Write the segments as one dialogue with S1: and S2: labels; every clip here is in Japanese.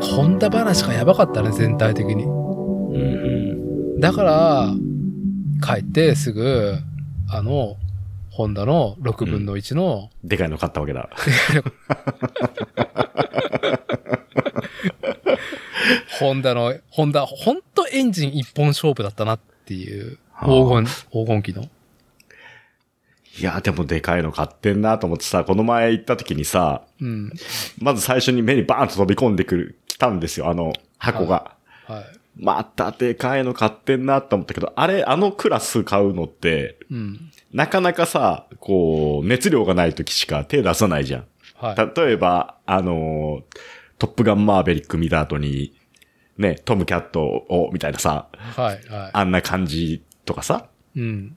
S1: 本田話がやばかったね、全体的に。
S2: うんうん。
S1: だから、帰ってすぐ、あの、ホンダの6分の1の、
S2: でかいの買ったわけだ。
S1: ホンダの、ホンダ、ほんとエンジン一本勝負だったなっていう、黄金、黄金期の。
S2: いや、でもでかいの買ってんなと思ってさ、この前行った時にさ、
S1: うん。
S2: まず最初に目にバーンと飛び込んでくる、来たんですよ、あの箱が。
S1: はい。
S2: またでかいの買ってんなと思ったけど、あれ、あのクラス買うのって、
S1: うん。
S2: なかなかさ、こう、熱量がない時しか手出さないじゃん。
S1: はい。
S2: 例えば、あのートップガンマーベリック見た後に、ね、トムキャットを、みたいなさ、
S1: はい。は
S2: あんな感じとかさ。
S1: い。うん。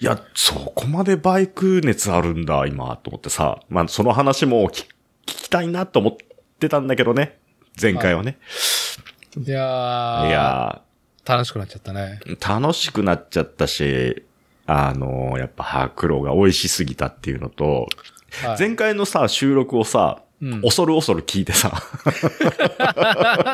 S2: いや、そこまでバイク熱あるんだ、今、と思ってさ。まあ、その話も聞聞きたいなと思ってたんだけどね。前回はね。
S1: いやー。
S2: い、や
S1: 楽しくなっちゃったね。
S2: ー、楽しくなっちゃったし、あのーやっぱ白露が美味しすぎたっていうのと、
S1: はい。
S2: 前回のさ、収録をさ、
S1: うん
S2: 恐る恐る聞いてさ、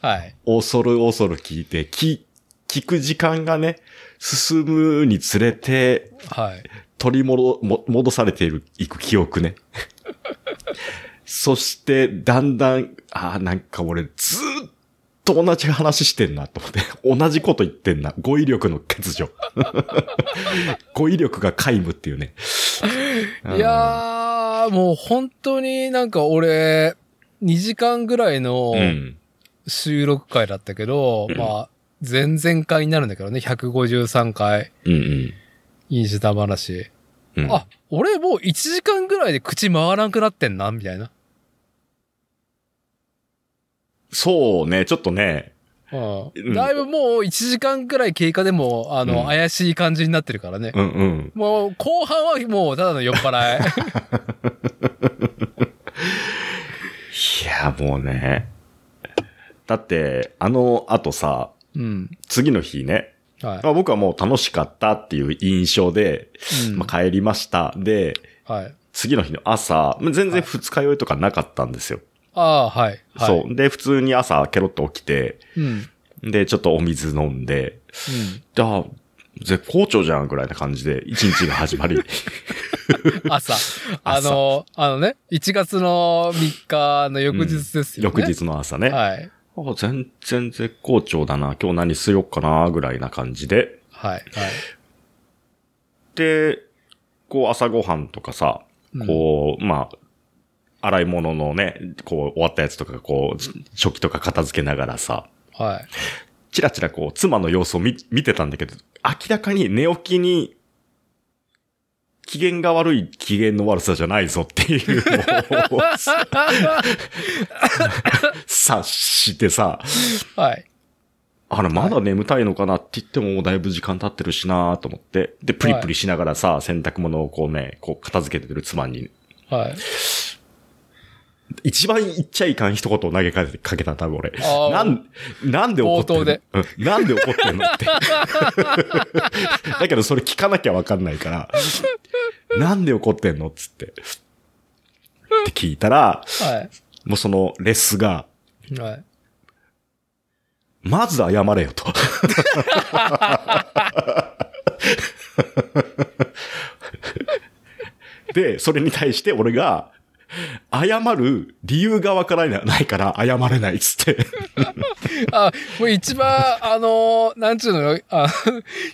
S1: はい。
S2: 恐る恐る聞いて、き聞く時間がね、進むにつれて、
S1: はい。
S2: 取り戻、も戻されている、いく記憶ね。 そして、だんだん、ああ、なんか俺、ずーっと同じ話してんなと思って、同じこと言ってんな。語彙力の欠如。 語彙力が皆無っていうね。
S1: いやー、もう本当になんか俺、2時間ぐらいの
S2: うん。
S1: 収録回だったけど、
S2: うん
S1: まあ、前々回になるんだけどね、153回、
S2: うんうん。
S1: 飲酒談話。
S2: うん、
S1: あ、俺もう1時間ぐらいで口回らんくなってんな、みたいな。
S2: そうね、ちょっとね、
S1: う。
S2: うんん
S1: だいぶもう1時間ぐらい経過でも、あの、
S2: うん
S1: 怪しい感じになってるからね。
S2: うんうん。
S1: もう、後半はもう、ただの酔っ払い。
S2: いや、もうね。だって、あの後さ、
S1: うん。
S2: 次の日ね、
S1: はい
S2: ま。あ、僕はもう楽しかったっていう印象で、
S1: うん
S2: まあ、帰りました。で、
S1: はい。
S2: 次の日の朝、まあ全
S1: はい
S2: 然二日酔いとかなかったんですよ。
S1: ああ、はい。はい。
S2: そう。で、普通に朝、ケロッと起きて、
S1: うん。うん。
S2: で、ちょっとお水飲んで、で、あ、絶好調じゃんぐらいな感じで、一日が始まり。
S1: 朝。あ
S2: 朝
S1: の、あのね、1月の3日の 翌日ですよね。
S2: 翌日の朝ね。
S1: はい。
S2: あ全然絶好調だな。今日何しよっかなぐらいな感じで。
S1: はい。はい。
S2: で、こう朝ごはんとかさ、
S1: うん
S2: こう、まあ、洗い物のね、こう終わったやつとか、こう、食器とか片付けながらさ、
S1: はい。
S2: チラチラこう、妻の様子を見見てたんだけど、明らかに寝起きに、機嫌が悪い機嫌の悪さじゃないぞっていうのを察してさ、
S1: はい。
S2: あれ、まだ眠たいのかなって言っても、もうだいぶ時間経ってるしなと思って。で、プリプリしながらさ、洗濯物をこうね、こう片付けてる妻に、
S1: はい。
S2: 一番言っちゃいかん一言を投げかけかけた多分俺。
S1: あー
S2: なん、なんで怒ってん
S1: 冒頭
S2: の
S1: で
S2: うんなんで怒ってんのって。 だけどそれ聞かなきゃわかんないから、なんで怒ってんのっつって。って聞いたら、
S1: は
S2: もうそのレスが、
S1: い。はい。
S2: まず謝れよと。で、それに対して俺が、謝る理由がわからないから謝れないっつって。
S1: あ、もう一番、あのなんちゅうのよ、あ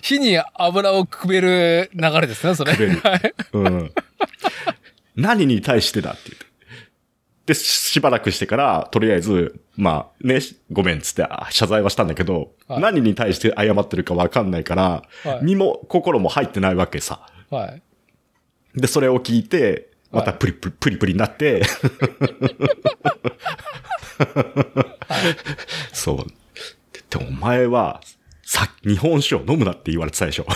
S1: 火に油をくべる流れですね、それ。
S2: くべる
S1: はい。
S2: うん。何に対してだって言って。で、ししばらくしてから、とりあえず、まあね、しごめんっつってあ謝罪はしたんだけど、
S1: はい
S2: 何に対して謝ってるかわかんないから、
S1: はい
S2: 身も心も入ってないわけさ。
S1: はい。
S2: で、それを聞いて、また
S1: は
S2: プリプリ、プリプリになって、 そう。で、お前は、さ、日本酒を飲むなって言われてた でしょ。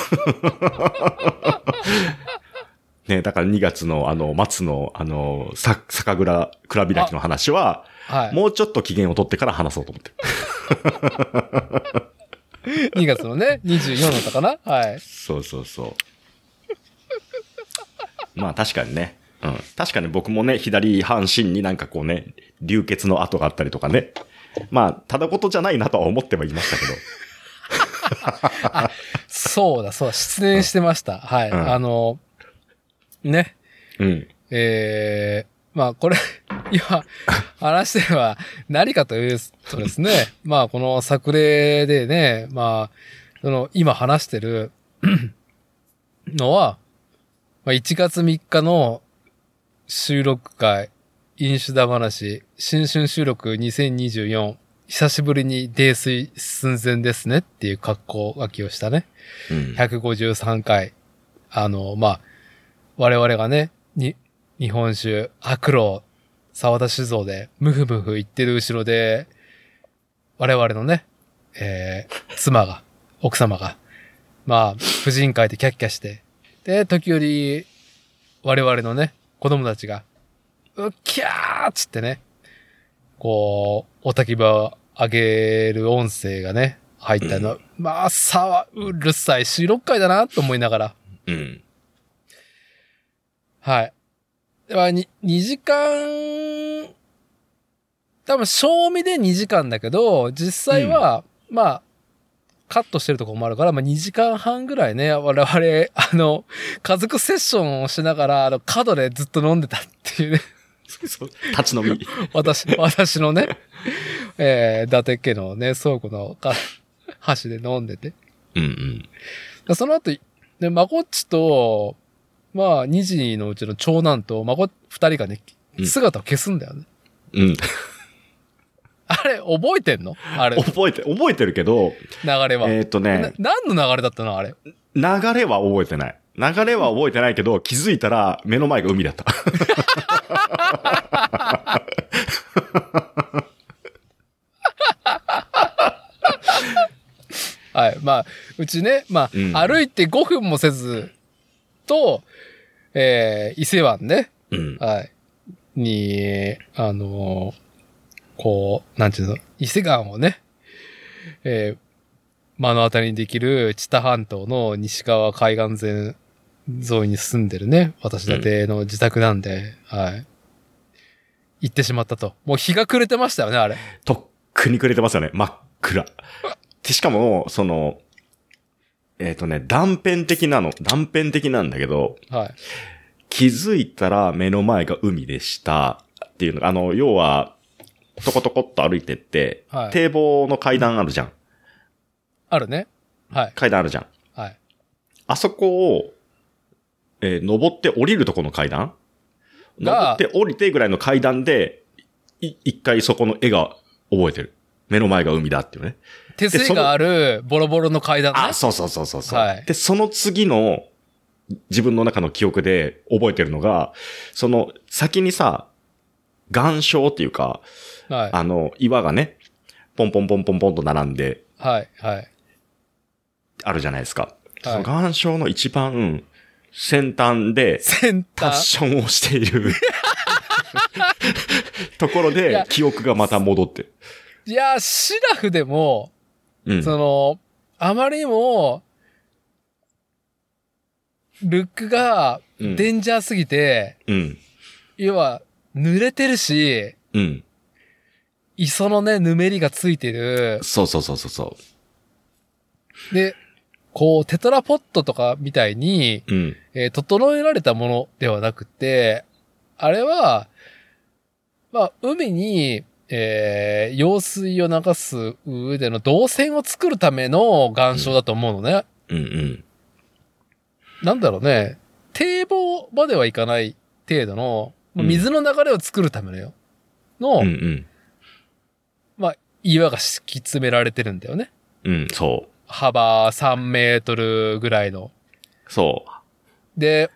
S2: ねだから2月のあの、松のあの、さ、酒蔵、蔵開きの話は、
S1: はい。
S2: もうちょっと期限を取ってから話そうと思って。
S1: 2月のね、24だったかなはい。
S2: そうそうそう。まあ確かにね、うん。確かに僕もね、左半身になんかこうね、流血の跡があったりとかね。まあ、ただことじゃないなとは思ってはいましたけど。
S1: そうだ、そうだ、失念してました。はい。
S2: うん
S1: あの、ね、
S2: うん。
S1: えー、まあこれ、 今、話してるのは何かというとですね、まあこの作例でね、まあ、その今話してる のは、まあ、1月3日の収録会、飲酒だ話、新春収録2024、久しぶりに泥酔寸前ですねっていう格好書きをしたね。
S2: うん。
S1: 153回、あの、まあ、我々がね、に、日本酒、白露、沢田酒造で、ムフムフ言ってる後ろで、我々のね、えー、妻が、奥様が、まあ、婦人会でキャッキャして、で、時折、我々のね、子供たちが、うっきゃーっつってね、こう、お焚き場を上げる音声がね、入ったの。まあ、さわ、うるさい、収録会だな、と思いながら。
S2: うん。
S1: はい。では、に、2時間、多分、賞味で2時間だけど、実際は、まあ、カットしてるところもあるから、まあ2時間半ぐらいね、我々、あの、家族セッションをしながら、あの、角でずっと飲んでたっていうね、
S2: そうそう。立ち飲み。
S1: 私、 私のね、えー、伊達家のね、倉庫のか箸で飲んでて。
S2: うんうん。
S1: でその後、で、まこっちと、まあ、二児のうちの長男と、まこ、二人がね
S2: う、ん
S1: 姿を消すんだよね。
S2: うん。
S1: あれ、覚えてんのあれ、流
S2: 覚えて、覚えてるけど、
S1: れは。
S2: えーっと
S1: な
S2: ね、
S1: 何の流れだったのあれ。
S2: 流れは覚えてない。流れは覚えてないけど、気づいたら目の前が海だった。
S1: はい。まあ、うちね、まあ、
S2: うん
S1: 歩いて5分もせず、と、えー、伊勢湾ね。
S2: うん。
S1: はい。に、あのーこう、なんていうの、伊勢湾をね、えー目の当たりにできる知多半島の西側海岸線沿いに住んでるね、私だての自宅なんで、はい。行ってしまったと。もう日が暮れてましたよね、あれ。
S2: とっくにくれてますよね。真っ暗。で、しかも、その、えーっとね、断片的なの。断片的なんだけど、
S1: はい。
S2: 気づいたら目の前が海でしたっていうのが、あの、要は、トコトコっと歩いてって、
S1: はい
S2: 堤防の階段あるじゃん。
S1: あるね。はい。
S2: 階段あるじゃん。
S1: はい。
S2: あそこを、えー登って降りるとこの階段登
S1: が
S2: って降りてぐらいの階段で、い一回そこの絵が覚えてる。目の前が海だっていうね。
S1: 手すりがあるボロボロの階段ね。
S2: あ、そうそうそうそうそう、
S1: はい
S2: で、その次の自分の中の記憶で覚えてるのが、その先にさ、岩礁っていうか、
S1: はい。
S2: あの、岩がね、ポンポンポンポンポンと並んで
S1: はい。はい。
S2: あるじゃないですか。
S1: はい
S2: その岩礁の一番先 端で
S1: センタ
S2: パッ
S1: ー。
S2: ションをしてい るところ
S1: いや
S2: で記憶がまた戻ってる。
S1: いやー、シラフでも、
S2: うん。
S1: その、あまりにも、ルックが
S2: うん
S1: デンジャーすぎて、
S2: うん。
S1: 要は、濡れてるし、
S2: うん。
S1: 磯のね、ぬめりがついてる。
S2: そうそうそうそうそ
S1: で、こう、テトラポットとかみたいに、
S2: う。うん。
S1: えー整えられたものではなくて、あれは、まあ、海に、えー、用水を流す上での動線を作るための岩礁だと思うのね。
S2: うんうん。
S1: なんだろうね、堤防まではいかない程度の、まあ
S2: うん
S1: 水の流れを作るためのよ。の、
S2: うんうん。
S1: 岩が敷き詰められてるんだよね。
S2: うん、そう。
S1: 幅3メートルぐらいの。
S2: そ
S1: で、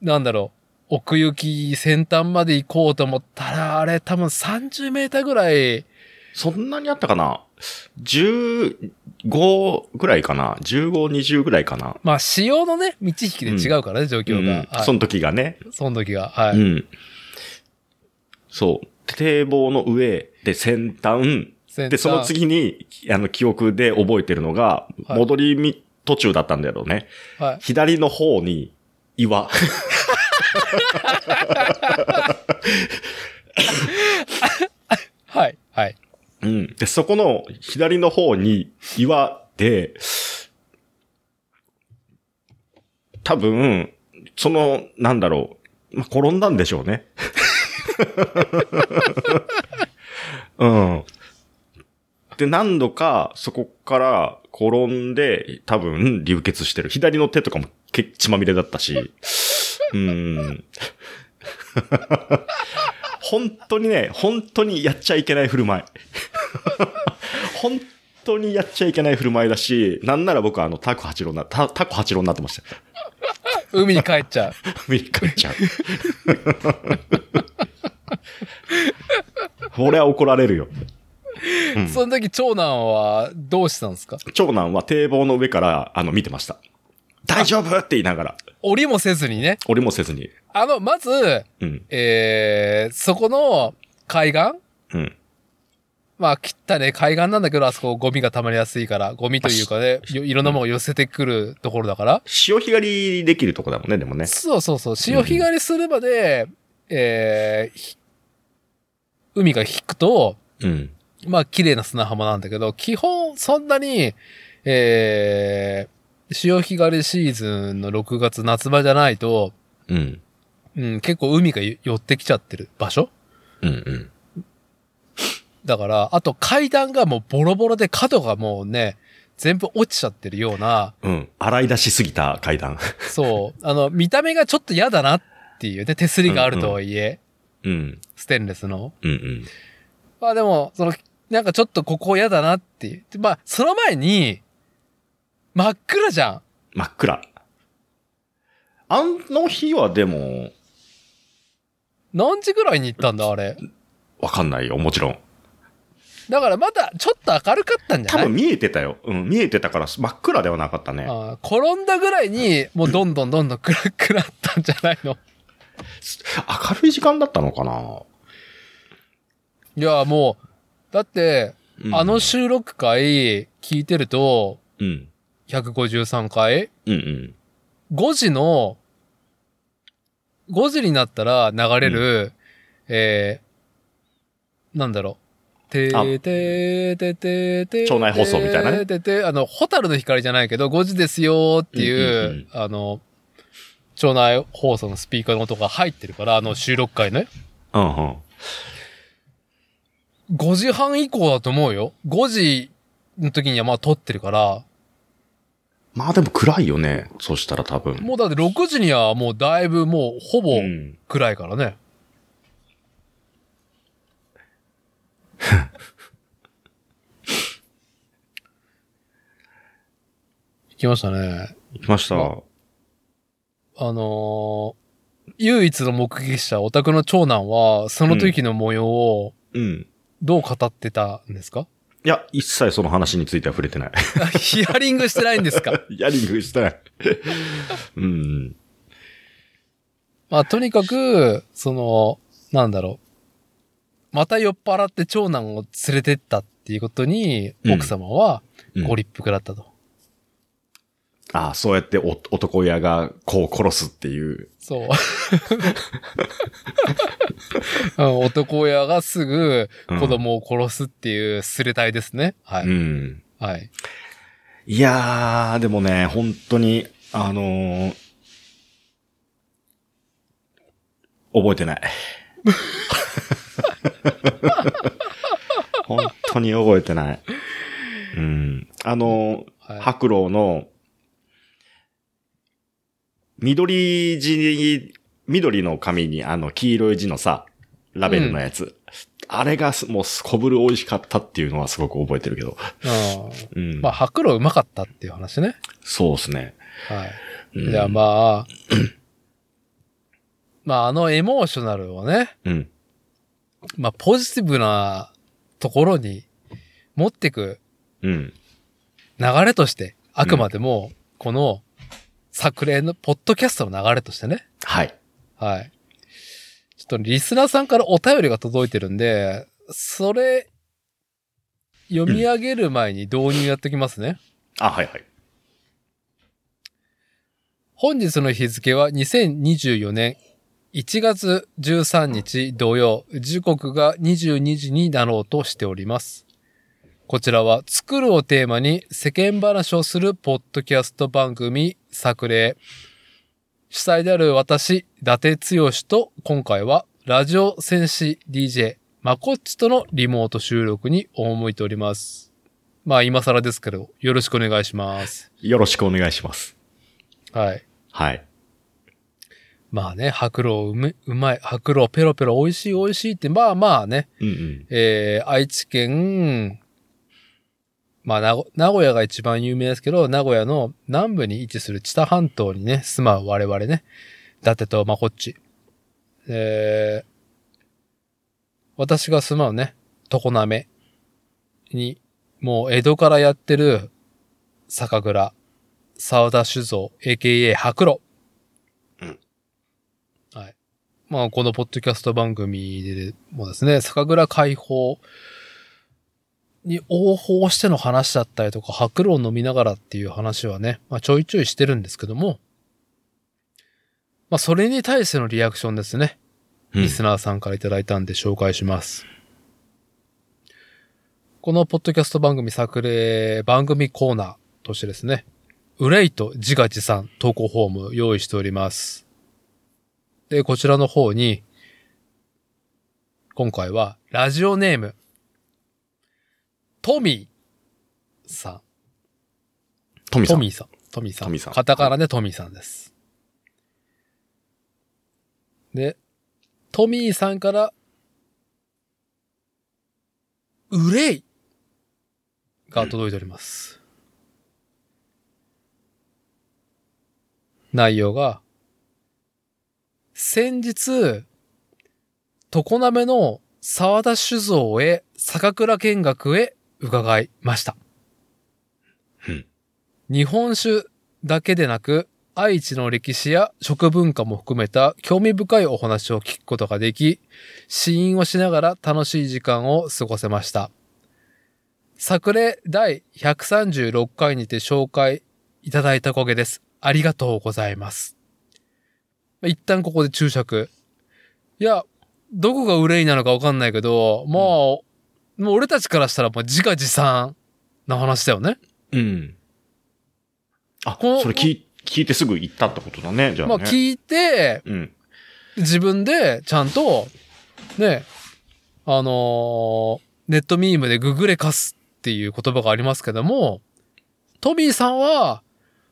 S1: なんだろう、奥行き先端まで行こうと思ったら、あれ多分30メーターぐらい、
S2: う。そんなにあったかな ?15 ぐらいかな ?15、20ぐらいかな
S1: まあ、潮のね、満ち引きで違うからね、状況が。
S2: うん
S1: はい
S2: その時がね。
S1: その時が。は
S2: う
S1: い。
S2: ん。そう。堤防の上で先端。
S1: 先端
S2: で、その次に、あの、記憶で覚えてるのが、
S1: はい
S2: 戻りみ、途中だったんだろうね。
S1: はい。
S2: 左の方に、岩。
S1: はい、はい。
S2: うん。で、そこの左の方に岩で、多分、その、なんだろう。まあ、転んだんでしょうね。 うん。で、何度かそこから転んで、多分流血してる。左の手とかもけ血まみれだったし。うん。 本当にね、本当にやっちゃいけない振る舞い。本当にやっちゃいけない振る舞いだし、なんなら僕はあの、タコ八郎な、タタコ八郎になってました。
S1: 海に帰っちゃう。
S2: アメリカ行っちゃう。 俺は怒られるよ。うん
S1: その時、長男はどうしたんですか
S2: 長男は堤防の上から、あの、見てました。大丈夫って言いながら、
S1: 折りもせずにね。
S2: 俺もせずに。
S1: あの、まず、
S2: うん、
S1: えー、そこの海岸
S2: うん。
S1: まあ、切ったね、海岸なんだけど、あそこゴミが溜まりやすいから、ゴミというかね、よいろんなものを寄せてくるところだから。
S2: 潮干狩りできるとこだもんね、でもね。
S1: そうそうそう、潮干狩りするまで、えーひ海が引くと、
S2: うん。
S1: まあ、綺麗な砂浜なんだけど、基本そんなに、えー潮干狩りシーズンの6月夏場じゃないと、
S2: うん。
S1: うん、結構海が寄ってきちゃってる場所
S2: うん、うん。
S1: だから、あと階段がもうボロボロで角がもうね、全部落ちちゃってるような、
S2: うん。洗い出しすぎた階段。
S1: そう、 あの、見た目がちょっと嫌だなっていうね、手すりがあるとはいえ、
S2: うん。
S1: ステンレスの。
S2: うん、うん。
S1: まあでも、その、なんかちょっとここ嫌だなっていう。でまあ、その前に、真っ暗じゃん。
S2: 真っ暗。あの日はでも、
S1: 何時ぐらいに行ったんだ、あれ。
S2: わかんないよ、もちろん。
S1: だからまだちょっと明るかったんじゃ
S2: 多
S1: ない
S2: 分見えてたよ。うん、見えてたから真っ暗ではなかったね。
S1: あー転んだぐらいに、もうどんどんどんどん暗くなったんじゃないの
S2: 明るい時間だったのかない
S1: や、もう、だって、
S2: うん
S1: あの収録回聞いてると、
S2: うん。
S1: 153回
S2: うんうん。
S1: ?5 時の、5時になったら流れる、えー、なんだろう。て
S2: あ
S1: ーてーてーてーてー
S2: 町内放送みたいなね
S1: てーてーあの、ホタルの光じゃないけど、5時ですよーっていう、
S2: うんうん
S1: あの、町内放送のスピーカーの音が入ってるから、あの収録回ね。
S2: うんうん。
S1: 5時半以降だと思うよ。5時の時にはまあ撮ってるから、
S2: まあでも暗いよね。そしたら多分。
S1: もうだって6時にはもうだいぶもうほぼ
S2: ん。
S1: 暗いからね。 行きましたね。
S2: 行きました。
S1: まあのー唯一の目撃者、お宅の長男は、その時の模様を
S2: うん。
S1: どう語ってたんですか、
S2: いや、一切その話については触れてない。
S1: ヒアリングしてないんですか
S2: ヤリングしてない。 うん。
S1: まあ、とにかく、その、なんだろう。また酔っ払って長男を連れてったっていうことに、
S2: うん
S1: 奥様は
S2: うん
S1: ご立腹だったと。
S2: ああ、そうやってお男親がこう殺すっていう。
S1: そう。うん男親がすぐ子供を殺すっていうすれたいですね。は
S2: う
S1: い。
S2: ん。
S1: はい。
S2: いやー、でもね、本当に、あのー、覚えてない。 本当に覚えてない。うん。あのー、
S1: はい。
S2: 白老の、緑字に、緑の紙にあの黄色い字のさ、ラベルのやつ。あれがすもうすこぶる美味しかったっていうのはすごく覚えてるけど。
S1: う
S2: うん。
S1: ん。まあ、白露うまかったっていう話ね。
S2: そうですね。
S1: はい。
S2: うん
S1: じゃあまあ、 まあ、あのエモーショナルをね、
S2: うん。
S1: まあ、ポジティブなところに持ってく
S2: うん。
S1: 流れとして、あくまでも、この作例のポッドキャストの流れとしてね。
S2: はい。
S1: はい。ちょっとリスナーさんからお便りが届いてるんで、それ、読み上げる前に導入やってきますね。
S2: あ、はいはい。
S1: 本日の日付は2024年1月13日土曜、時刻が22時になろうとしております。こちらは、作るをテーマに世間話をするポッドキャスト番組、作例。主催である私、伊達剛と、今回は、ラジオ戦士 DJ、まこっちとのリモート収録に赴いております。まあ、今更ですけど、よろしくお願いします。
S2: よろしくお願いします。
S1: はい。
S2: はい。
S1: まあね、白露うめ、うまい、白露ペロペロ美味しい美味しいって、まあまあね、
S2: うんうん。
S1: えー、愛知県、まあ名古、名古屋が一番有名ですけど、名古屋の南部に位置する知多半島にね、住まう我々ね、伊達とまこっち。えー、私が住まうね、常滑に、もう江戸からやってる酒蔵、沢田酒造、AKA 白露。
S2: うん
S1: はい。まあ、このポッドキャスト番組でもですね、酒蔵解放に応報しての話だったりとか、白露を飲みながらっていう話はね、まあ、ちょいちょいしてるんですけども、まあ、それに対してのリアクションですね。
S2: うん
S1: リスナーさんからいただいたんで紹介します。このポッドキャスト番組作例番組コーナーとしてですね、憂いと自画自賛投稿フォーム用意しております。で、こちらの方に、今回はラジオネーム、トミーさん。
S2: トミさ
S1: ト
S2: ん。
S1: ミーさん。トミーさん。
S2: トミーさん
S1: カタカナでトミーさんです。で、トミーさんから、憂いが届いております。内容が、先日、常滑の沢田酒造へ酒蔵見学へ伺いました。日本酒だけでなく、愛知の歴史や食文化も含めた興味深いお話を聞くことができ、試飲をしながら楽しい時間を過ごせました。作例第136回にて紹介いただいたおかげです。ありがとうございます。一旦ここで注釈。いや、どこが憂いなのかわかんないけど、もう、もう俺たちからしたらもう自画自賛な話だよね。
S2: うん。あ、
S1: こう
S2: それ聞い聞いてすぐ行ったってことだね、じゃあ
S1: ま
S2: ね。
S1: あ聞いて、
S2: うん。
S1: 自分でちゃんと、ね、あのーネットミームでググレカスっていう言葉がありますけども、トミーさんは、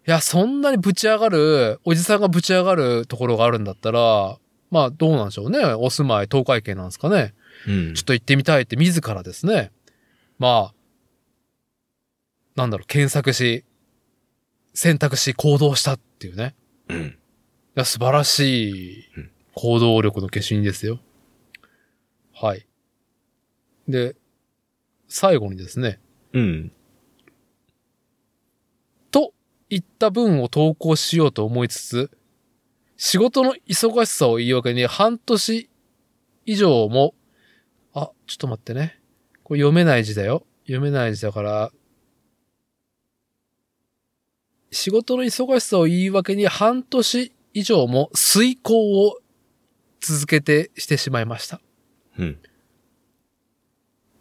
S1: いや、そんなにぶち上がる、おじさんがぶち上がるところがあるんだったら、まあどうなんでしょうね。お住まい、東海圏なんですかね。
S2: うん
S1: ちょっ。と行ってみたいって自らですね。まあ、なんだろう、検索し、選択し行動したっていうね。
S2: うん。
S1: いや、素晴らしい
S2: うん
S1: 行動力の化身ですよ。はい。で、最後にですね、
S2: うん。
S1: と言った文を投稿しようと思いつつ、仕事の忙しさを言い訳に半年以上も、あ、ちょっと待ってね。これ読めない字だよ。読めない字だから、仕事の忙しさを言い訳に半年以上も遂行を続けてしてしまいました。
S2: うん。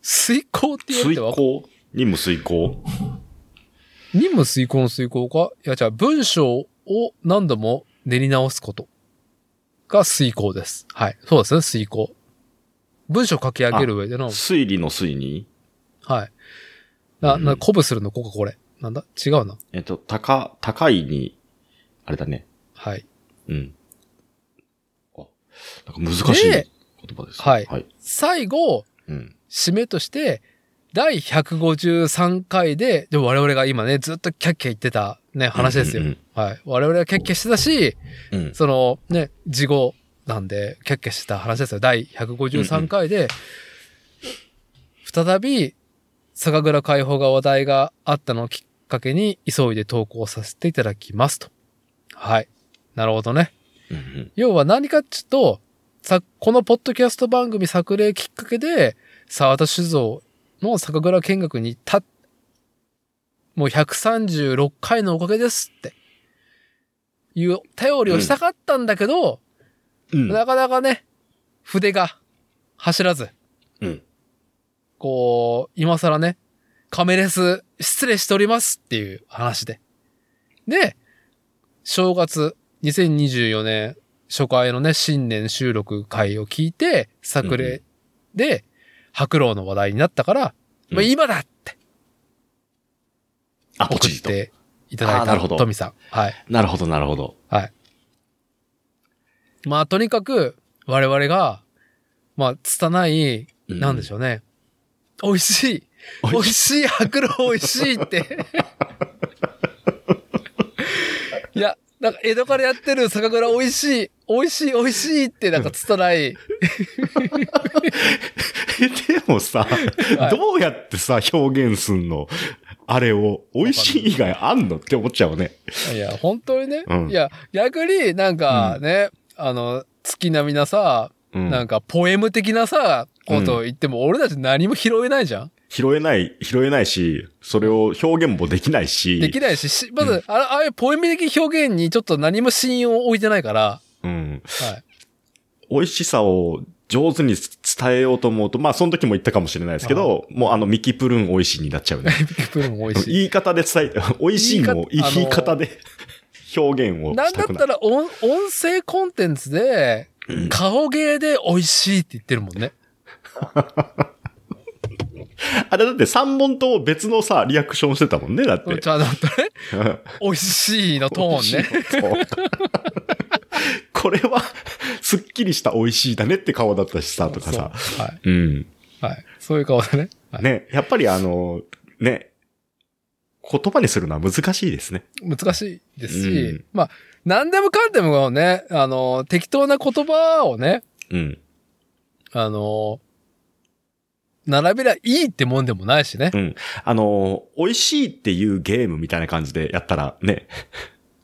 S1: 遂行って言われ
S2: 遂
S1: てわか
S2: 行任務遂行
S1: 任務遂行の遂行かいや、じゃあ文章を何度も練り直すことが遂行です。はい。そうですね、遂行。文章を書き上げる上での、
S2: 推理の推に
S1: はい。な、な、
S2: うん
S1: 鼓舞するの、こここれ。なんだ違うな。
S2: えっと、高、高いに、あれだね。
S1: はい。
S2: うん。あ、なんか難しい言
S1: で
S2: 葉ですね。
S1: はい
S2: はい。
S1: 最後、
S2: うん。
S1: 締めとして、第153回で、で我々が今ね、ずっとキャッキャ言ってたね、話ですよ。
S2: うんうん
S1: はい。我々がキャッキャしてたし、
S2: うん。うん
S1: そのね、事後なんで、キャッキャしてた話ですよ。第153回で、再び、酒蔵解放が話題があったのをきっかけに、急いで投稿させていただきますと。はい。なるほどね。
S2: うん
S1: 要は何かっちゅうと、さ、このポッドキャスト番組作例きっかけで、沢田酒造の酒蔵見学に行った、もう136回のおかげですって、いう頼りをしたかったんだけど、
S2: うん。
S1: なかなかね、筆が走らず、
S2: うん。
S1: こう、今更ね、カメレス失礼しておりますっていう話で。で、正月2024年初回のね、新年収録会を聞いて、作
S2: うんう
S1: 例で白老の話題になったから、まあ
S2: うん
S1: 今だって
S2: あ、ポ
S1: 送
S2: チリ
S1: っ
S2: と。
S1: ていただ
S2: あ
S1: い
S2: ーな
S1: た
S2: るほど
S1: 富さん。はい。
S2: なるほど、なるほど。
S1: まあとにかく我々が、まあ、拙い、なんでし
S2: ょ
S1: ょうね。美味しい
S2: うん。
S1: 美
S2: おい
S1: 味しい、白老美味しいって。いや、なんか江戸からやってる酒蔵美味しい、美味しい、美味しいってなんかつたない。
S2: でもさ、
S1: い
S2: どうやってさ、表現すんのあれを、美味しい以外あんのって思っちゃうね。
S1: いや、本当にね。
S2: うん
S1: いや、逆になんかね、あの、月並みなさ、
S2: うん。
S1: なんかポエム的なさ、ことを言っても俺たち何も拾えないじゃん、
S2: 拾えない、拾えないし、それを表現もできないし。
S1: できないし、しま
S2: う
S1: ず、あああいうポエム的表現にちょっと何も信用を置いてないから、
S2: うん。
S1: はい。
S2: 美味しさを上手に伝えようと思うと、まあ、その時も言ったかもしれないですけど、もうあの、ミキプルーン美味しいになっちゃうね。
S1: ピクプル も美味しい。
S2: 言い方で伝え、美味しいも
S1: 言い
S2: 言
S1: 方
S2: い方で 表現を
S1: なん
S2: し
S1: だ
S2: た
S1: っ
S2: くな
S1: た
S2: い。
S1: ら音、音声コンテンツで、顔芸で美味しいって言ってるもんね。
S2: あれだって3本とも別のさ、リアクションしてたもんね、だって。
S1: ちゃんとね、 美味しいのトーンね。
S2: そう。これは、すっきりした美味しいだねって顔だったしさ、とかさ。
S1: そうは
S2: うん。
S1: い。はい。そういう顔だね。はい
S2: ね、やっぱりあの、ね、言葉にするのは難しいですね。
S1: 難しいですし、
S2: うん
S1: まあ、何でもかんでもね、あの、適当な言葉をね、
S2: うん。
S1: あの、並べりゃいいってもんでもないしね。
S2: あの、美味しいっていうゲームみたいな感じでやったらね、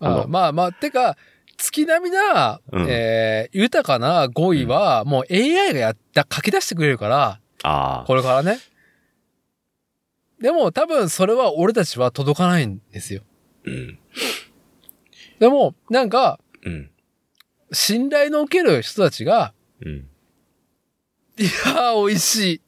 S2: あの
S1: あまあまあ、てか、月並みな、
S2: うん
S1: えー豊かな語彙は、もう AI がやった、書き出してくれるから、
S2: ああ、
S1: これからね。でも多分それは俺たちは届かないんですよ。
S2: うん。
S1: でもなんか
S2: うん。
S1: 信頼の受ける人たちが、
S2: うん。
S1: いやー美味 しい。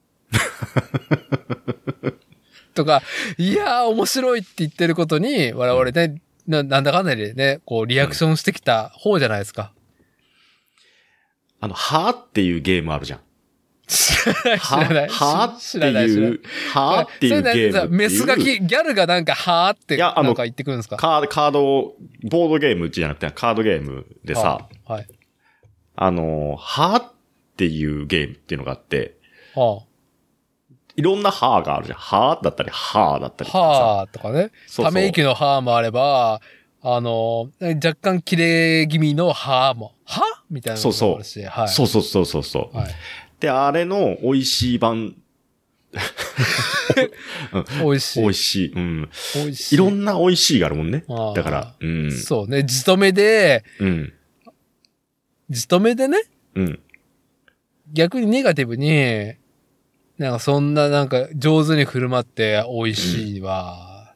S1: とか、いやー面白いって言ってることに我々ね、ななんだかんだでね、こうリアクションしてきた方じゃないですか。
S2: あの、はーっていうゲームあるじゃん。
S1: 知ら ない、知
S2: は
S1: らない。
S2: は
S1: 知
S2: ーって、。
S1: らない、知らないいう
S2: はーっていうゲームって
S1: それなんかさ
S2: いう。
S1: メスガキ、ギャルがなんか、はーって、
S2: いやあの
S1: なんか言ってくるんですか
S2: カード、カード、ボードゲームじゃなくて、カードゲームでさ、、
S1: はい。はい
S2: あの、はーっていうゲームっていうのがあって、
S1: はい
S2: ろんなはーがあるじゃん。はーだったり、はーだったりとかさ。
S1: はあとかね。
S2: そうそう
S1: ため息のはあもあれば、あの、若干切れ気味のはあも、はみたいなのもあるし、はい。
S2: そうそうそうそうそう。
S1: はい。
S2: で、あれの美味しい版、
S1: 美味しい。
S2: 美味しい。うん。
S1: 美味しい。
S2: いろんな美味しいがあるもんね。
S1: あー
S2: だから、うん。
S1: そうね。地止めで、
S2: うん。
S1: 地止めでね、
S2: うん。
S1: 逆にネガティブに、なんかそんななんか上手に振る舞って美味しいわ、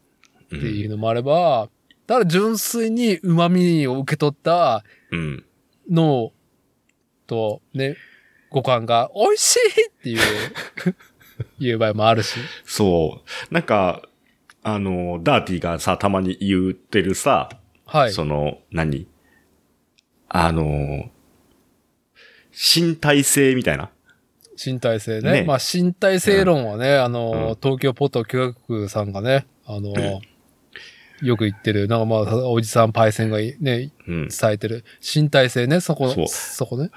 S2: う。
S1: っていうんのもあれば、ただ純粋に旨味を受け取った
S2: うん。
S1: 脳とね、五感が美味しいっていう言う場合もある し。
S2: そう。なんか、あの、ダーティがさ、たまに言ってるさ、
S1: はい。
S2: その、何あの、身体性みたいな。
S1: 身体性ね。
S2: ね
S1: まあ身体性論はね、あの、
S2: うん
S1: 東京ポット教学区さんがね、あの、よく言ってる、なんかまあ、おじさんパイセンがいね、
S2: うん。
S1: 伝えてる身体性ね、そこ、
S2: そ
S1: そうこね。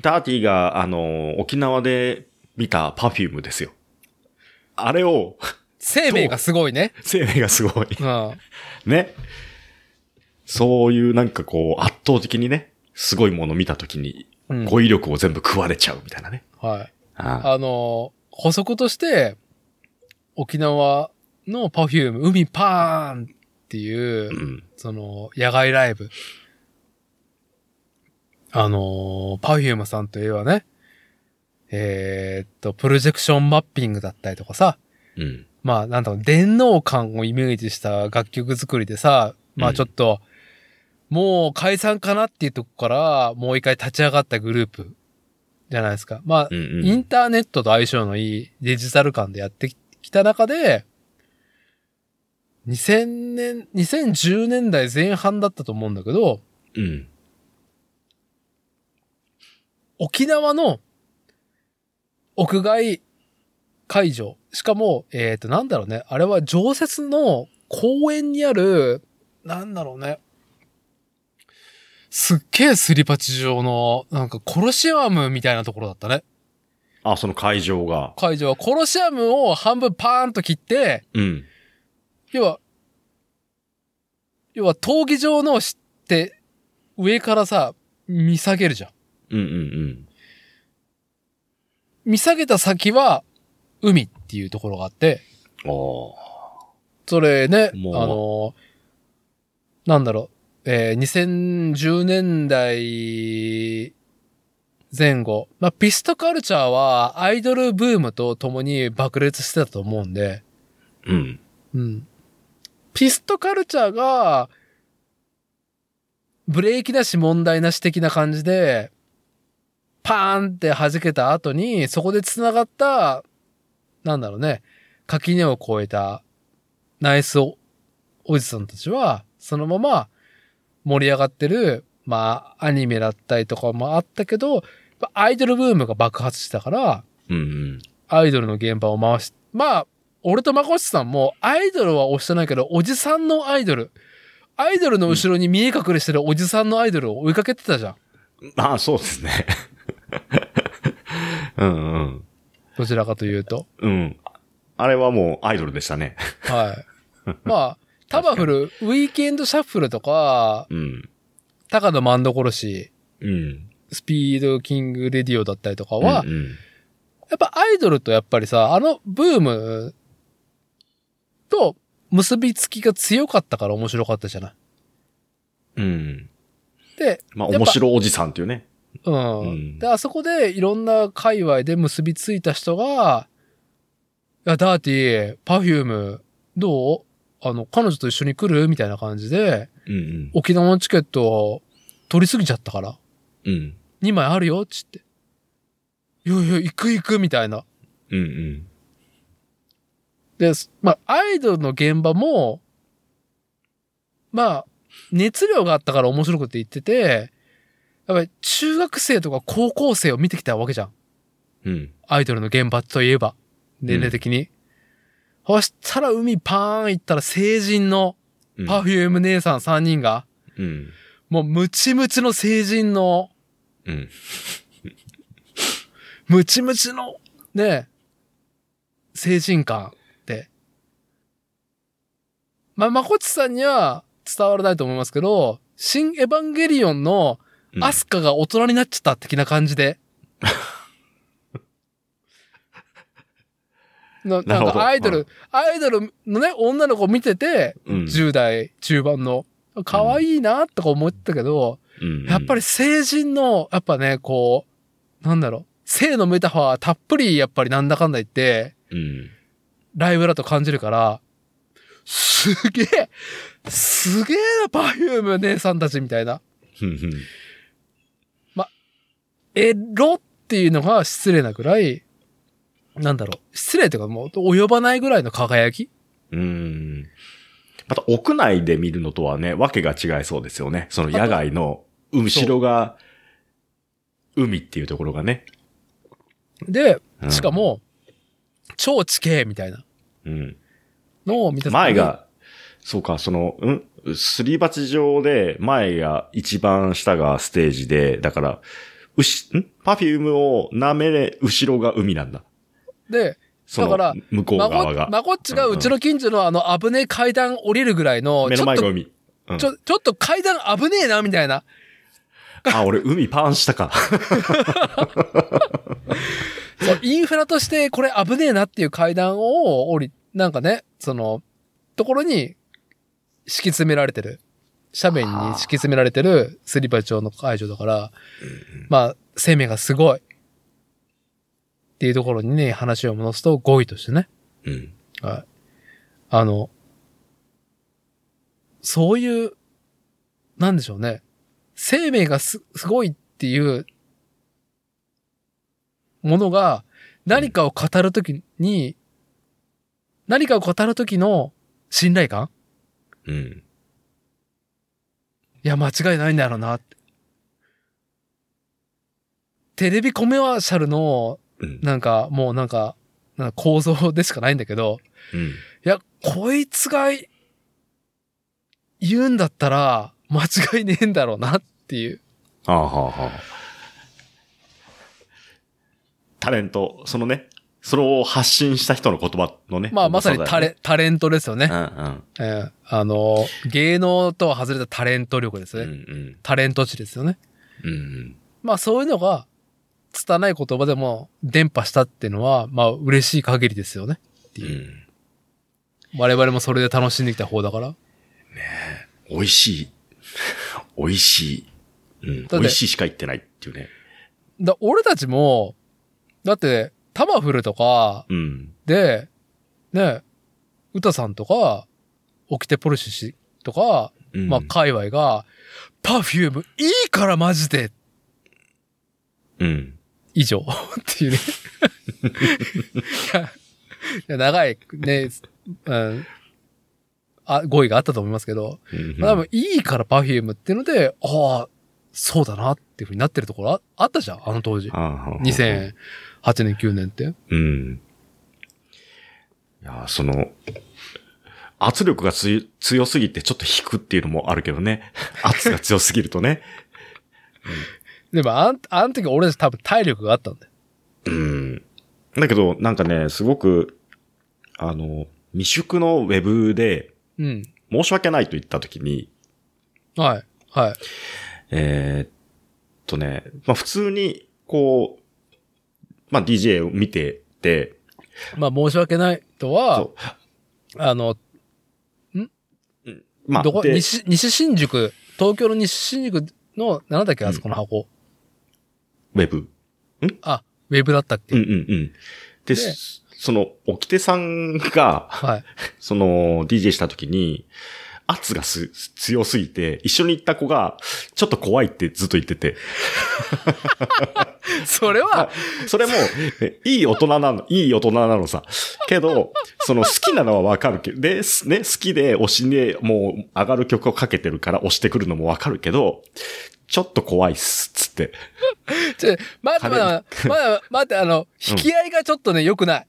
S2: ダーティが、あの、沖縄で見たパフュームですよ。あれを、
S1: 生命がすごいね。
S2: 生命がすごい。
S1: うん。
S2: ね。そういうなんかこう、圧倒的にね、すごいもの見たときに、
S1: うん
S2: 語彙力を全部食われちゃうみたいなね。
S1: はい。
S2: ああ
S1: あの、補足として、沖縄のパフューム、海パーンっていう
S2: う、ん。
S1: その、野外ライブ。あのー、パフュームさんといえばね、えーっと、プロジェクションマッピングだったりとかさ、
S2: うん。
S1: まあ、なんだろう、電脳感をイメージした楽曲作りでさ、ま
S2: う
S1: あ
S2: ん
S1: ちょっと、もう解散かなっていうとこから、もう一回立ち上がったグループじゃないですか。まあ、
S2: うんうん
S1: インターネットと相性のいいデジタル感でやってきた中で、2000年、2010年代前半だったと思うんだけど、
S2: うん。
S1: 沖縄の屋外会場。しかも、えっ、と、なんだろうね。あれは常設の公園にある、なんだろうね。すっげえすり鉢状の、なんかコロシアムみたいなところだったね。
S2: あ、その会場が。
S1: 会場はコロシアムを半分パーンと切って、
S2: うん。
S1: 要は、要は闘技場のしって、上からさ、見下げるじゃん。
S2: うんうん
S1: 見下げた先は、海っていうところがあって、
S2: うん。おー
S1: それね、あ
S2: もう
S1: の、なんだろう、えー2010年代前後、まあ、ピストカルチャーはアイドルブームと共に爆裂してたと思うんで、
S2: うん。
S1: うん。ピストカルチャーが、ブレーキなし問題なし的な感じで、パーンって弾けた後に、そこで繋がった、なんだろうね、垣根を越えたナイスおおじさんたちは、そのまま盛り上がってる、まあ、アニメだったりとかもあったけど、アイドルブームが爆発したから、
S2: うんうん。
S1: アイドルの現場を回し、まあ、俺とまこしさんもアイドルは推してないけど、おじさんのアイドル。アイドルの後ろに見え隠れしてるおじさんのアイドルを追いかけてたじゃん。
S2: ああ、そうですね。 うんうん。
S1: どちらかというと。
S2: うん。あれはもうアイドルでしたね。
S1: はい。まあ、タバフル、ウィーケンドシャッフルとか、
S2: うん。
S1: 高野万所氏、
S2: うん。
S1: スピードキングレディオだったりとかは、
S2: うんうん
S1: やっぱアイドルとやっぱりさ、あのブームと結びつきが強かったから面白かったじゃない。
S2: うん。
S1: で、
S2: まあ、
S1: やっぱ
S2: 面白おじさんっていうね。
S1: うん。
S2: うん
S1: で、あそこでいろんな界隈で結びついた人が、いや、ダーティー、パフューム、どうあの、彼女と一緒に来るみたいな感じで、
S2: うん
S1: 沖縄のチケットを取りすぎちゃったから、
S2: うん。うん。
S1: 2枚あるよ、つって。いやいや、行く行く、みたいな。
S2: うんうん。
S1: で、すまあ、アイドルの現場も、まあ、熱量があったから面白くて言ってて、やっぱり中学生とか高校生を見てきたわけじゃん。
S2: うん。
S1: アイドルの現場といえば、年齢的に。そしたら海パーン行ったら成人の
S2: うん
S1: パフューム姉さん3人が、
S2: うん。
S1: もうムチムチの成人の、
S2: うん。
S1: ムチムチの、ね、成人感って。まあ、まこっちさんには伝わらないと思いますけど、新エヴァンゲリオンの
S2: うん
S1: アスカが大人になっちゃった的な感じ で。な
S2: な
S1: な
S2: る
S1: ん
S2: ほど
S1: かアイドル、
S2: う
S1: アイドルのね、女の子見てて、
S2: うん
S1: 10代中盤の、可愛いなとか思ってたけど、
S2: うん
S1: やっぱり成人の、やっぱね、こう、なんだろう、性のメタファーたっぷりやっぱりなんだかんだ言って、
S2: うん。
S1: ライブだと感じるから、すげえ、すげえな、パフューム姉さんたちみたいな。
S2: うんうん。
S1: エロっていうのが失礼なくらい、なんだろう、失礼というかもう及ばないぐらいの輝き
S2: うん。また、屋内で見るのとはね、わけが違いそうですよね。その野外の、後ろが、海っていうところがね。
S1: で、
S2: うん
S1: しか、も、超地形みたいな
S2: うん。
S1: のを見た時に
S2: 前、が、そうか、その、うんすり鉢状で、前が一番下がステージで、だから、うし、んパフュームを舐めれ、後ろが海なんだ。
S1: で、
S2: その
S1: だから、
S2: 向こう
S1: ま
S2: 側
S1: こ
S2: が。
S1: まこっちがうちの近所のあの危ねえ階段降りるぐらいの、
S2: 目
S1: ち
S2: の
S1: ょっ
S2: 前が
S1: と、
S2: 海。うん
S1: ちょ、ちょっと階段危ねえな、みたいな。
S2: あ、俺海パンしたか。
S1: そう、インフラとしてこれ危ねえなっていう階段を降り、なんかね、その、ところに敷き詰められてる。斜面に敷き詰められてるスリバ町の会場だから、まあ、生命がすごい。っていうところにね、話を戻すと5位としてね。
S2: うん。
S1: はい。あの、そういうなんでしょうね。生命がす、すごいっていう、ものが、何かを語るときに、何かを語るときの信頼感
S2: うん。
S1: いや、間違いないんだろうなって。テレビコメーシャルの、
S2: うん。
S1: なんか、もうなんか、なんか構造でしかないんだけど、
S2: うん。
S1: いや、こいつがい言うんだったら、間違いねえんだろうなっていう。
S2: はあはあはあ。タレント、そのね、それを発信した人の言葉のね。
S1: まあ、まさにタレ、
S2: ン
S1: タレントですよね。
S2: ト。うん
S1: ええあの、芸能とは外れたタレント力です
S2: うん。う
S1: ね。
S2: ん
S1: タレント値ですよね。
S2: うん。うん
S1: まあそういうのが、拙い言葉でも伝播したっていうのは、まあ嬉しい限りですよね。
S2: うん。うん。
S1: 我々もそれで楽しんできた方だから。
S2: 美味しい。 美味しい。うん。
S1: て
S2: 美味しいしか言ってないっていうね。
S1: だ俺たちも、だって、タマフルとか
S2: うん。
S1: で、ね、歌さんとか、オキテポルシ氏とか、
S2: うん
S1: まあ界隈が、パフュームいいからマジで
S2: うん。
S1: 以上 っていうね。いやいや、長いね、うん、あ、語彙があったと思いますけど、
S2: うん
S1: まあ、多分いいから Perfume っていうので、ああ、そうだなっていうふうになってるところああったじゃん、あの当時。
S2: ああ
S1: 2008年、9年って。
S2: うん。いや、その、圧力がつい強すぎてちょっと引くっていうのもあるけどね。 圧が強すぎるとね。
S1: でも、あん、あの時俺たち多分体力があったんだよ。
S2: うん。だけど、なんかね、すごく、あの、未熟のウェブで、
S1: うん。
S2: 申し訳ないと言ったときに、
S1: はい。はい。
S2: えーっとね、まあ普通に、こう、まあ DJ を見てて、
S1: まあ、申し訳ないとは
S2: そ、
S1: あの、
S2: うまあ、
S1: どこ、
S2: で
S1: 西、西新宿、東京の西新宿の、なんだっけ、あそこの箱。
S2: ウェブ
S1: あ、ウェブだったっけ、
S2: うんうんうん。
S1: で
S2: で、その、沖手さんが、
S1: はい。
S2: その、DJ した時に、圧がす、強すぎて、一緒に行った子が、ちょっと怖いってずっと言ってて。
S1: それは、
S2: それも、えいい大人なの、いい大人なのさ。けど、その、好きなのはわかるけど、で、すね、好きで、推しで、もう、上がる曲をかけてるから、推してくるのもわかるけど、ちょっと怖いっす、つって。
S1: ちょ、待って、
S2: 彼
S1: 待って、待って、待って、あの、引き合いがちょっとね、良くない。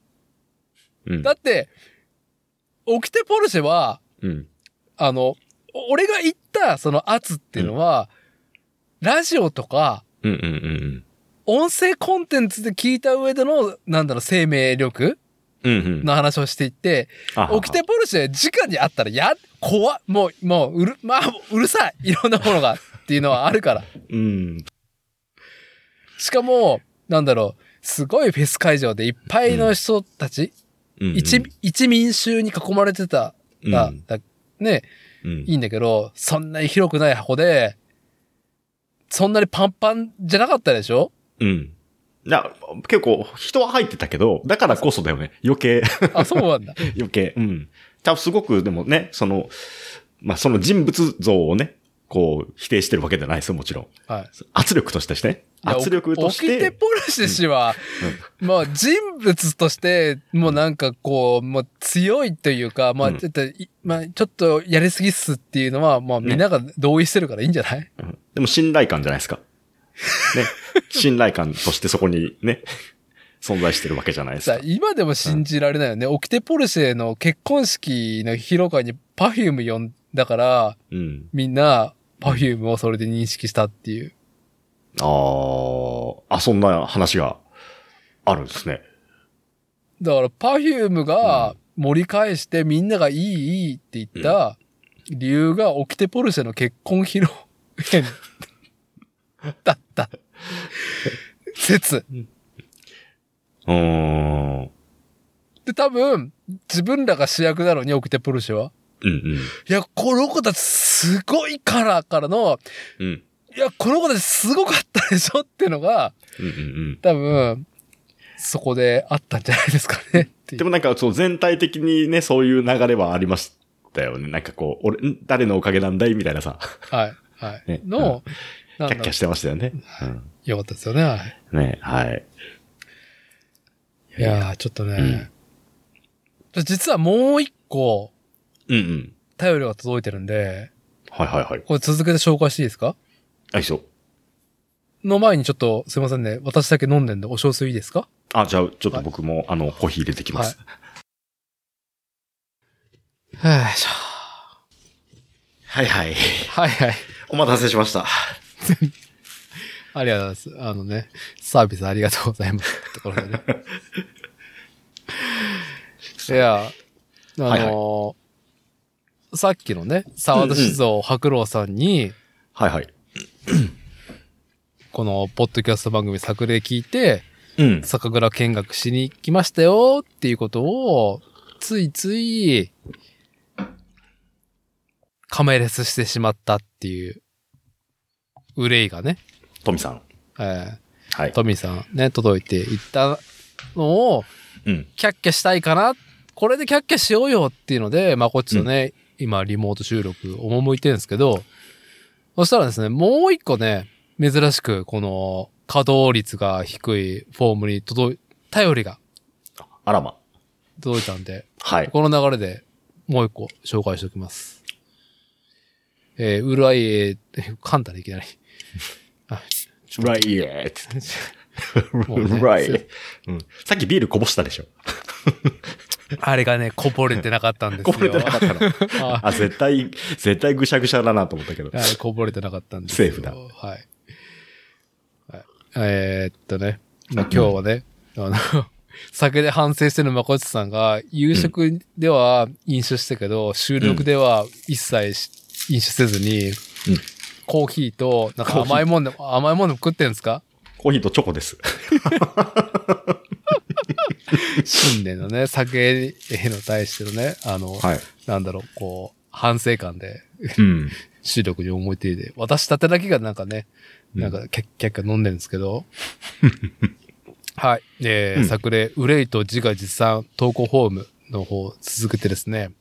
S2: うん
S1: だ。って、オキテポルシェは、
S2: うん。
S1: あの、お俺が言ったその圧っていうのは、ラジオとか、
S2: うんうんうん
S1: 音声コンテンツで聞いた上での、なんだろう、生命力
S2: うん。うんうん。
S1: の話をしていって、
S2: あ はは
S1: オキテポルシェ、直にあったら、や、怖っもう、もう、うる、まあ、うるさい いろんなものが、っていうのはあるから。
S2: うん。
S1: しかも、なんだろう、すごいフェス会場でいっぱいの人たち、
S2: うんうん
S1: 一、一民衆に囲まれてたら、
S2: うん
S1: だね、
S2: うん
S1: いいんだけど、そんなに広くない箱で、そんなにパンパンじゃなかったでしょ
S2: うん。いや、結構人は入ってたけど、だからこそだよね。余計、
S1: あ、そうなん だ。
S2: 余計。うん。多分すごく、でもね、その、まあ、その人物像をね、こう、否定してるわけじゃないですよ、もちろん。
S1: はい。
S2: 圧力としてしてね。
S1: いや
S2: 圧力とし
S1: オキテ
S2: て、
S1: ポルシェ氏は、まあ人物として、もうなんかこう、もう強いというか、まあ
S2: うん
S1: ちょっと、いまあちょっとやりすぎっすっていうのは、まあみんなが同意してるからいいんじゃない、
S2: うんうんでも信頼感じゃないですか。ね。信頼感としてそこにね、存在してるわけじゃないです
S1: さ
S2: か。
S1: 今でも信じられないよね。オキテポルシェの結婚式の披露会に Perfume 呼んだから、
S2: うん。
S1: みんな Perfume をそれで認識したっていう。
S2: あーあ、そんな話があるんですね。
S1: だから、パフュームが盛り返してみんながいいいいって言った理由が、オキテポルシェの結婚 披露宴だった。説。
S2: うーん。
S1: で、多分、自分らが主役なのに、オキテポルシェは。
S2: うんうん。
S1: いや、この子たちすごいからからの、
S2: うん。
S1: いや、この子たちすごかったでしょっていうのが、
S2: うんうんうん。
S1: 多分、そこであったんじゃないですかねっていう
S2: でもなんか、そう、全体的にね、そういう流れはありましたよね。なんかこう、俺、ん誰のおかげなんだいみたいなさ。
S1: はい。はい。
S2: ね
S1: の、なん
S2: キャッ
S1: だ
S2: キャしてましたよね。
S1: よかったですよね。はい
S2: うん、ね、はい。
S1: いやー、ちょっと
S2: うん
S1: ね。実はもう一個、
S2: うんうん。
S1: 頼りが届いてるんで、
S2: はいはいはい。
S1: これ続けて紹介していいですか
S2: あ、いいっすよ
S1: の前にちょっと、すいませんね。私だけ飲んでんで、お小水いいですか
S2: あ、じゃあ、ちょっと僕も、あの、コーヒー入れてきます。
S1: はいしょ。
S2: はい、はい、
S1: はいはい。
S2: お待たせしました。
S1: ありがとうございます。あのね、サービスありがとうございます。ところでね。 いや、あのー
S2: はい
S1: さっきのね、沢田静雄白老さんに、
S2: はいはい。
S1: この、ポッドキャスト番組作例聞いて、
S2: うん。
S1: 酒蔵見学しに来ましたよっていうことを、ついつい、カメレスしてしまったっていう、憂いがね、
S2: トミさん。
S1: えー
S2: はい。
S1: トミーさんね、届いていったのを、
S2: うん。
S1: キャッキャしたいかな、これでキャッキャしようよっていうので、まあこっちとね、今リモート収録、赴いてるんですけど、そしたらですね、もう一個ね、珍しく、この、稼働率が低いフォームに届い、頼りが
S2: あらま。
S1: 届いたんで、
S2: はい。
S1: この流れでもう一個紹介しておきます。えー、うらいえー、 噛んだね、いきなり。
S2: ライエー
S1: もうね
S2: ライエー。うん。さっきビールこぼしたでしょ。
S1: あれがね、こぼれてなかったんです
S2: こ
S1: よ。
S2: ぼれてなかったの。
S1: はい
S2: あ、絶対、絶対ぐしゃぐしゃだなと思ったけど。
S1: はい、こぼれてなかったんですよ
S2: セーフだ
S1: はい。はい、えーっとね、まあ、今日はね、あの、 酒で反省してるまこちさんが、夕食では飲酒したけど、収録では一切し飲酒せずに、コーヒーと、なんか甘いもんでも、甘いもんでも食ってんですか
S2: コーヒーとチョコです。
S1: 新年のね、酒への対してのね、あの、
S2: はい。
S1: なんだろう、こう、反省感で、
S2: うん。
S1: 収録に思いていて、私たてだけがなんかね、
S2: うん
S1: なんかキャッキャッキャ飲んでるんですけ ど。はい。えー
S2: うん
S1: 作例、憂いと自画自賛投稿フォームの方続けてですね、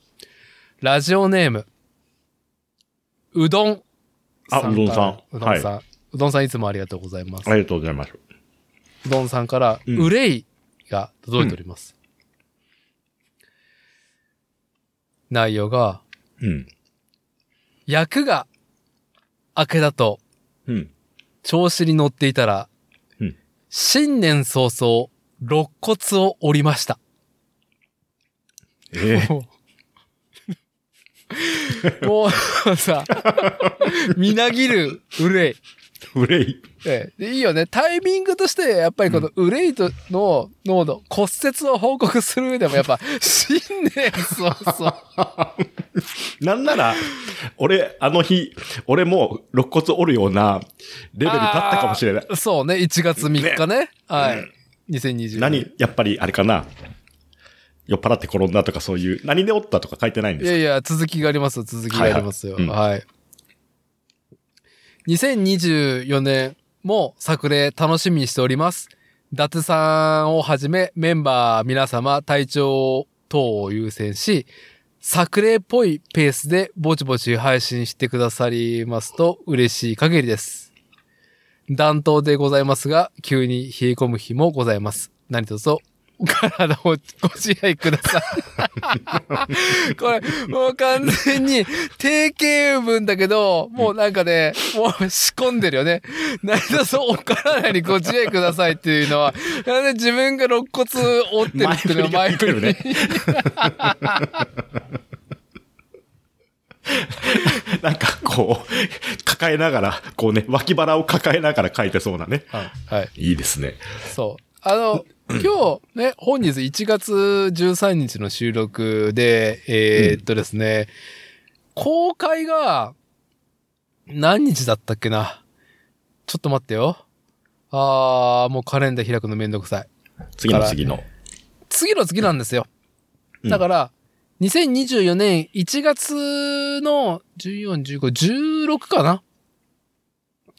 S1: ラジオネーム、うどん
S2: あ
S1: から
S2: うどんさん
S1: うどんさん。うどんさんいつもありがとうございます。
S2: ありがとうございます。
S1: うどんさんから、
S2: うん
S1: 憂いが届いております。内容が、
S2: うん。
S1: 役が明けだと
S2: うん。
S1: 調子に乗っていたら、
S2: うん
S1: 新年早々、肋骨を折りました。
S2: ええ。
S1: もう もうさ、みなぎる憂い。
S2: 憂い。
S1: ええでいいよね。タイミングとして、やっぱりこの憂いとの濃度、骨折を報告する上でも、やっぱ、新 年早々。
S2: なんなら、俺、あの日、俺もう肋骨折るようなレベルだったかもしれない。
S1: あー そうね、1月3日ね。は
S2: う
S1: い
S2: ん。
S1: 2020
S2: 何やっぱり、あれかな酔っ払って転んだとかそういう、何で折ったとか書いてないん
S1: い
S2: です
S1: や
S2: か
S1: いや、続きがありますよ、続きがありますよ。
S2: は
S1: はいい、
S2: は
S1: 2024年も作例楽しみにしております。伊達さんをはじめメンバー皆様体調等を優先し、作例っぽいペースでぼちぼち配信してくださりますと嬉しい限りです。暖冬でございますが、急に冷え込む日もございます。何卒お体をご自愛ください。 これ、もう完全に定型文だけど、もうなんかね、もう仕込んでるよね。何卒お体にご自愛くださいっていうのは、なんで自分が肋骨折ってるっていうのは
S2: 前
S1: 前
S2: 振
S1: 振
S2: り
S1: り
S2: が
S1: に
S2: 来て。 なんかこう、抱えながら、こうね、脇腹を抱えながら書いてそうなね。
S1: はい。
S2: いいですね。
S1: そう。あの、今日ね、本日1月13日の収録で、えーっとですね、公開が何日だったっけな。ちょっと待ってよ。あー、もうカレンダー開くのめんどくさい。
S2: 次の次の。
S1: 次の次なんですよ。
S2: うん
S1: だから、2024年1月の14、15、16かな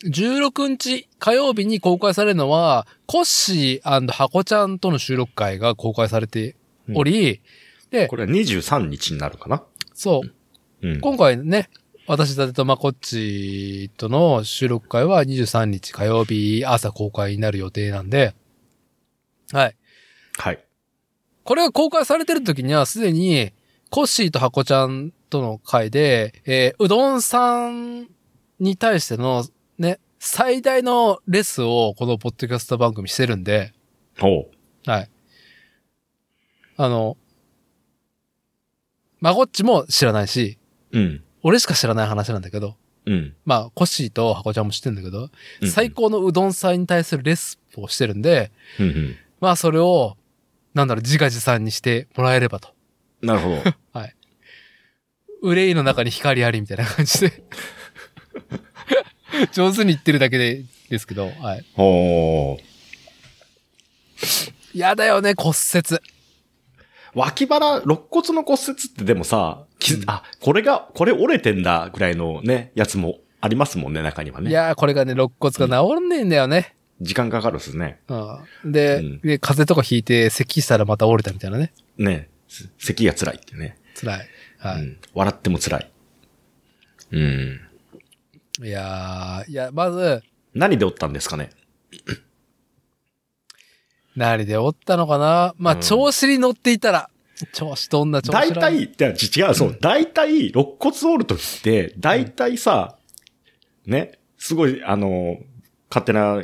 S1: ?16 日火曜日に公開されるのは、コッシーハコちゃんとの収録会が公開されており、で
S2: こ、れは23日になるかな
S1: そう、
S2: うん。
S1: 今回ね、私だてとまこっちとの収録会は23日火曜日朝公開になる予定なんで、はい。
S2: はい。
S1: これが公開されてる時にはすでに、コッシーとハコちゃんとの会で、えーうどんさんに対しての、ね、最大のレスをこのポッドキャスト番組してるんで、
S2: おう。
S1: はい。あの、まこっちも知らないし、
S2: うん。
S1: 俺しか知らない話なんだけど、
S2: うん。
S1: まあ、コッシーとハコちゃんも知ってるんだけど、
S2: うん
S1: 最。高のうどん祭に対するレスをしてるんで、
S2: うんうん。
S1: まあ、それを、なんだろう、自画自賛にしてもらえればと。
S2: な るほど。
S1: 憂いの中に光ありみたいな感じ で。上手に言ってるだけで、ですけど、はい。
S2: おー
S1: やだよね、骨折。
S2: 脇腹、肋骨の骨折ってでもさ、き
S1: うん
S2: あ、これが、これ折れてんだぐらいのね、やつもありますもんね、中にはね。
S1: いやー、これがね、肋骨が治んねえんだよね。
S2: 時間かかるっすね。
S1: うん。で、
S2: うん
S1: で風邪とかひいて、咳したらまた折れたみたいなね。
S2: ね。す咳が辛いってね。
S1: 辛い。はい。
S2: うん。笑っても辛い。うん。
S1: いやー、いや、まず、
S2: 何で折ったんですかね
S1: 何で折ったのかなまあ、
S2: うん
S1: 調子に乗っていたら、調子どんな調子な
S2: 大
S1: の
S2: 体、いやち違う、そう、大体、肋骨折るときって、大体さ、ね、すごい、あの、勝手な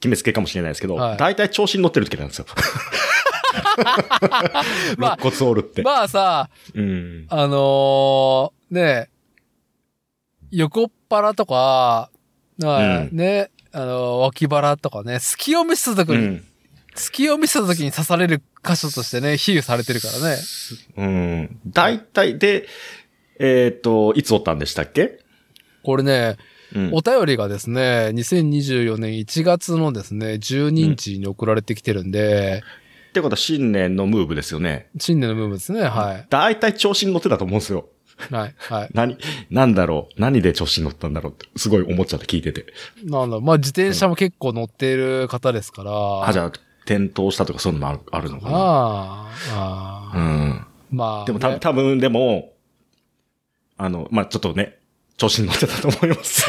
S2: 決めつけかもしれないですけど、
S1: はい
S2: 大体調子に乗ってるときなんですよ。
S1: まあ
S2: 肋骨折るって。
S1: まあさ、
S2: うん。
S1: あのー、ねえ、横っ腹とか、はい
S2: うん
S1: ね、あのー脇腹とかね、隙を見せた時
S2: う
S1: に、
S2: ん。
S1: 隙を見せた時に刺される箇所としてね、比喩されてるからね。
S2: うん。大体、で、えっ、と、いつ折ったんでしたっけ
S1: これね、
S2: うん
S1: お便りがですね、2024年1月のですね、12日に送られてきてるんで、
S2: ってことは新年のムーブですよね。
S1: 新年の部分ですね、は
S2: 大体調子に乗ってたと思うんですよ。
S1: い。はい、はい。
S2: 何、なんだろう何で調子に乗ったんだろうって、すごい思っちゃって聞いてて。
S1: なんだ、まあ自転車も結構乗ってる方ですから。
S2: あ、じゃあ、転倒したとかそういうのもあるあるのかな。
S1: ああ、ああ
S2: うん。
S1: まあ。
S2: でもた
S1: ね
S2: 多分でも、あの、まあ、ちょっとね、調子に乗ってたと思い ます。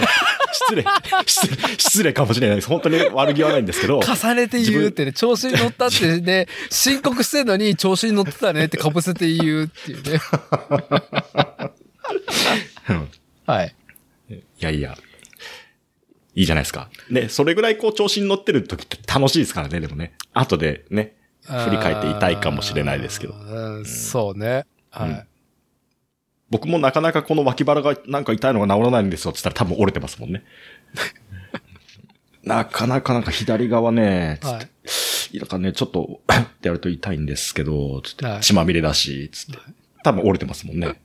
S2: 失礼、失礼、失礼かもしれないです。本当に悪気はないんですけど、
S1: 重ねて言うってね、調子に乗ったって ね、申告してんのに調子に乗ってたねって被せて言うっていう ね。
S2: うん
S1: はい。
S2: いやいや、いいじゃないですか。ね、それぐらいこう調子に乗ってる時って楽しいですからね、でもね。後でね、振り返って痛いかもしれないですけど
S1: あ。ー。うんそうね。はい。
S2: うん僕もなかなかこの脇腹がなんか痛いのが治らないんですよって言ったら多分折れてますも んね。なかなかなんか左側ね、つっ
S1: は
S2: て
S1: い。
S2: なんかね、ちょっと、 ってやると痛いんですけど、つって
S1: は、い
S2: 血まみれだし、つって。多分折れてますも んね。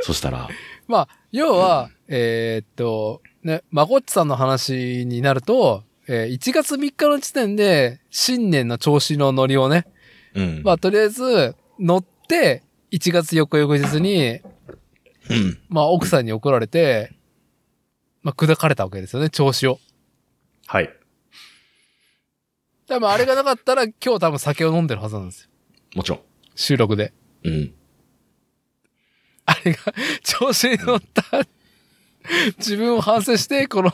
S2: そしたら、
S1: まあ、要は、えーっと、ね、まこっちさんの話になると、えー1月3日の時点で、新年の調子のノリをね、
S2: うん。
S1: まあ、とりあえず、乗って、1月4日翌日に、
S2: うん
S1: まあ、奥さんに怒られて、まあ、砕かれたわけですよね、調子を。
S2: はい。
S1: 多分あれがなかったら今日多分酒を飲んでるはずなんですよ。
S2: もちろん。
S1: 収録で。
S2: うん。
S1: あれが 調子に乗った自分を反省して、この、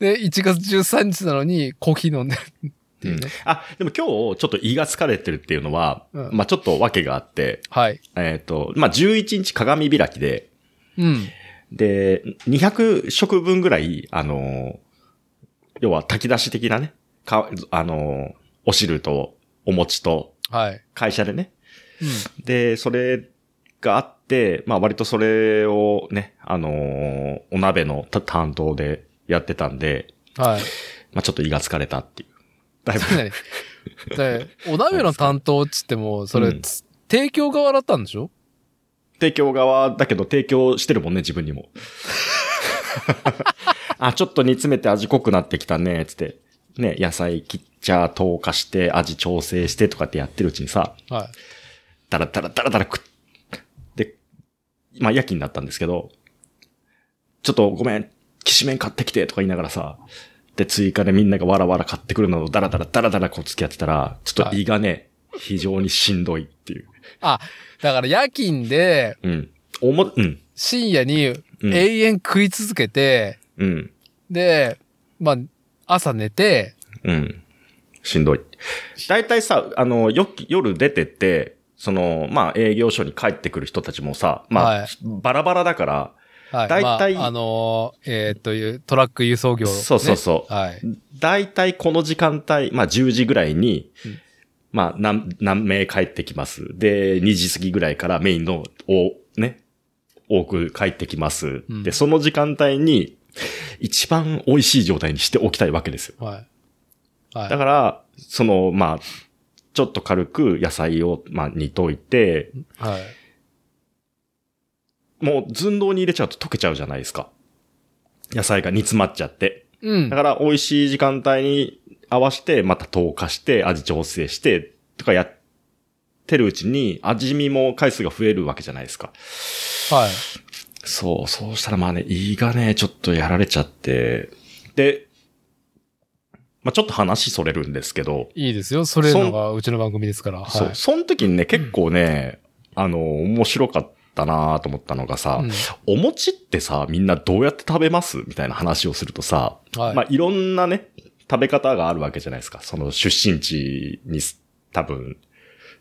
S1: ね、1月13日なのにコーヒー飲んでるっていうね。
S2: あ、でも今日ちょっと胃が疲れてるっていうのは、
S1: うん
S2: まあちょっと訳があって、
S1: はい。
S2: えっ、と、まあ11日鏡開きで、
S1: うん。
S2: で、200食分ぐらい、あのー、要は炊き出し的なね、か、あのー、お汁とお餅と
S1: はい。
S2: 会社でね。
S1: うん。
S2: で、それがあって、まあ割とそれをね、あのー、お鍋のた担当でやってたんで、
S1: はい。
S2: まあちょっと胃が疲れたっていう。だいぶ
S1: つ、まり、でお鍋の担当っつっても、それ、
S2: うん
S1: つ提供側だったんでしょ
S2: 提供側だけど提供してるもんね、自分にも。 あ、ちょっと煮詰めて味濃くなってきたね、つって。ね、野菜切っちゃ、透過して、味調整してとかってやってるうちにさ、
S1: は
S2: ダラダラダラダラ食っ、で、まあ夜勤だったんですけど、ちょっとごめん、きしめん買ってきてとか言いながらさ、で、追加でみんながわらわら買ってくるのをダラダラダラダラこう付き合ってたら、ちょっと胃がね、非常にしんどいっていう。
S1: い。あ、だから夜勤で
S2: うん。おも、うん。
S1: 深夜に
S2: うん
S1: 永遠食い続けて、
S2: うん。
S1: で、まあ、朝寝て、
S2: うん。しんどい。大体さ、あの、よ、夜出てって、その、まあ、営業所に帰ってくる人たちもさ、まあ、
S1: はい
S2: バラバラだから、
S1: はい。
S2: 大体
S1: まあ、あのーえーっという、トラック輸送業、ね。
S2: そうそうそう
S1: はい。
S2: 大体この時間帯、まあ、10時ぐらいに、
S1: うん
S2: まあ、何、何名帰ってきます。で、2時過ぎぐらいからメインの、お、ね、多く帰ってきます。
S1: うん
S2: で、その時間帯に、一番美味しい状態にしておきたいわけですよ。
S1: はい。はい。
S2: だから、その、まあ、ちょっと軽く野菜を、まあ、煮といて、
S1: はい。
S2: もう寸胴に入れちゃうと溶けちゃうじゃないですか。野菜が煮詰まっちゃって。
S1: うん
S2: だ。から美味しい時間帯に合わせて、また糖化して、味調整して、とかやってるうちに、味見も回数が増えるわけじゃないですか。
S1: はい。
S2: そう、そうしたらまあね、胃がね、ちょっとやられちゃって、で、まあちょっと話それるんですけど、
S1: いいですよ。それのがうちの番組ですから。はい。
S2: そう、その時にね、結構ね、あの、面白かったなと思ったのがさ、
S1: うん
S2: お餅ってさ、みんなどうやって食べますみたいな話をするとさ、
S1: はい
S2: まあいろんなね、食べ方があるわけじゃないですか。その出身地にす多分、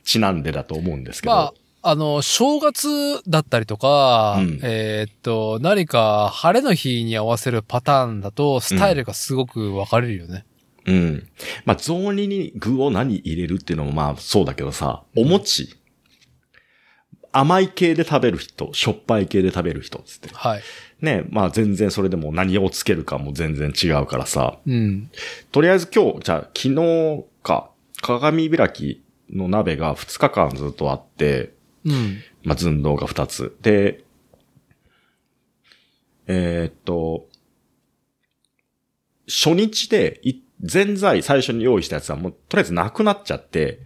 S2: ちなんでだと思うんですけど。
S1: まあ、あの、正月だったりとか、
S2: うん
S1: えーっと、何か晴れの日に合わせるパターンだと、スタイルがすごく分かれるよね。
S2: うん。まあ雑煮に具を何入れるっていうのもまあそうだけどさ、お餅。甘い系で食べる人、しょっぱい系で食べる人っつって。
S1: はい。
S2: ね、まあ全然それでも何をつけるかも全然違うからさ。
S1: うん。
S2: とりあえず今日、じゃあ昨日か、鏡開きの鍋が2日間ずっとあって、
S1: うん。
S2: まあ寸胴が2つ。で、えーっと、初日でい、前菜最初に用意したやつはもうとりあえずなくなっちゃって、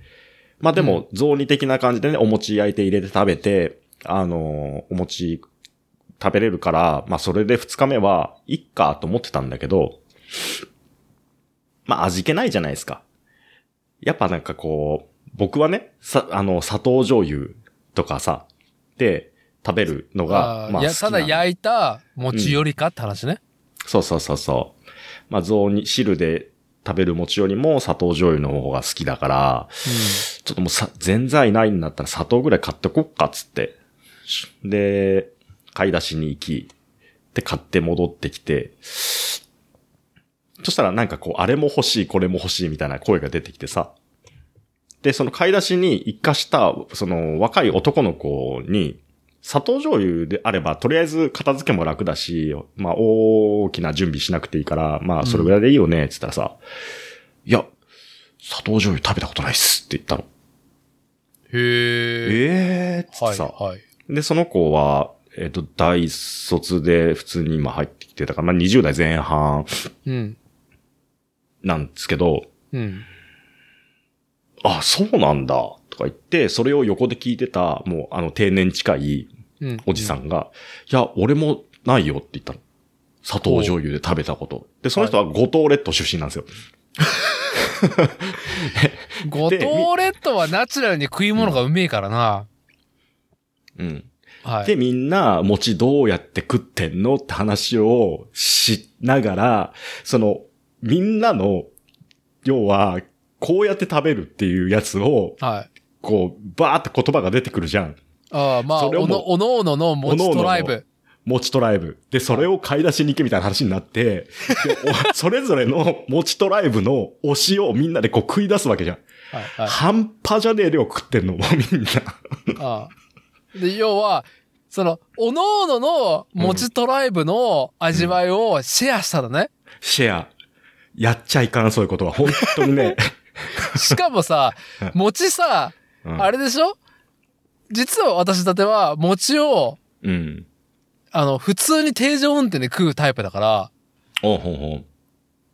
S2: まあでも雑煮的な感じでね、お餅焼いて入れて食べて、あのーお餅食べれるから、まあそれで2日目はいっかと思ってたんだけど、まあ味気ないじゃないですか。やっぱなんかこう、僕はね、さ、あの、砂糖醤油とかさ、で食べるのが
S1: あ、ー
S2: まあ
S1: い
S2: 好
S1: や
S2: きな
S1: た
S2: ん
S1: だ
S2: で
S1: 焼いた餅よりかって話ね。
S2: そうそうそうそう。まあ、雑煮、汁で食べる餅よりも砂糖醤油の方が好きだから、ちょっともうさ、全菜ないんだったら砂糖ぐらい買ってこっかっつって。で、買い出しに行き、で買って戻ってきて、そしたらなんかこう、あれも欲しい、これも欲しいみたいな声が出てきてさ。で、その買い出しに生かした、その若い男の子に、砂糖醤油であれば、とりあえず片付けも楽だし、まあ大きな準備しなくていいから、まあそれぐらいでいいよね、っつったらさ、いや、砂糖醤油食べたことないっすって言った
S1: う
S2: の。
S1: ん。へえ。
S2: ええー、つっ
S1: は
S2: て
S1: い、
S2: さ、
S1: はい。
S2: で、その子は、えっ、と、大卒で普通に今入ってきてたから、まあ、20代前半
S1: うん。
S2: なんですけど、
S1: うん。
S2: あ、そうなんだ、とか言って、それを横で聞いてた、もう、あの、定年近い
S1: うん。
S2: おじさんが、いや、俺もないよって言ったの。砂糖醤油で食べたこと。で、その人は五島列島出身なんですよ。
S1: 五島列島はナチュラルに食い物がうめえからな。
S2: うん。
S1: はい。
S2: で、みんな、餅どうやって食ってんのって話をしながら、その、みんなの、要は、こうやって食べるっていうやつを、
S1: はい。
S2: こう、バーって言葉が出てくるじゃん。
S1: ああ、まあ、
S2: それを
S1: お
S2: もう
S1: の、おのおのの
S2: おのお
S1: 餅
S2: のの
S1: トライブ。
S2: 餅トライブ。で、それを買い出しに行けみたいな話になって、で おそれぞれの餅トライブの推しをみんなでこう食い出すわけじゃん。
S1: はい、はい。
S2: 半端じゃねえ量食ってんの、もうみんな。
S1: ああで、要は、その、おのおのの餅トライブの味わいをシェアしたのね。
S2: シェア。やっちゃいかん、そういうことは。本当に ね。
S1: しかもさ
S2: うん、
S1: 餅さ、
S2: うん
S1: あれでしょ実は私だては、餅を、
S2: うん。
S1: あの、普通に定常運転で食うタイプだから、
S2: おうほうほう。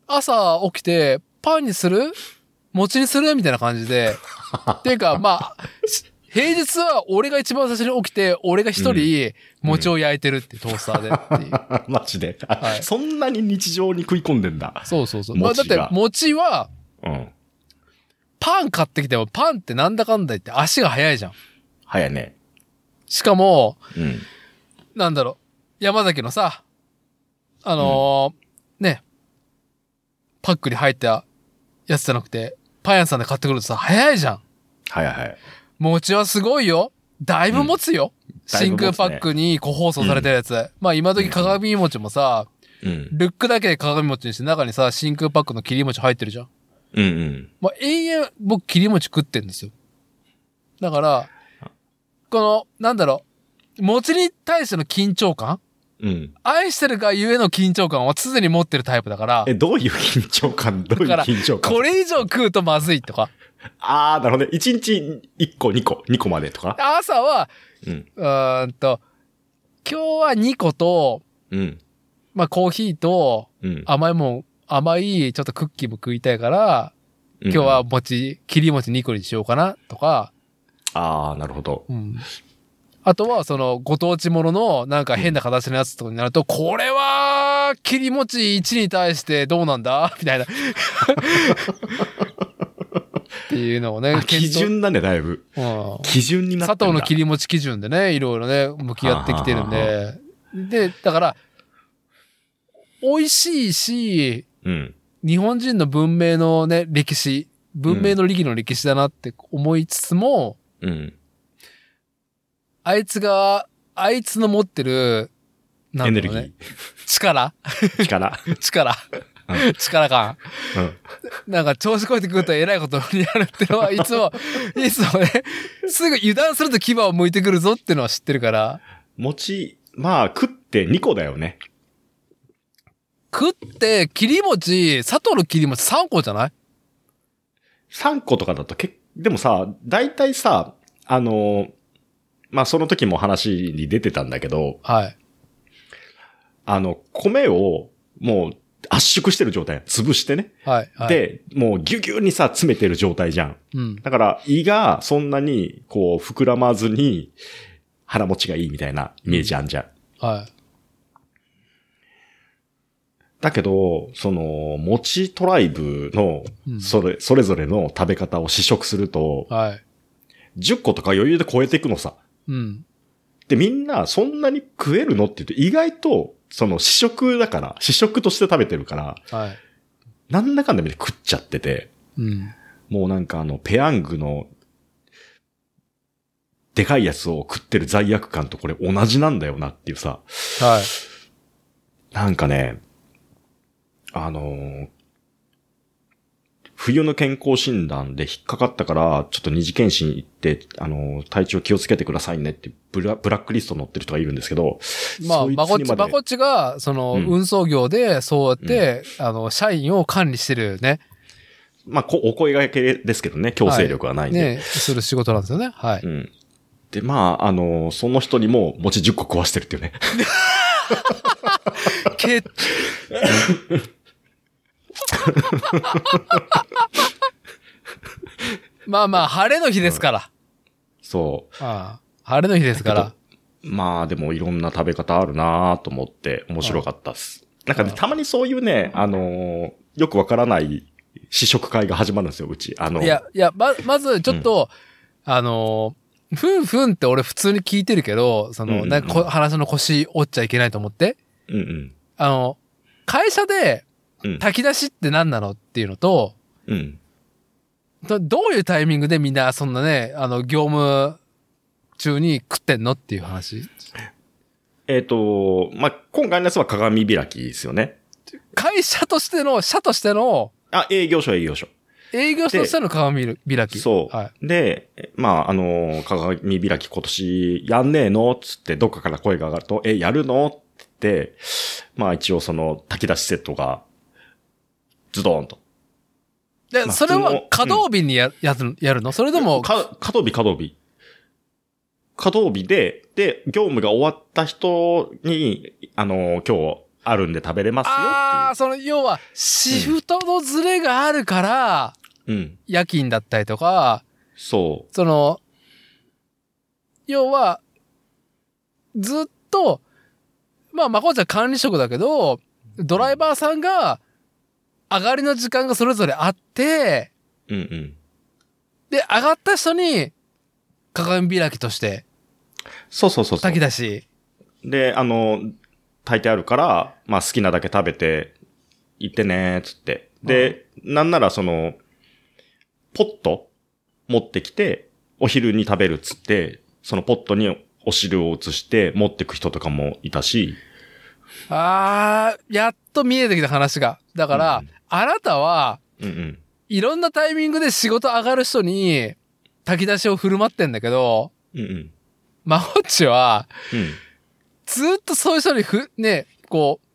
S1: 朝起きて、パンにする餅にするみたいな感じ で。っていうか、まあ、し平日は俺が一番最初に起きて、俺が一人、餅を焼いてるって、トースターでっていう。
S2: マジで、あ
S1: はい
S2: そんなに日常に食い込んでんだ。
S1: そうそうそう。まあ、だっ
S2: 餅が
S1: て、餅は、
S2: うん。
S1: パン買ってきても、パンってなんだかんだ言って足が速いじゃん。
S2: 早いね。
S1: しかも、
S2: うん。
S1: なんだろ山崎のさ、あのーね、パックに入ったやつじゃなくて、パン屋さんで買ってくるとさ、早いじゃん。
S2: はいはい。
S1: 餅はすごいよ。だいぶ持つよ。
S2: だいぶ
S1: 真
S2: 持つね
S1: 空パックに個包装されたやつ。まあ今時鏡餅もさ、
S2: うん。
S1: ルックだけで鏡餅にして中にさ、真空パックの切り餅入ってるじゃん。
S2: うんうん。
S1: まあ延々僕切り餅食ってんですよ。だから、この、なんだろう、餅に対しての緊張感
S2: うん。
S1: 愛してるがゆえの緊張感は常に持ってるタイプだから
S2: え、、どういう緊張感どういう
S1: だから
S2: 緊張感
S1: これ以上食うとまずいとか、
S2: あー、なるほどね。1日1個、2個、2個までとか。
S1: 朝は、
S2: うん。
S1: うーんと、今日は2個と、
S2: うん。
S1: まあコーヒーと
S2: うん。
S1: 甘いもん、甘いちょっとクッキーも食いたいから、
S2: 今
S1: 今日は。餅、切り餅2個にしようかなとか、
S2: あー、なるほど。
S1: うん。あとは、その、ご当地ものの、なんか変な形のやつとかになると、これは、切り餅1に対してどうなんだ みたいな。っていうのをね
S2: あ、基準なんだよ、だいぶ。
S1: 検討、うん
S2: 基準になって
S1: 佐
S2: ん
S1: 藤の
S2: だ
S1: 切り餅基準でね、いろいろね、向き合ってきてるん
S2: はあ
S1: で。で、だから、美味しいし、
S2: うん。
S1: 日本人の文明のね、歴史、文明の利義の歴史だなって思いつつも、
S2: うん。
S1: あいつが、あいつの持ってる、な
S2: エ
S1: ん
S2: ネ
S1: だ
S2: ル
S1: ろう
S2: ギ
S1: ね。力
S2: ー。力。
S1: 力
S2: う
S1: 力感。
S2: うん。
S1: なんか調子こいてくるとえらいことになるってのは、い つも、いつもね、すぐ油断すると牙を剥いてくるぞってのは知ってるから、
S2: 餅、まあ、食って2個だよね。
S1: 食って、切り餅、佐藤の切り餅3個じゃない
S2: 3個とかだとけでもさ、大体さ、あのーまあその時も話に出てたんだけど、
S1: はい。
S2: あの、米をもう圧縮してる状態、潰してね。
S1: はい。はい、、
S2: で、もうギュギュにさ、詰めてる状態じゃん。
S1: うん。
S2: だから、胃がそんなに、こう、膨らまずに、腹持ちがいいみたいなイメージあんじゃん。
S1: は
S2: だけど、その、餅トライブの
S1: う、ん
S2: それ、それぞれの食べ方を試食すると
S1: い。、はい。
S2: 10個とか余裕で超えていくのさ。
S1: うん。
S2: で、みんな、そんなに食えるのって言うと、意外と、その、試食だから、試食として食べてるから、
S1: はい。
S2: なんだかんだ見て食っちゃってて、
S1: うん。
S2: もうなんかあの、ペヤングの、でかいやつを食ってる罪悪感とこれ同じなんだよなっていうさ、
S1: はい。
S2: なんかね、あのー冬の健康診断で引っかかったから、ちょっと二次検診行って、あのー体調気をつけてくださいねってブラ、ブラックリスト載ってる人がいるんですけど、
S1: まあ、
S2: そいつに
S1: まこっち、
S2: まで
S1: まこっちが、その、
S2: うん
S1: 運送業で、そうやって、あの、社員を管理してるね、
S2: まあ、こお声掛けですけどね、強制力はないんで。。
S1: ね、する仕事なんですよね。はいう
S2: ん。で、まあ、あの、その人にも餅10個食わしてるっていうね。
S1: け、まあまあ、晴れの日ですから。
S2: そ
S1: ああ晴れの日ですから。
S2: う。まあ、でもいろんな食べ方あるなと思って面白かったっす。なんかね、
S1: うん
S2: たまにそういうね、あのーよくわからない試食会が始まるんですよ、うち。あの、
S1: いや、いや、ま、まず、ちょっと、あのー、ふんふんって俺普通に聞いてるけど、そ
S2: うんうん
S1: の、
S2: うん
S1: なんかこ話の腰折っちゃいけないと思って。
S2: うんうん。
S1: あの、会社で
S2: うん、
S1: 炊き出しって何なのっていうのと、
S2: うん。
S1: どどういうタイミングでみんなそんなね、あの、業務中に食ってんのっていう話。
S2: えっ、と、まあ、今回のやつは鏡開きですよね。
S1: 会社としての、社としての、
S2: あ、営業所、営業所。
S1: 営業所としての鏡開き。
S2: そう。
S1: はい。
S2: で、えまあ、あのー、鏡開き今年やんねえのつって、どっかから声が上がると、え、やるのって、まあ一応その炊き出しセットが、ズドーンと。
S1: で、
S2: まあ
S1: それ
S2: 普通
S1: は
S2: の
S1: 稼働日にや,、やるやるのそれとも、
S2: か、稼働日、稼働日。稼働日で、で、業務が終わった人に、あのー、今日あるんで食べれますよ
S1: ああ、その、要は、シフトのズレがあるから、
S2: っていう。うん。
S1: 夜勤だったりとか、
S2: そ
S1: その、要は、ずっと、まあ、まこっちゃん管理職だけど、ドライバーさんが、上がりの時間がそれぞれあって、
S2: う。うんうん。
S1: で、上がった人に、鏡開きとして、
S2: そうそうそうそう
S1: 炊き。出し。
S2: で、あのー、炊いてあるから、まあ好きなだけ食べて、行ってねーっつって。で、なんならその、ポット持ってきて、お昼に食べるっつって、そのポットにお汁を移して持ってく人とかもいたし、
S1: あー、やっと見えてきた話が。だから、
S2: うん
S1: あなたは、
S2: うんうん。
S1: いろんなタイミングで仕事上がる人に、炊き出しを振る舞ってんだけど、
S2: うんうん。
S1: まほっちは、
S2: うん。
S1: ずっとそういう人にふ、ね、こう、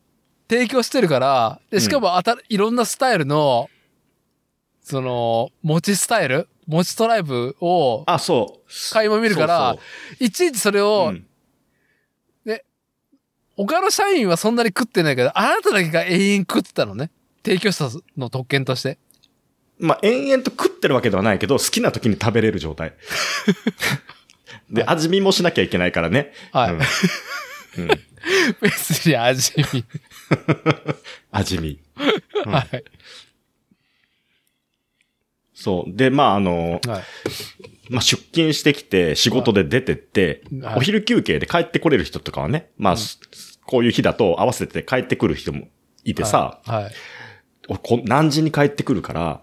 S1: 提供してるから、で、しかもあた、いろんなスタイルの、その、持ちスタイル持ちトライブを、
S2: あ、そう。
S1: 垣間見るから
S2: そう
S1: いちいちそれ
S2: そう
S1: を、
S2: うん
S1: 他の社員はそんなに食ってないけど、あなただけが永遠食ってたのね。提供者の特権として。
S2: まあ、延々と食ってるわけではないけど、好きな時に食べれる 状態。で、味見もしなきゃいけないからね。
S1: はい。
S2: うん。うん
S1: 別に味見。
S2: 味見。うん
S1: はい。
S2: そう。で、まあ、あの、
S1: はい。
S2: まあ、出勤してきて、仕事で出てって、
S1: はい
S2: お昼休憩で帰ってこれる人とかはね、まあ、
S1: うん
S2: こういう日だと合わせて帰ってくる人もいてさ、
S1: はい。
S2: 俺こ何時に帰ってくるから、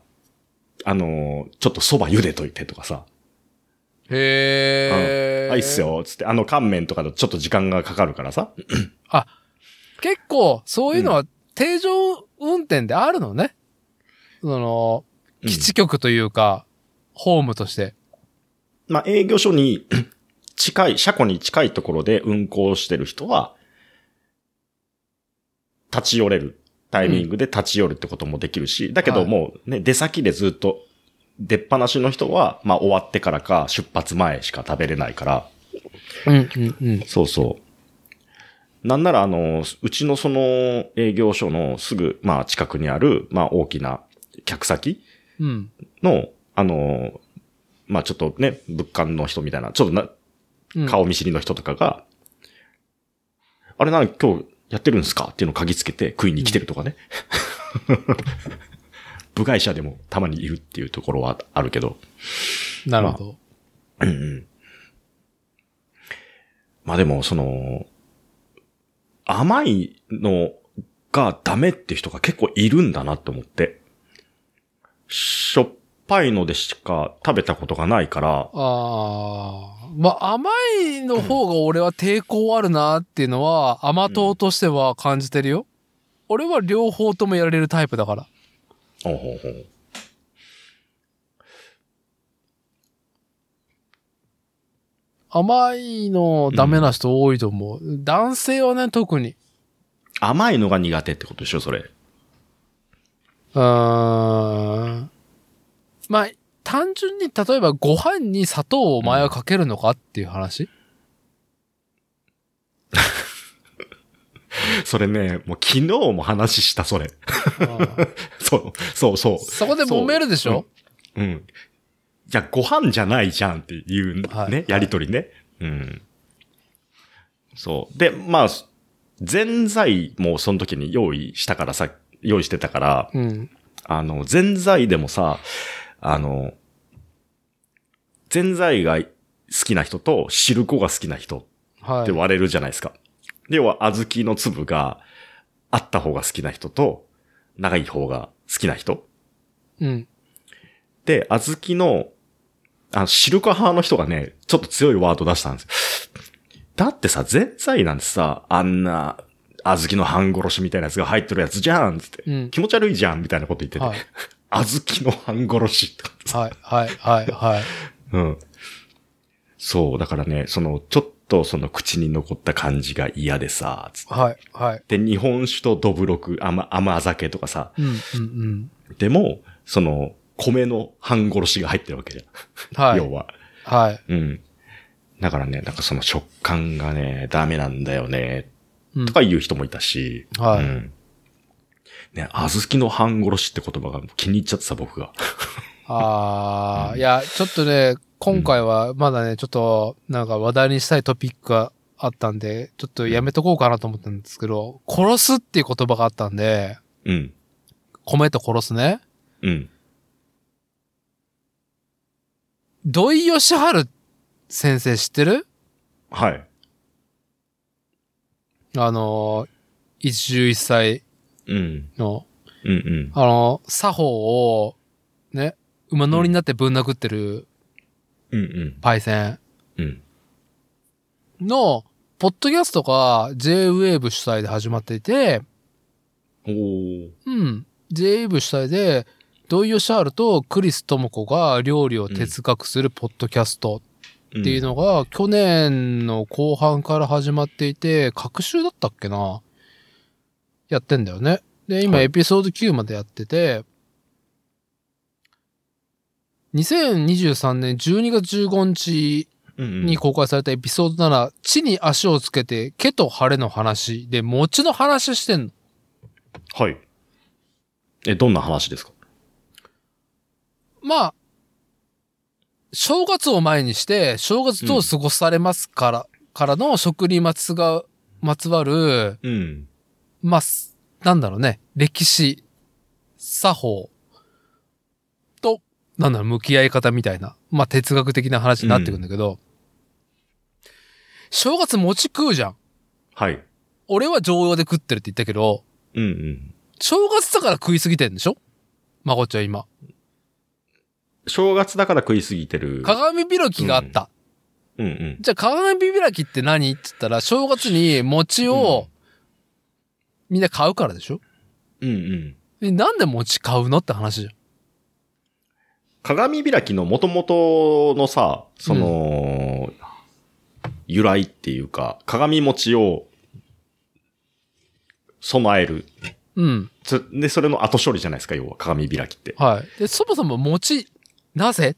S2: あの、ちょっと蕎麦茹でといてとかさ、
S1: へえ。
S2: あ、いいっす。よ、つって、あの、乾麺とかだとちょっと時間がかかるからさ、
S1: 結構、そういうのは、定常運転であるのね。その、
S2: うん
S1: 基地局というか、ホームとして。
S2: まあ、営業所に 近い、車庫に近いところで運行してる人は、立ち寄れる。タイミングで立ち寄るってこともできるし、だけ
S1: は
S2: ど
S1: い
S2: もうね、出先でずっと出っ放しの人は、まあ終わってからか出発前しか食べれないから、
S1: うん、うん、うん。
S2: そうそう。なんならあの、うちのその営業所のすぐ、まあ近くにある、まあ大きな客先
S1: うん。
S2: の、あの、まあちょっとね、物館の人みたいな、ちょっとな、
S1: うん、
S2: 顔見知りの人とかが、あれなんか今日やってるんですかっていうのを嗅ぎつけて食いに来てるとかね。部外者でもたまにいるっていうところはあるけど。
S1: なるほど。
S2: うんうんまあでも、その、甘いのがダメって人が結構いるんだなと思って。しょっぱいのでしか食べたことがないから、
S1: ああ。まあ、甘いの方が俺は抵抗あるなっていうのは、甘党としては感じてるよ。俺は両方ともやられるタイプだから。
S2: ほうほうほう。
S1: 甘いのダメな人多いと思う。男性はね、特に。
S2: 甘いのが苦手ってことでしょ、それ。
S1: うーん。まあ、単純に例えばご飯に砂糖をお前はかけるのかっていう話、
S2: それね、もう昨日も話した、それ。
S1: うん
S2: そう、そうそ
S1: そこで揉めるでしょ
S2: う。うん。じゃあご飯じゃないじゃんっていうね、
S1: はい
S2: やりとりね。うん。そう。で、まあ、前菜もその時に用意したからさ、用意してたから、
S1: うん、
S2: あの、前菜でもさ、あの、前菜が好きな人と汁粉が好きな人
S1: は
S2: って
S1: い。
S2: 割れるじゃないですか。で、要は、小豆の粒があった方が好きな人と、長い方が好きな人。
S1: うん。
S2: で、小豆の、あ、汁粉派の人がね、ちょっと強いワード出したんですよ。だってさ、前菜なんてさ、あんな、小豆の半殺しみたいなやつが入ってるやつじゃんつって、
S1: うん
S2: 気持ち悪いじゃんみたいなこと言ってて。
S1: はい。
S2: 小豆の半殺しとかってさ
S1: はい。はい。はい。はい。
S2: うん。そう、だからね、その、ちょっとその口に残った感じが嫌でさ、つって
S1: はい。はい。
S2: で、日本酒とどぶろく、甘、甘酒とかさ。
S1: うん。うん。うん。
S2: でも、その、米の半殺しが入ってるわけじゃん。
S1: はい
S2: 要。は。
S1: はい。
S2: うん。だからね、なんかその食感がね、ダメなんだよね、
S1: うん
S2: とか言う人もいたし。
S1: はい
S2: うんね、小豆の半殺しって言葉が気に入っちゃってさ、僕が。
S1: ああ、いや、ちょっとね、今回はまだね、ちょっと、なんか話題にしたいトピックがあったんで、ちょっとやめとこうかなと思ったんですけど、殺すっていう言葉があったんで、
S2: うん。
S1: 米と殺すね。
S2: うん。
S1: 土井義春先生知ってる
S2: はい。
S1: あのー、一汁一菜
S2: うん。
S1: の、
S2: うんうん。
S1: あの、作法を、ね、馬乗りになってぶん殴ってる
S2: うんうん。
S1: パイセン
S2: うん。
S1: の、ポッドキャストが JWAVE 主催で始まっていて、
S2: おー。
S1: うん。JWAVE 主催で、土井善晴とクリス智子が料理を哲学するポッドキャスト
S2: っ
S1: っていうのが、去年の後半から始まっていて、各週だったっけなやってんだよね。で、今
S2: はい
S1: エピソード9までやってて、2023年12月15日に
S2: に
S1: 公開されたエピソード7、地に足をつけて、毛と晴れの話で、餅の話してんの。
S2: はい。え、どんな話ですか
S1: まあ、正月を前にして、正月どう過ごされますから、からの食にまつが、まつわる、
S2: うん。
S1: まあ、すなんだろうね、歴史、作法と、なんだろう、向き合い方みたいな、まあ哲学的な話になってくるんだけど、正月餅食うじゃん。
S2: はい。
S1: 俺は常用で食ってるって言ったけど、
S2: うんうん。
S1: 正月だから食いすぎてんでしょまこちゃん今。
S2: 正月だから食いすぎてる。
S1: 鏡開きがあった。
S2: うんうん。
S1: じゃあ鏡開きって何って言ったら、正月に餅をみんな買うからでしょ、
S2: うんうん。
S1: でなんで餅買うのって話じゃん。
S2: 鏡開きの元々のさ、その、由来っていうか、鏡餅を備える。
S1: うん。
S2: つで、それの後処理じゃないですか、要は鏡開きって。
S1: はい。で、そもそも餅、なぜ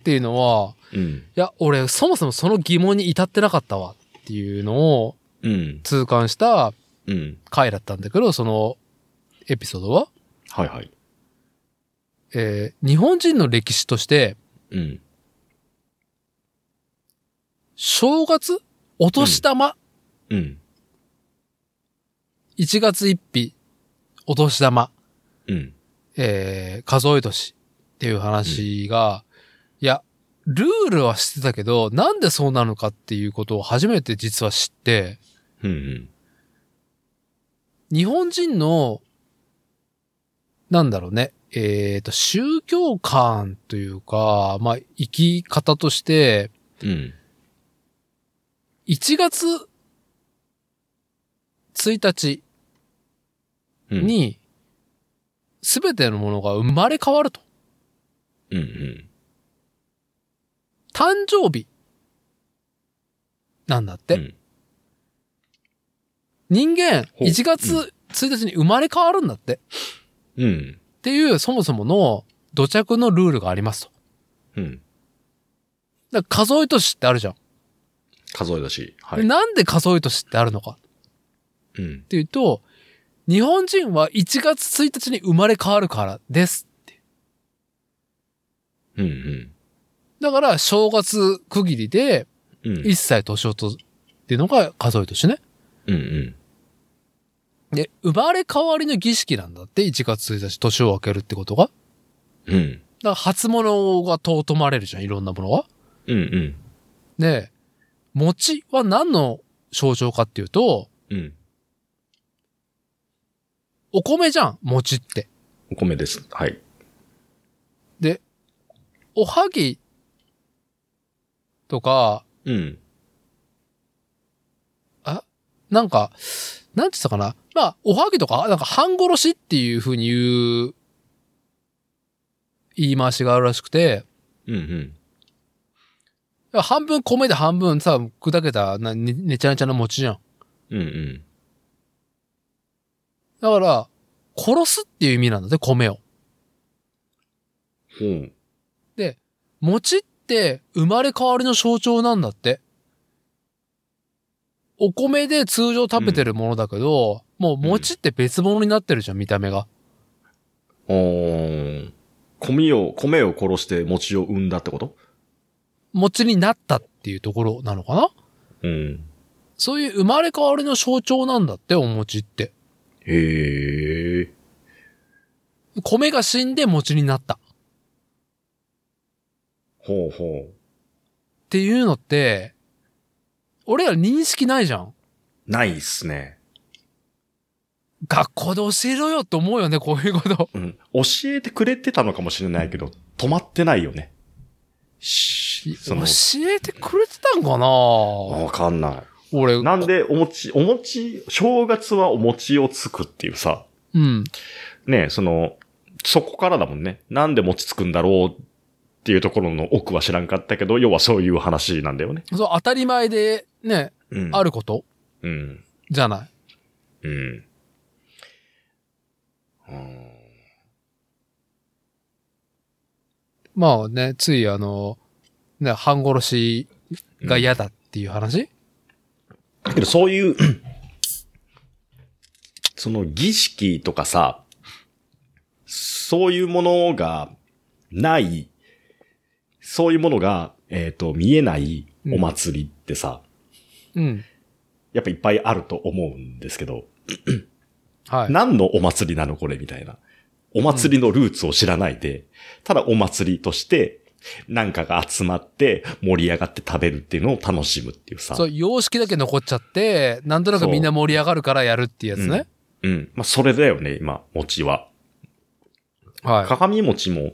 S1: っていうのは、
S2: うん。
S1: いや、俺、そもそもその疑問に至ってなかったわっていうのを
S2: うん。
S1: 痛感した
S2: うん。
S1: 回だったんだけど、そのエピソードは。
S2: はいはい。
S1: えー日本人の歴史として、
S2: うん。
S1: 正月お年玉、
S2: うん。
S1: 1月1日、お年玉、
S2: うん。
S1: えー数え年っていう話が、いや、ルールは知ってたけど、なんでそうなのかっていうことを初めて実は知って、
S2: うんうん。
S1: 日本人の、なんだろうね、えっ、と、宗教観というか、まあ、生き方として、
S2: うん。
S1: 1月1日
S2: うん。
S1: に、すべてのものが生まれ変わると。
S2: うんうん。
S1: 誕生日。なんだって。
S2: うん
S1: 人間、
S2: ほう
S1: 1月1日に生まれ変わるんだって。
S2: うん。
S1: っていう、そもそもの土着のルールがありますと。
S2: うん。
S1: だから数え年ってあるじゃん。
S2: 数えだし。は
S1: で
S2: い。
S1: なんで数え年ってあるのか。
S2: うん
S1: っ。ていうと、日本人は1月1日に生まれ変わるからです。
S2: うんうん。
S1: だから、正月区切りで、
S2: うん。
S1: 一切年をとっていうのが数え年ね。
S2: うんうん。
S1: で、生まれ変わりの儀式なんだって、1月1日、年を明けるってことが。だか
S2: うん。
S1: ら、初物が尊まれるじゃん、いろんなものが。
S2: うんうん。
S1: で、餅は何の象徴かっていうと、
S2: うん。
S1: お米じゃん、餅って。
S2: お米です。はい。
S1: おはぎとか、
S2: うん。
S1: なんか、なんて言ったかな。まあ、おはぎとか、なんか半殺しっていう風に言う、言い回しがあるらしくて、
S2: うんうん。
S1: 半分米で半分さ、砕けた、な、ね、ねちゃねちゃな餅じゃん。
S2: うんうん。
S1: だから、殺すっていう意味なんだね、米を。
S2: ほう。
S1: 餅って生まれ変わりの象徴なんだって。お米で通常食べてるものだけど、もう餅って別物になってるじゃん、見た目が。
S2: おー。米を、米を殺して餅を産んだってこと
S1: 餅になったっていうところなのかな
S2: うん。
S1: そういう生まれ変わりの象徴なんだって、お餅って。
S2: へえ。
S1: 米が死んで餅になった。っ
S2: ほうほ
S1: ていうのって、俺ら認識ないじゃん。
S2: う。ないっすね。
S1: 学校で教えろよと思うよね、こういうこと。
S2: うん。教えてくれてたのかもしれないけど、止まってないよね。しそ
S1: 教
S2: の、
S1: えてくれてたんかな
S2: わかんない。
S1: 俺。
S2: なんで、お餅、お餅、正月はお餅をつくっていうさ、
S1: うん。
S2: ねえその、そこからだもんね。なんで餅つくんだろうっていうところの奥は知らんかったけど、要はそういう話なんだよね。
S1: そう、当たり前で、ね、
S2: うん。
S1: あ
S2: る。
S1: ること
S2: うん。
S1: じゃない。
S2: うん。うん
S1: まあね、ついあの、ね、半殺しが嫌だっていう話、
S2: だけどそういう、 その儀式とかさ、そういうものがない、そういうものが、えっ、と、見えないお祭りってさ、
S1: うん、
S2: やっぱいっぱいあると思うんですけど、
S1: はい。
S2: 何のお祭りなのこれみたいな。お祭りのルーツを知らないで、ただお祭りとして、なんかが集まって盛り上がって食べるっていうのを楽しむっていうさ。
S1: そう、様式だけ残っちゃって、なんとなくみんな盛り上がるからやるっていうやつね。
S2: うん。うん。まあ、それだよね、今、餅は。
S1: はい。
S2: 鏡餅も、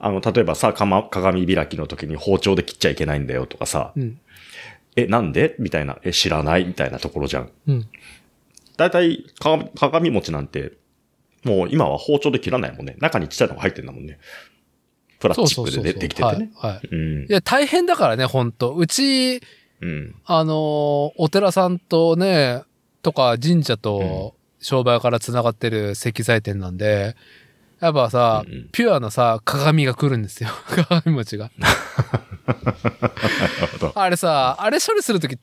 S2: あの、例えばさ、かま鏡開きの時に包丁で切っちゃいけないんだよとかさ、
S1: うん。
S2: え、なんでみたいな、え、知らないみたいなところじゃん。
S1: うん。
S2: だいたい、か鏡餅なんて、もう今は包丁で切らないもんね。中にちっちゃいのが入ってんだもんね。プラス
S1: そう
S2: チ
S1: そ
S2: ッ
S1: う
S2: ク
S1: そ
S2: で
S1: う
S2: で
S1: そう。
S2: できててね。
S1: はい。はい。
S2: うん
S1: い。や、大変だからね、ほんと。うち、
S2: うん。
S1: あのーお寺さんとね、とか神社と商売から繋がってる石材店なんで、やっぱさ、
S2: うんうん
S1: ピュアなさ、鏡が来るんですよ。 鏡餅が。
S2: なるほど。
S1: あれさ、あれ処理するとき、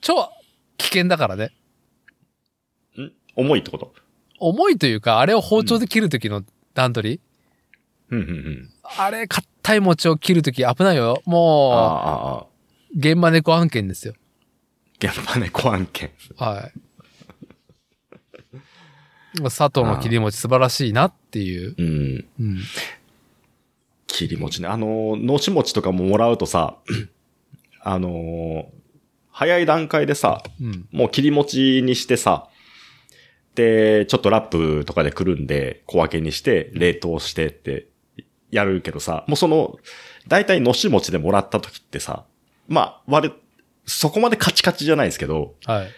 S1: 超危険だからね。
S2: ん重いってこと
S1: 重いというか、あれを包丁で切るときの段取り、
S2: うんうんうん。
S1: あれ、硬い餅を切るとき危ないよ。も
S2: ああ、あ
S1: う、
S2: あ。
S1: 現場猫案件ですよ。
S2: 現場猫案件。
S1: はい。佐藤の切り餅素晴らしいなっていう。
S2: うん。
S1: うん。
S2: 切り餅ね。あのー、のし餅とかももらうとさ、 あのー、早い段階でさ、
S1: うん。
S2: もう切り餅にしてさ、で、ちょっとラップとかでくるんで、小分けにして、冷凍してって、やるけどさ、もうその、大体のし餅でもらった時ってさ、まあ、割れ、そこまでカチカチじゃないですけど、
S1: はい。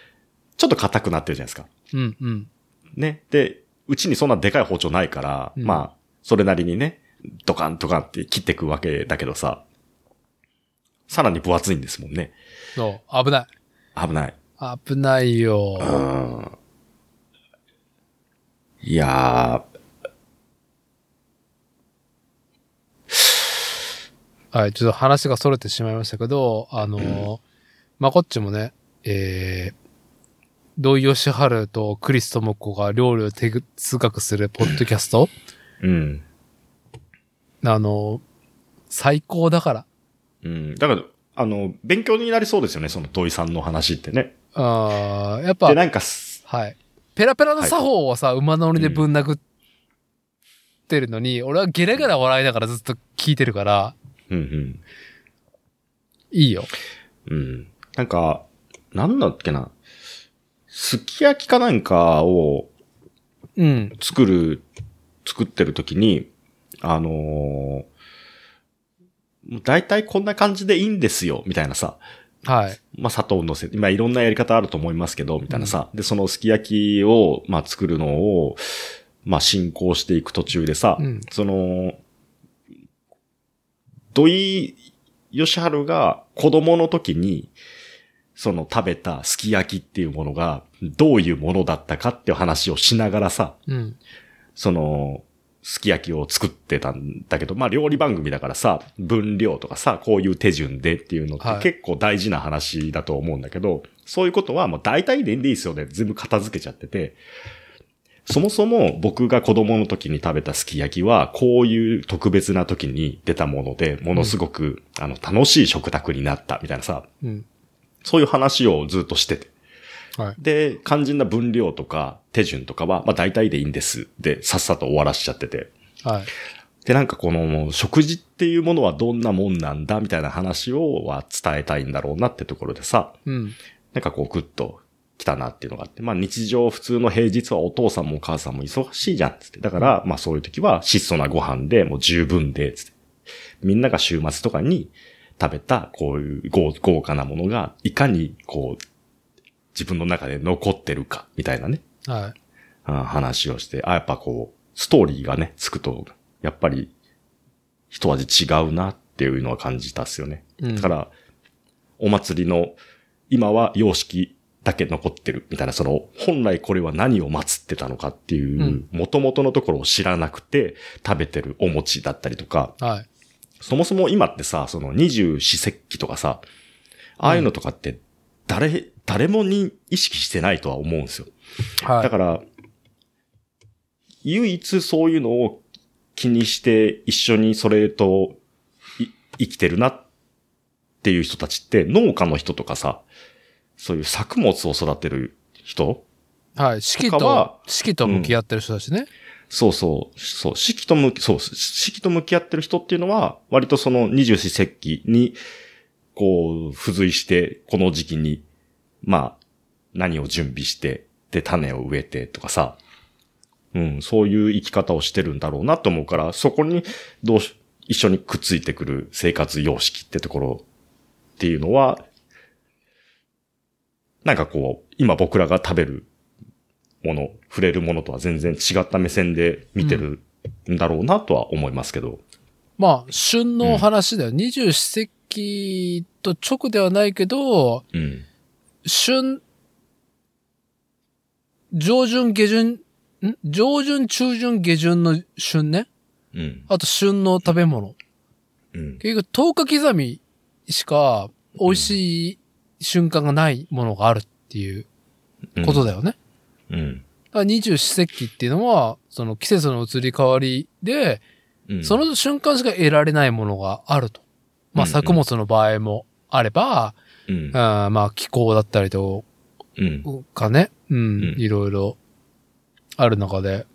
S2: ちょっと硬くなってるじゃないですか。
S1: うんうん。
S2: ね。で、うちにそんなでかい包丁ないから、
S1: うん
S2: まあ、それなりにね、ドカンドカンって切っていくわけだけどさ、さらに分厚いんですもんね。
S1: そう。危ない。
S2: 危ない。
S1: 危ないよ
S2: う。ーん。いや
S1: はい。ちょっと話が逸れてしまいましたけど、あのーまあ、こっちもね、えー、土井善晴とクリス智子が料理を手ぐ通学するポッドキャスト、
S2: ー、うん。
S1: あのー最高だから。
S2: うん。だから、あの、勉強になりそうですよね、その土井さんの話ってね。
S1: あーやっぱ
S2: で、、なんかす、
S1: はい。ペラペラの作法をさ、馬乗りでぶん殴ってるのに、俺はゲラゲラ笑いながらずっと聞いてるから、
S2: うん
S1: いいよ。
S2: うん。うん。なんか、なんだっけな。すき焼きかなんかを、
S1: うん。
S2: 作る、作ってる時に、あのー、もう大体こんな感じでいいんですよ、みたいなさ。
S1: はい。
S2: まあ、砂糖を乗せて、まあ、いろんなやり方あると思いますけど、みたいなさ。で、そのすき焼きを、まあ、作るのを、まあ、進行していく途中でさ、
S1: うん
S2: その、土井義春が子供の時に、その食べたすき焼きっていうものが、どういうものだったかっていう話をしながらさ、
S1: うん。
S2: その、すき焼きを作ってたんだけど、まあ料理番組だからさ、分量とかさ、こういう手順でっていうのっ
S1: はい
S2: て結構大事な話だと思うんだけど、そういうことはもう大体でいいんですよね。全部片付けちゃってて、そもそも僕が子供の時に食べたすき焼きは、こういう特別な時に出たもので、ものすごく、あの、楽しい食卓になったみたいなさ、
S1: うん。
S2: そういう話をずっとしてて。
S1: はい。
S2: で、肝心な分量とか手順とかは、まあ大体でいいんです。で、さっさと終わらしちゃってて。
S1: はい。
S2: で、なんかこの、食事っていうものはどんなもんなんだみたいな話をは伝えたいんだろうなってところでさ、
S1: うん。
S2: なんかこうグッと来たなっていうのがあって、まあ日常普通の平日はお父さんもお母さんも忙しいじゃんっつって。だから、まあそういう時は質素なご飯でもう十分で、つって。みんなが週末とかに食べたこういう豪豪華なものがいかにこう自分の中で残ってるかみたいなね。
S1: はい。
S2: あ話をして、あ、やっぱこう、ストーリーがね、つくと、やっぱり、一味違うなっていうのは感じたっすよね。
S1: うん
S2: だから、お祭りの、今は様式だけ残ってるみたいな、その、本来これは何を祀ってたのかっていうう、
S1: ん
S2: 元々のところを知らなくて、食べてるお餅だったりとか、
S1: はい。
S2: そもそも今ってさ、その二十四節気とかさ、ああいうのとかって、誰、誰もに意識してないとは思うんですよ。
S1: はい。
S2: だから、唯一そういうのを気にして一緒にそれとい生きてるなっていう人たちって農家の人とかさ、そういう作物を育てる人
S1: はい。四季
S2: 他は
S1: と、四季と向き合ってる人だしね。
S2: そうそう、そう、四季と向き、そう、四季と向き合ってる人っていうのは、割とその二十四節気に、こう、付随して、この時期に、まあ、何を準備して、で、種を植えてとかさ、うん、そういう生き方をしてるんだろうなと思うから、そこに、どうし、一緒にくっついてくる生活様式ってところっていうのは、なんかこう、今僕らが食べるもの、触れるものとは全然違った目線で見てるんだろうなとは思いますけど。
S1: まあ、旬の話だよ。二十四節気と直ではないけど、
S2: うん。
S1: 旬、上旬、下旬、ん上旬、中旬、下旬の旬ね。
S2: うん。
S1: あと旬の食べ物。
S2: うん。
S1: 結局、10日刻みしか美味しい瞬間がないものがあるっていうことだよね。
S2: うん。
S1: だから二十四節気っていうのは、その季節の移り変わりで、
S2: うん。
S1: その瞬間しか得られないものがあると。まあ
S2: うんうん
S1: 作物の場合もあれば、
S2: うん、
S1: あーまあ気候だったりと
S2: うん。
S1: かね、うん、
S2: うん
S1: いろいろある中で。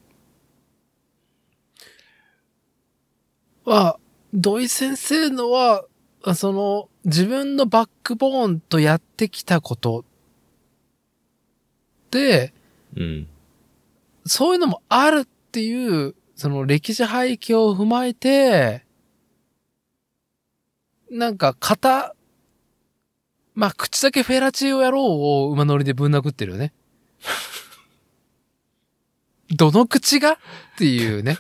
S1: は、土井先生のは、あその自分のバックボーンとやってきたことで、
S2: うん。
S1: そういうのもあるっていう、その歴史背景を踏まえて、なんか型、まあ、口だけフェラチオ野郎を馬乗りでぶん殴ってるよね。どの口がっていうね。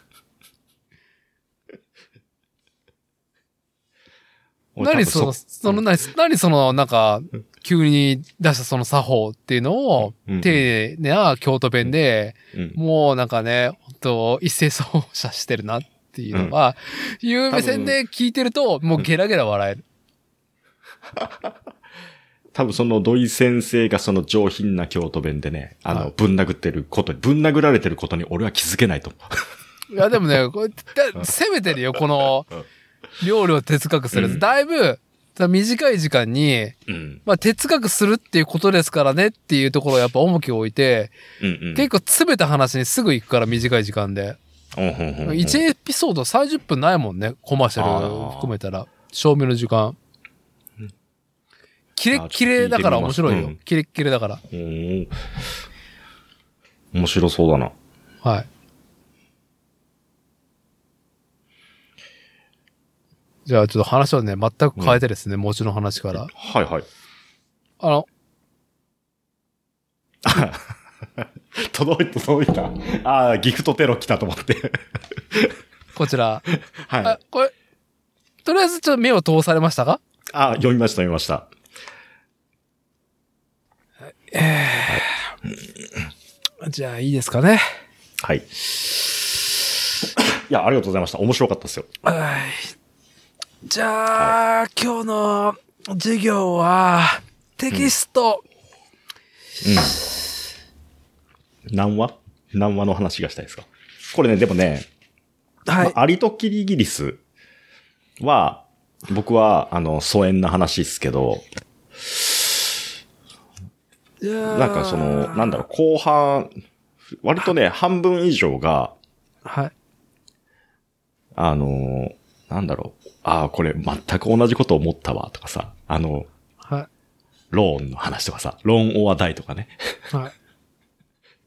S1: 何その、その何、何その、なんか、急に出したその作法っていうのを、
S2: うん
S1: 丁寧な京都弁で、
S2: うん、
S1: もうなんかね、本当一斉奏者してるなっていうのは、いう目線で聞いてると、もうゲラゲラ笑える。
S2: 多分その土井先生がその上品な京都弁でね、あ
S1: はい
S2: の、ぶん殴ってることに、ぶん殴られてることに俺は気づけないと思
S1: いや、でもね、これだ攻めてるよ、この
S2: うん、
S1: 料理を哲学するや
S2: う
S1: つ。
S2: ん
S1: だいぶ、短い時間に、
S2: う。うん。
S1: まあ、哲学するっていうことですからねっていうところをやっぱ重きを置いて、
S2: うんうん。
S1: 結構詰めた話にすぐ行くから短い時間で。
S2: うんうんうんうん
S1: 1エピソード30分ないもんね、コマーシ
S2: あ
S1: ャル
S2: ー
S1: 含めたら。照明の時間。キレッキレだから面白い
S2: あーちょっ
S1: よ
S2: と聞いてみますうん。
S1: キレッキレだから。
S2: おー面白そうだな。
S1: はい。じゃあちょっと話をね、全く変えてですね、餅の話から。
S2: はいはい。
S1: あの、
S2: 届いた、届いた。ああ、ギフトテロ来たと思って。
S1: こちら。
S2: はい。
S1: あ、これ、とりあえずちょっと目を通されましたか
S2: あ、読みました、読みました。
S1: じゃあいいですかね。
S2: はい。いや、ありがとうございました。面白かったですよ。
S1: はい。じゃあ、今日の授業は、テキスト、
S2: 何話何話の話がしたいですかこれね、でもね、
S1: はい、
S2: まあアリとキリギリスは、僕は、あの、疎遠な話ですけど、
S1: じゃあ
S2: なんかその、なんだろう、後半、割とね、半分以上が、
S1: はい。
S2: あの、なんだろう、ああ、これ全く同じこと思ったわ、とかさ、あの、
S1: はい。
S2: ローンの話とかさ、ローンオアダイとかね。
S1: は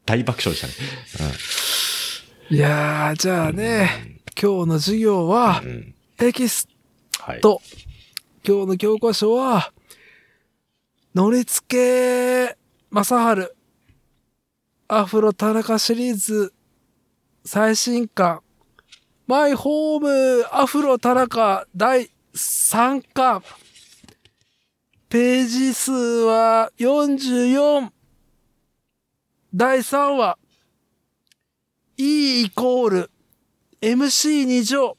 S2: 大爆笑でしたね。
S1: い。いやー、じゃあね、今日の授業は
S2: う、ん。うん
S1: テキス
S2: はい。
S1: ト。今日の教科書は、乗り付け正治、アフロ田中シリーズ、最新刊、マイホームアフロ田中第3巻。ページ数は44。第3話。E イコール MC2 乗。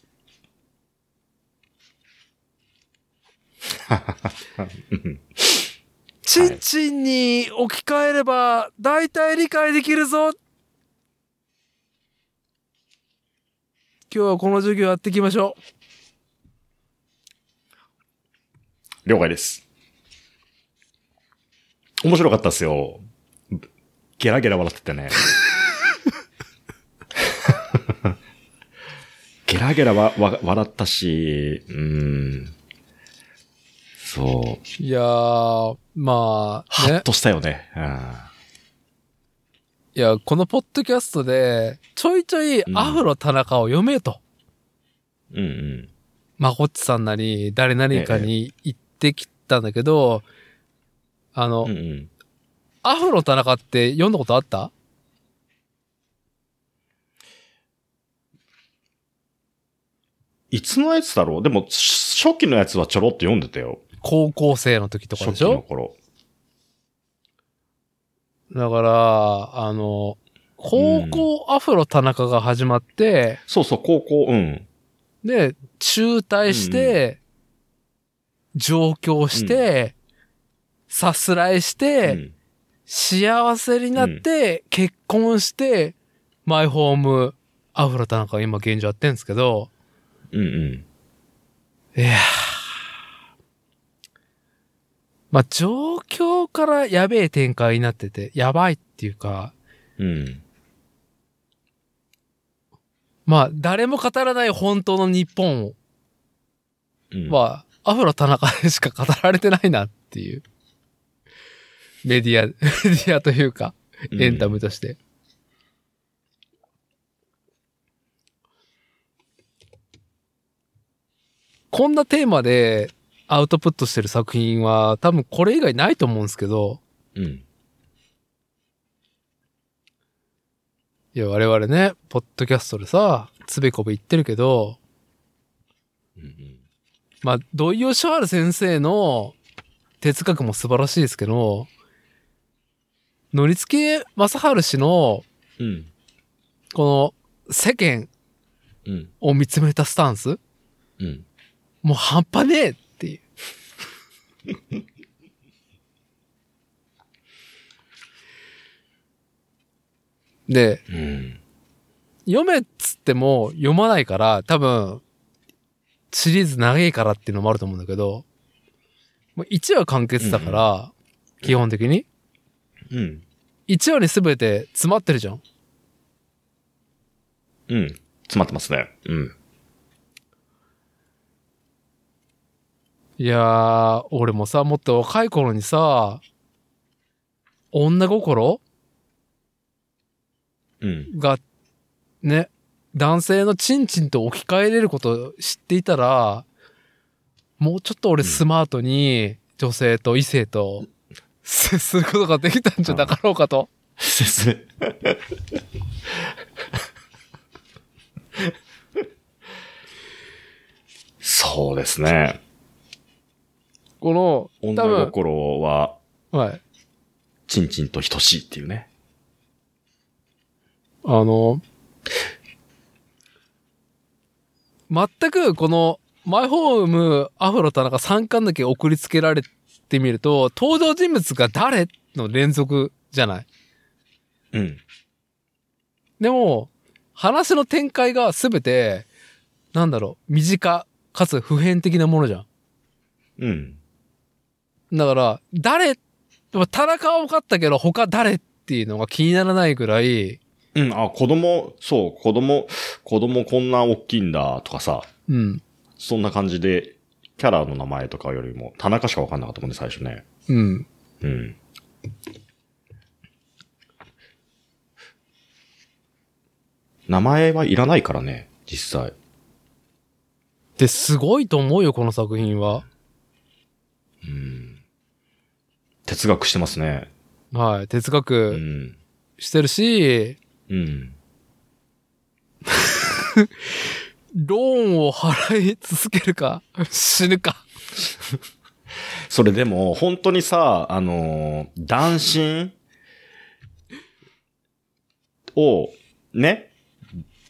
S1: チンチンに置き換えれば大体理解できるぞ今日はこの授業やっていきましょう。
S2: 了解です。面白かったっすよ。ゲラゲラ笑って てね。ゲラゲラわわ笑ったし、うん。そう。
S1: いやー、まあ、
S2: ハッ
S1: ね。
S2: としたよね。うん。
S1: いや、このポッドキャストで、ちょいちょい
S2: うん
S1: アフロ田中を読めと、
S2: うんうん。
S1: まこっちさんなり、誰なりかに言ってきたんだけど、あの、
S2: うんうん。
S1: アフロ田中って読んだことあった
S2: いつのやつだろうでも、し初期のやつはちょろっと読んでたよ。
S1: 高校生の時とか
S2: 初
S1: でし
S2: 期の
S1: ょ
S2: 頃。
S1: だから、あの、高校アフロ田中が始まって、
S2: そうそう、高校、うん。
S1: で、中退して、上京して、さすらいして、
S2: うん
S1: 幸せになって、結婚して、マイホーム、アフロ田中が今現状やってんですけど、
S2: うんうん。
S1: いやーまあ、状況からやべえ展開になってて、やばいっていうか、
S2: うん。
S1: まあ、誰も語らない本当の日本
S2: うん、
S1: は、アフロ田中でしか語られてないなっていう。メディア、メデ ィアというか、エンタメとして。こんなテーマでアウトプットしてる作品は多分これ以外ないと思うんですけど、
S2: うん。うん。
S1: いや我々ね、ポッドキャストでさ、つべこべ言ってるけど、
S2: うんうん
S1: まあ、土井善晴先生の哲学も素晴らしいですけど、乗り付け正治氏の、
S2: うん。
S1: この、世間
S2: うん。
S1: を見つめたスタンス
S2: うん。
S1: もう半端ねえっていう。で、
S2: うん。
S1: 読めっつっても読まないから、多分、シリーズ長いからっていうのもあると思うんだけど、もう1話完結だから、基本的に。
S2: うん。
S1: 1話に全て詰まってるじゃん。
S2: うん。詰まってますね。うん。
S1: いやー、俺もさ、もっと若い頃にさ、女心
S2: うん。
S1: が、ね、男性のチンチンと置き換えれることを知っていたら、もうちょっと俺スマートに女性と異性と接す ることができたんじゃなかろうかと。
S2: 説明。そうですね。
S1: この、多
S2: 女
S1: 分、
S2: 心は、
S1: はい。
S2: ちんちんと等しいっていうね。
S1: あの、全くこの、マイホーム、アフロ田中3巻だけ送りつけられてみると、登場人物が誰の連続じゃない。
S2: うん。
S1: でも、話の展開が全て、なんだろう、身近、かつ普遍的なものじゃ
S2: うん。
S1: ん。だから、誰、まあ田中は分かったけど、他誰っていうのが気にならないぐらい、
S2: うん。あ、子供、そう、子供、子供こんな大きいんだとかさ、
S1: うん、
S2: そんな感じで、キャラの名前とかよりも、田中しかわかんなかったもんね、最初ね。
S1: うん。
S2: うん。名前はいらないからね、実際。
S1: で、すごいと思うよ、この作品は。
S2: うん。哲学してますね。
S1: はい。哲
S2: う
S1: 学
S2: ん。
S1: してるし、
S2: うん。
S1: ローンを払い続けるか、死ぬか。
S2: それでも、本当にさ、あのー、断親を、ね、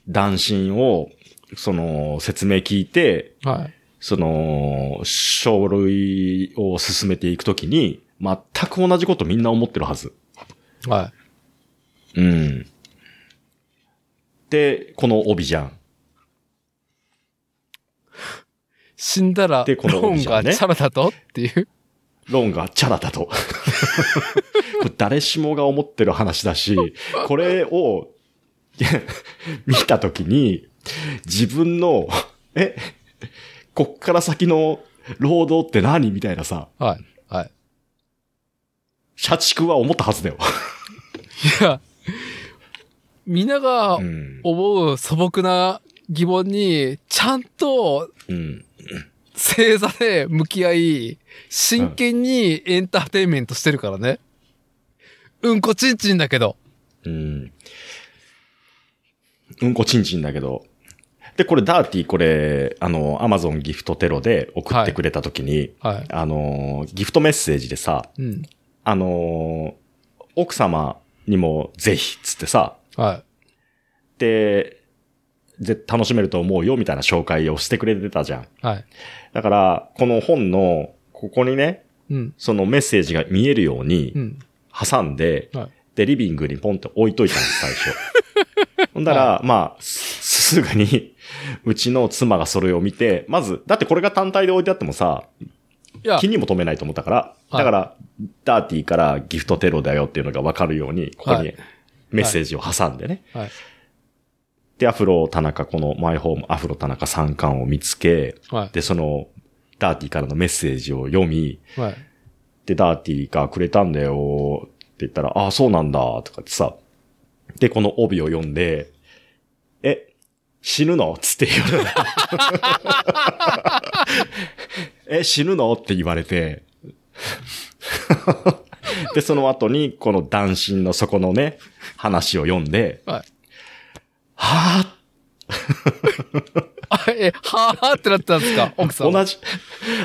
S2: 断親を、その、説明聞いて、
S1: はい。
S2: その、書類を進めていくときに、全く同じことみんな思ってるはず。
S1: は
S2: うん。で、この帯じゃん。
S1: い。死んだら、
S2: でこの
S1: ローン
S2: オ
S1: が
S2: ブジェね
S1: チャラだとっていう。
S2: ロンがチャラだ と。これ誰しもが思ってる話だし、これを 見たときに、自分の、え、こっから先の労働って何みたいなさ、
S1: はい。はい。
S2: 社畜は思ったはずだよ。
S1: いや、皆が
S2: うん。
S1: 思う素朴な疑問に、ちゃんと
S2: うん。
S1: 正座で向き合い、真剣にエンターテインメントしてるからね。うんこちんちんだけど。
S2: うん。うんこちんちんだけど。で、これ、ダーティー、これ、あの、アマゾンギフトテロで送ってくれたときに、
S1: は
S2: あの、ギフトメッセージでさ、
S1: い。うん。
S2: あのー奥様にもぜひ、つってさ、
S1: は
S2: で、ぜ楽しめると思うよ、みたいな紹介をしてくれてたじゃん。
S1: い。はい。
S2: だから、この本の、ここにね、
S1: うん。
S2: そのメッセージが見えるよう
S1: う
S2: に、
S1: ん。
S2: 挟んで、
S1: はい
S2: で、リビングにポンって置いといたの、最 初。ほんだら、まあ、すすぐに、うちの妻がそれを見て、まず、だってこれが単体で置いてあってもさ、
S1: いや
S2: 気、にも留めないと思ったから、
S1: はい
S2: だから、ダーティーからギフトテロだよっていうのがわかるように、ここ
S1: は
S2: に
S1: い
S2: メッセージを挟んでね。
S1: はい。
S2: で、アフロ田中、このマイホームアフロ田中三冠を見つけ、
S1: は
S2: で、その、ダーティーからのメッセージを読み、
S1: い。はい。
S2: で、ダーティーがくれたんだよって言ったら、ああ、そうなんだ、とかってさ。で、この帯を読んで、え、死ぬのつって言われた。え、死ぬのって言われて。で、その後に、この断信の底のね、話を読んで、
S1: はい。
S2: はあ、
S1: あ、え、はぁってなってたんですか奥さんは。
S2: 同じ、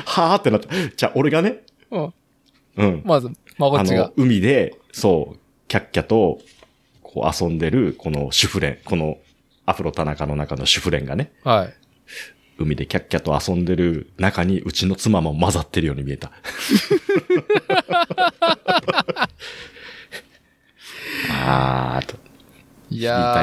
S2: はあってなった。じゃあ、俺がね、
S1: うん。
S2: うん。
S1: まず、まこっ
S2: あ
S1: ちが
S2: の。、海で、そう、キャッキャと、こう遊んでる、この主婦連、このアフロ田中の中の主婦連がね、
S1: はい。
S2: 海でキャッキャと遊んでる中に、うちの妻も混ざってるように見 えた。あーと、
S1: い
S2: 見た
S1: や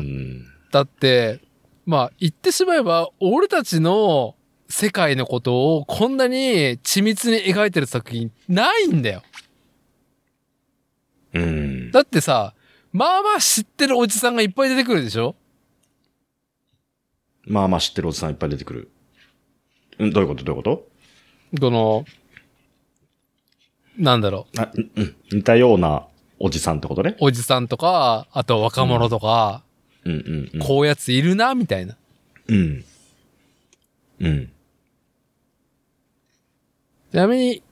S1: ー、
S2: うん。
S1: だって、まあ、言ってしまえば、俺たちの世界のことをこんなに緻密に描いてる作品ないんだよ。
S2: うん。
S1: だってさ、まあまあ知ってるおじさんがいっぱい出てくるでしょ
S2: まあまあ知ってるおじさんいっぱい出てくる。うん、どういうことどういうこと
S1: この、なんだろ
S2: あ、うんうん、似たようなおじさんってことね。
S1: う、おじさんとか、あと若者とか、
S2: うんうん、うん。
S1: こういうやついるな、みたいな。
S2: うん。うん。
S1: ちなみに、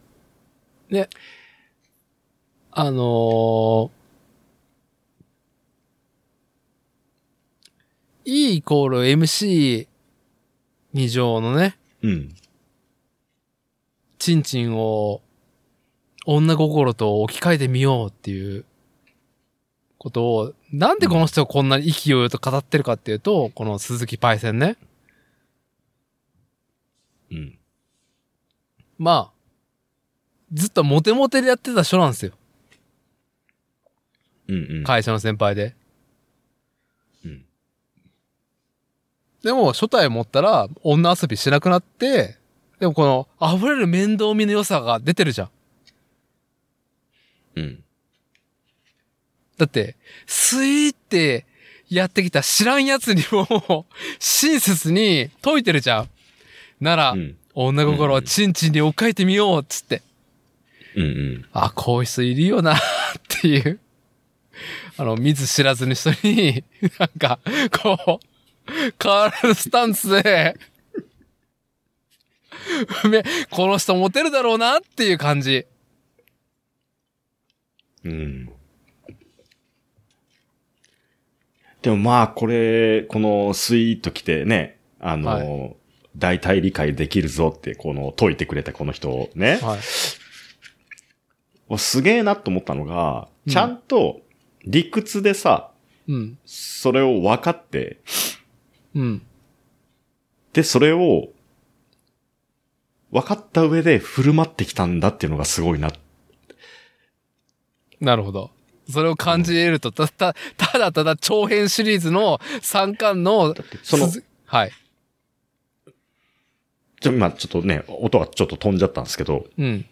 S1: ね、あのーE イコール MC 二乗のね、
S2: うん。
S1: チンチンを女心と置き換えてみようっていうことを、なんでこの人がこんなに意気揚々と語ってるかっていうと、この鈴木パイセンね。
S2: うん。
S1: まあ、ずっとモテモテでやってた人なんですよ。
S2: うんうん。
S1: 会社の先輩で。
S2: うん。
S1: でも、初代持ったら、女遊びしなくなって、でもこの、溢れる面倒見の良さが出てるじゃん。
S2: うん。
S1: だって、スイーってやってきた知らん奴にも、親切に解いてるじゃん。なら、
S2: うん。
S1: 女心をチンチンに置き換えてみよう、っつって。
S2: うんうん。
S1: あ、こういう人いるよな っていう、あの、見ず知らずの人に、 なんか、こう、変わらぬスタンスで、 め、この人モテるだろうなっていう感じ。
S2: うん。でもまあ、これ、このスイート来てね、あの、
S1: は
S2: 大体理解できるぞって、この、解いてくれたこの人をね、
S1: はい。
S2: すげえなと思ったのが、
S1: うん
S2: ちゃんと理屈でさ、
S1: うん。
S2: それを分かって、
S1: うん。
S2: で、それを、分かった上で振る舞ってきたんだっていうのがすごいな。
S1: なるほど。それを感じ得ると、た、た、ただただ長編シリーズの3巻の、
S2: だって、その、
S1: 鈴はい。
S2: ちょ今ちょっとね、音がちょっと飛んじゃったんですけど、
S1: うん。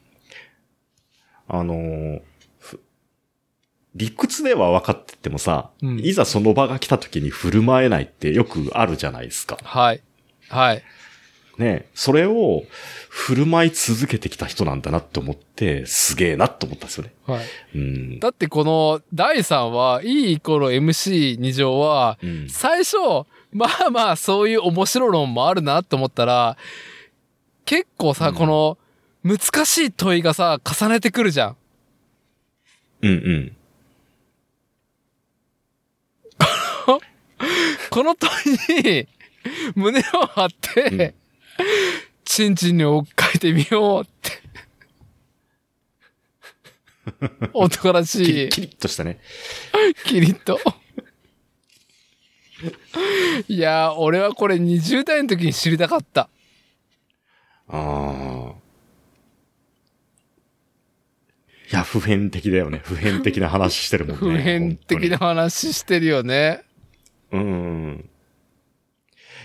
S2: あのーふ理屈では分かっててもさ、
S1: うん
S2: いざその場が来た時に振る舞えないってよくあるじゃないですか。
S1: はい。はい。
S2: ね、それを振る舞い続けてきた人なんだなって思って、すげえなって思ったんですよね。
S1: はい。
S2: うん。
S1: だってこの第3話、E イコール MC2 乗は、
S2: うん
S1: 最初、まあまあ、そういう面白論もあるなと思ったら、結構さ、
S2: うん
S1: この、難しい問いがさ、重ねてくるじゃん。
S2: うんうん。
S1: この問いに、 胸を張って、
S2: うん
S1: チンチンに追っかけてみようって。男ら
S2: キ
S1: し
S2: リ
S1: い、
S2: キリッとしたね。
S1: キリッと。いやー、俺はこれ20代の時に知りたかった。
S2: ああ。いや、普遍的だよね。普遍的な話してるもんね。
S1: 普遍的な話してるよね。
S2: うん。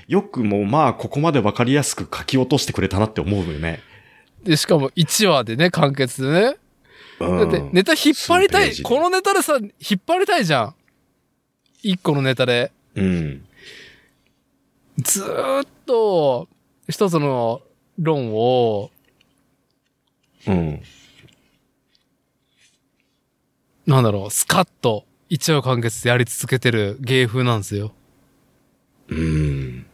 S2: よくもまあ、ここまでわかりやすく書き落としてくれたなって思うよね。
S1: で、しかも1話でね、完結でね。
S2: うん、
S1: だってネタ引っ張りた
S2: 数ペー
S1: い。
S2: ジで
S1: このネタでさ、引っ張りたいじゃん。1個のネタで。
S2: うん。
S1: ずーっと、一つの論を、
S2: うん。
S1: なんだろう、スカッと1話完結でやり続けてる芸風なんですよ。
S2: うん。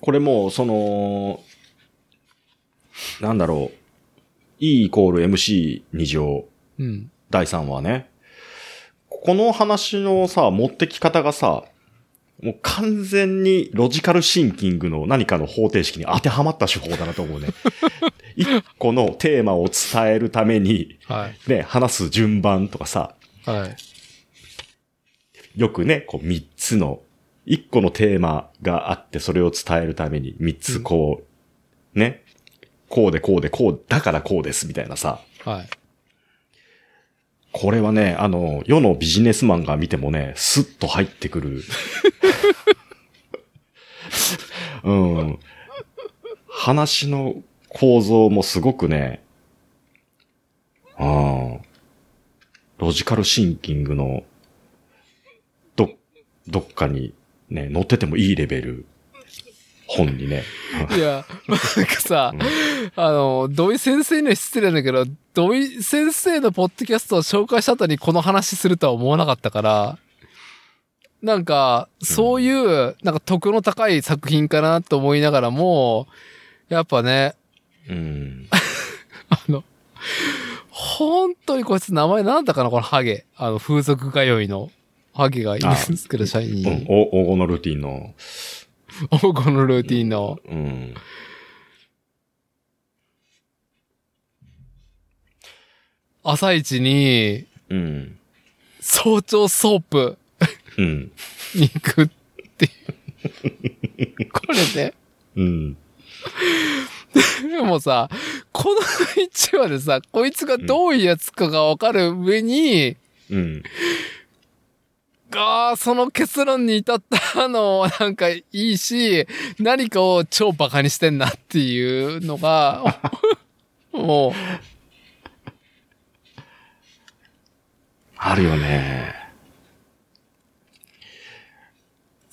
S2: これもう、その、なんだろう。E イコール MC 二乗
S1: うん。
S2: 第3話ね。ここの話のさ、持ってき方がさ、もう完全にロジカルシンキングの何かの方程式に当てはまった手法だなと思うね。一個のテーマを伝えるために、
S1: はい。
S2: ね、話す順番とかさ、
S1: はい。
S2: よくね、こう三つの、一個のテーマがあってそれを伝えるために三つこう、ね、こうでこうでこう、だからこうですみたいなさ、
S1: はい。
S2: これはね、あの、世のビジネスマンが見てもね、スッと入ってくる。うん。話の構造もすごくね、ああ、ロジカルシンキングの、ど、どっかにね、乗っててもいいレベル、本にね。
S1: いや、なんかさ、あの、土井先生には失礼だけど、土井先生のポッドキャストを紹介した後にこの話するとは思わなかったから、なんか、そういう、なんか得の高い作品かなと思いながらも、やっぱね、
S2: うん。
S1: あの、本当にこいつ名前なんだかなこのハゲ。あの、風俗通いのハゲがいるんですけど、社員
S2: うん、お、黄金のルーティンの、
S1: このルーティンの。
S2: うん。
S1: 朝一に、
S2: うん。
S1: 早朝ソープ。
S2: うん。
S1: に行くっていう。これね。
S2: うん。
S1: でもさ、この1話でさ、こいつがどういうやつかがわかる上に、
S2: うん。
S1: が、その結論に至ったの、なんかいいし、何かを超バカにしてんなっていうのが、も
S2: あるよね。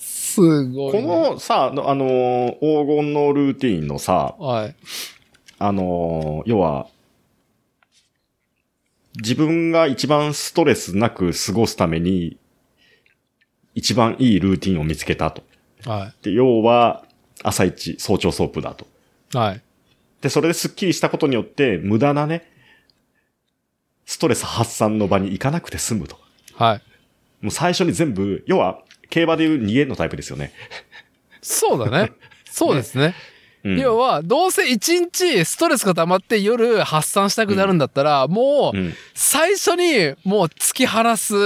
S1: う、すごい、
S2: こ
S1: ね。
S2: のさ、あの、黄金のルーティンのさ、
S1: はい。
S2: あのー要は、自分が一番ストレスなく過ごすために、一番いいルーティンを見つけたと。
S1: は
S2: で、要は、朝一、早朝ソープだと。
S1: い。はい。
S2: で、それでスッキリしたことによって、無駄なね、ストレス発散の場に行かなくて済むと。
S1: はい。
S2: もう最初に全部、要は、競馬でいう逃げのタイプですよね。
S1: そうだね。そうですね。
S2: うん、
S1: 要は、どうせ一日ストレスが溜まって夜発散したくなるんだったら、も
S2: う
S1: う、
S2: ん。
S1: 最初にもう突き放す、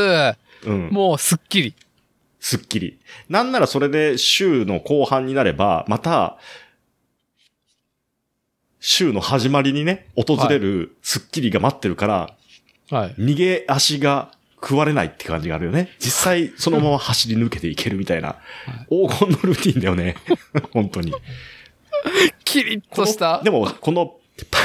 S2: うん。
S1: もうスッキリ。
S2: すっきり。なんならそれで週の後半になれば、また、週の始まりにね、訪れるスッキリが待ってるから、
S1: はい。
S2: 逃げ足が食われないって感じがあるよね。実際、そのまま走り抜けていける みたいな、黄金のルーティンだよね。 本当に。
S1: キリッとした
S2: で。も、この、 パ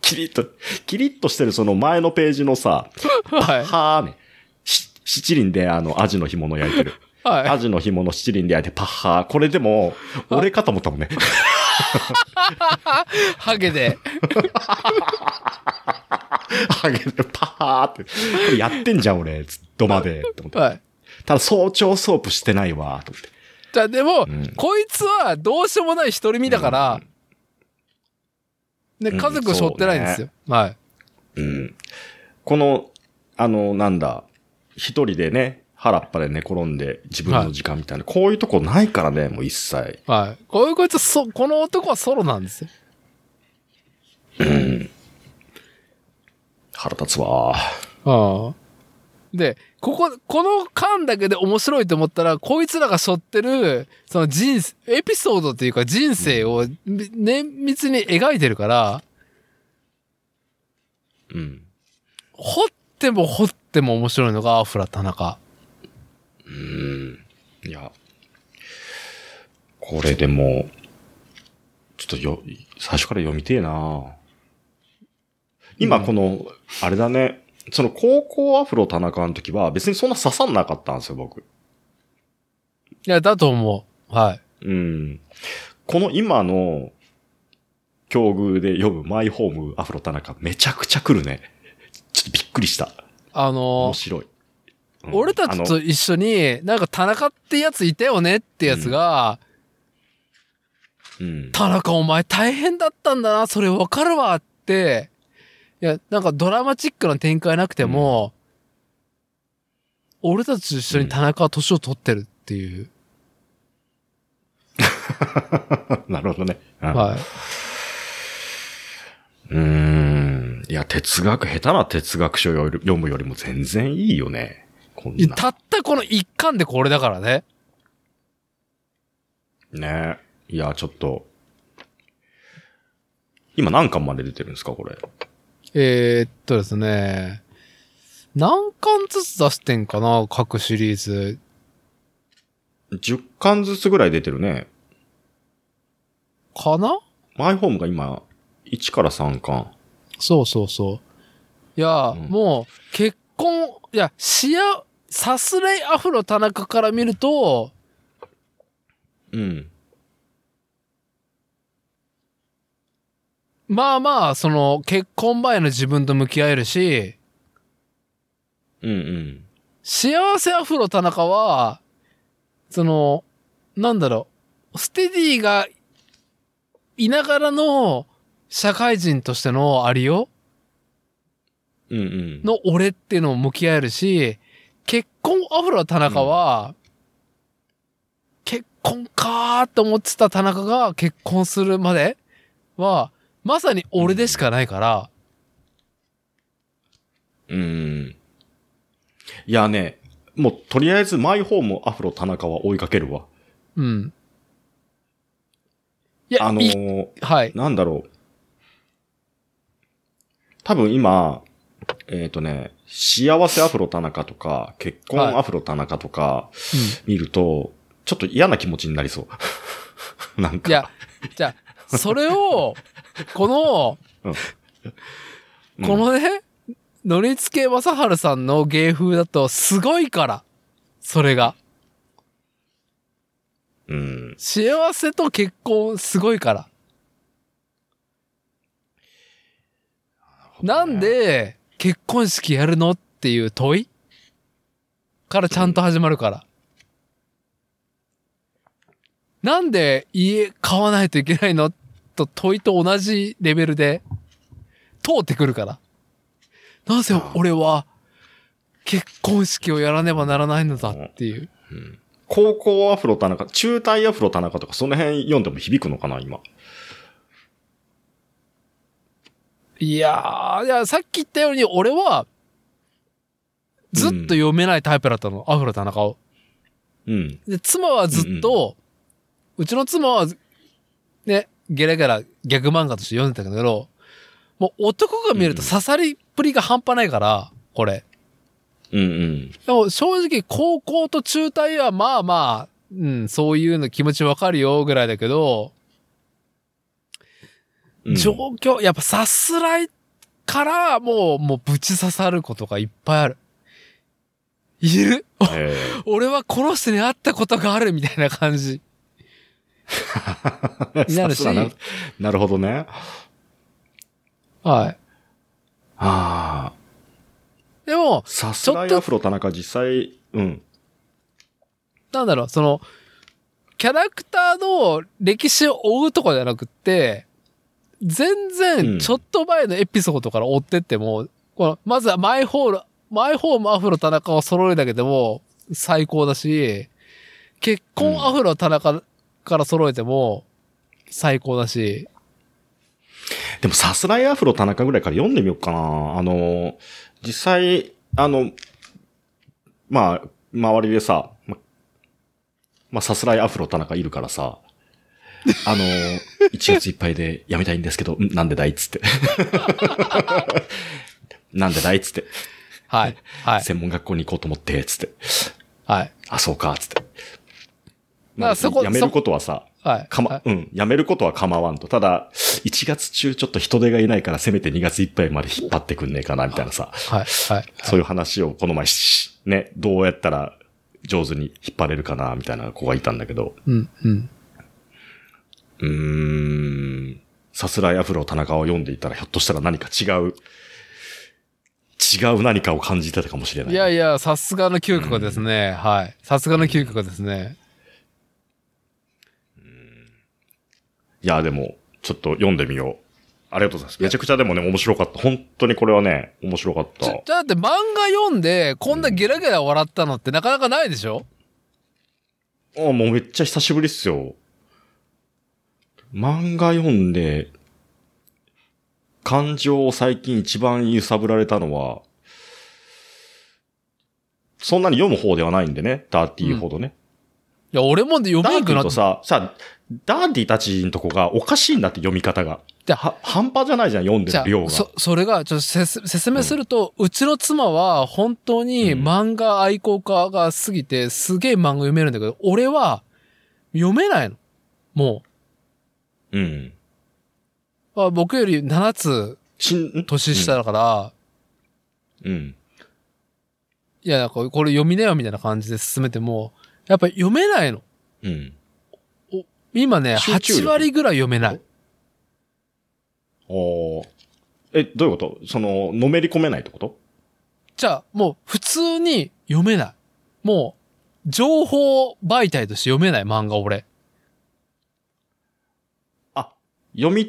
S2: キリッと、キリッとしてるその前のページのさ、
S1: はい。
S2: はーね、し七輪であの、アジの干物焼いてる。
S1: はい。
S2: アジの紐の七輪で焼いてパッハー。これでも、俺かと思ったもんね。
S1: ハゲで。
S2: ハゲでパッハーって。これやってんじゃん俺、ずっとまで。って思って
S1: はい。
S2: ただ早朝ソープしてないわ、と思って。
S1: じゃあでも、
S2: うん
S1: こいつはどうしようもない独り身だから、ね、
S2: うん
S1: 家族を背負ってないんですよ。はい。
S2: うん。この、あの、なんだ、一人でね、腹っぱで寝転んで自分の時間みたいな、こういうとこないからね、もう一切。
S1: はい。こういうこいつ、そ、この男はソロなんですよ。
S2: 腹立つわ。
S1: ああ。で、ここ、この間だけで面白いと思ったら、こいつらが背負ってる、その人生、エピソードっていうか人生を、み綿密に描いてるから、
S2: うん。
S1: 掘っても掘っても面白いのがアフラ田中。
S2: うん。いや。これでも、ちょっとよ、最初から読みてえな今この、あれだね、その高校アフロ田中の時は別にそんな刺さんなかったんですよ、僕。
S1: いや、だと思う。はい。
S2: うん。この今の境遇で読むマイホームアフロ田中めちゃくちゃ来るね。ちょっとびっくりした。
S1: あの
S2: 面、白い。うん
S1: 俺たち
S2: あ
S1: と
S2: の
S1: 一緒に、なんか田中ってやついたよねってやつが、
S2: うん。
S1: 田中お前大変だったんだな、それわかるわって、いや、なんかドラマチックな展開なくても、俺たちと一緒に田中は年を取ってるっていう。
S2: なるほどね。うん
S1: はい。
S2: うーん。いや、哲学、下手な哲学書を読む読むよりも全然いいよね。こん
S1: いや
S2: な。
S1: たったこの一巻でこれだからね。
S2: ねいや、ちょっと。今何巻まで出てるんですか、これ。
S1: えー、っとですね。何巻ずつ出してんかな各シリーズ。
S2: 10巻ずつぐらい出てるね。
S1: かな
S2: マイホームが今、1から3巻。
S1: そうそうそう。いや、
S2: うん
S1: もう、結婚、いや、しや、さすれいアフロ田中から見ると、
S2: うん。
S1: まあまあ、その、結婚前の自分と向き合えるし、
S2: うんうん。
S1: 幸せアフロ田中は、その、なんだろう、ステディがいながらの社会人としてのありよ
S2: うんうん。
S1: の俺っていうのも向き合えるし、結婚アフロ田中は、結婚かーと思ってた田中が結婚するまでは、まさに俺でしかないから、
S2: うん。いやね、もうとりあえずマイホームアフロ田中は追いかけるわ。
S1: うん。いや、
S2: あの
S1: い
S2: ー、
S1: はい、
S2: なんだろう。多分今、えっ、とね、幸せアフロ田中とか、結
S1: はい
S2: 婚アフロ田中とか 見ると、ちょっと嫌な気持ちになりそう。 なんか。
S1: いや、じゃあ、それを、この、
S2: うん、
S1: このね、のりつけ正治さんの芸風だと、すごいから、それが。
S2: うん。
S1: 幸せと結婚、すごいから。なんで結婚式やるのっていう問いからちゃんと始まるから。なんで家買わないといけないのと問いと同じレベルで通ってくるから。なぜ俺は結婚式をやらねばならないのだっていう。
S2: 高校アフロ田中、中退アフロ田中とかその辺読んでも響くのかな、今。
S1: いやー、いや、さっき言ったように俺はずっと読めないタイプだったの。アフロ田中を。
S2: うん。
S1: で、妻はずっと、うちの妻は、ね、ゲラゲラ逆漫画として読んでたけど、もう男が見ると刺さりっぷりが半端ないから、これ。
S2: うんうん。
S1: でも正直高校と中退はまあまあ、うん、そういうの気持ちわかるよぐらいだけど、
S2: うん
S1: 状況、やっぱさすらいからもう、もうぶち刺さることがいっぱいある。いる
S2: え
S1: 俺はこの人に会ったことがあるみたいな感じ。
S2: ー
S1: なるし
S2: さすがななるほどね。
S1: はい。
S2: ああ。
S1: でも、
S2: さすらいアフロ田中実際、うん。
S1: なんだろう、その、キャラクターの歴史を追うとかじゃなくって、全
S2: うん
S1: 然ちょっと前のエピソードから追ってっても、このまずはマイホール、マイホームアフロ田中を揃えるだけでも最高だし、結婚アフロ田中から揃えても最高だし、
S2: でもさすらいアフロ田中ぐらいから読んでみようかな。あの、実際、あの、まあ、周りでさ、ままあ、さすらいアフロ田中いるからさ、あの、1月いっぱいでやめたいんですけど、んなんでだいっつって。 なんでだいっつって。
S1: はい、はい、
S2: 専門学校に行こうと思って、つって。
S1: はい、
S2: あ、そうか、つって。
S1: だからそこ
S2: やめることはさ、
S1: はい。
S2: か
S1: は
S2: ま
S1: い、
S2: うん、やめることは構わんと。ただ、1月中ちょっと人手がいないから、せめて2月いっぱいまで引っ張ってくんねえかな、みたいなさ。
S1: はい、はい。
S2: そういう話をこの前し、ね、どうやったら上手に引っ張れるかな、みたいな子がいたんだけど。
S1: うん、うん。
S2: うーん。さすらいアフロ田中を読んでいたら、ひょっとしたら何か違う、違う何かを感じてたかもしれない。
S1: いやいや、さすがの嗅覚ですね。はい。さすがの嗅覚ですね。
S2: いや、でも、ちょっと読んでみよう。ありがとうございます。めちゃくちゃでもね、面白かった。本当にこれはね、面白かっ
S1: ち
S2: た。
S1: ょだって漫画読んでこんなゲラゲラ笑ったのってなかなかないでしょ
S2: あもうめっちゃ久しぶりっすよ。漫画読んで、感情を最近一番揺さぶられたのは、そんなに読む方ではないんでね、ダーティーほどね。
S1: いや、俺もで読
S2: ダ
S1: め
S2: ー
S1: なく
S2: ティ
S1: な
S2: ー
S1: っ
S2: と
S1: て
S2: さ、さ、ダーティーたちのとこがおかしいんだって読み方が。
S1: で
S2: は、半端じゃないじゃん、読んで
S1: じゃ
S2: る量
S1: あ
S2: が。
S1: そ、それが、ちょっとせつ説明すると、うちの妻は本当に
S2: うん
S1: 漫画愛好家が過ぎて、すげえ漫画読めるんだけど、俺は読めないの。も
S2: うん。
S1: う、あ僕より7つ
S2: しん、ん
S1: 年下だから、
S2: うん。
S1: いや、なんかこれ読みなよみたいな感じで進めても、やっぱ読めないの。
S2: うん。
S1: 今ね、
S2: 集中力
S1: 8割ぐらい読めない。
S2: おーえ、どういうことその、のめり込めないってこと
S1: じゃあ、もう普通に読めない。もう、情報媒体として読めない漫画俺。
S2: あ、読み、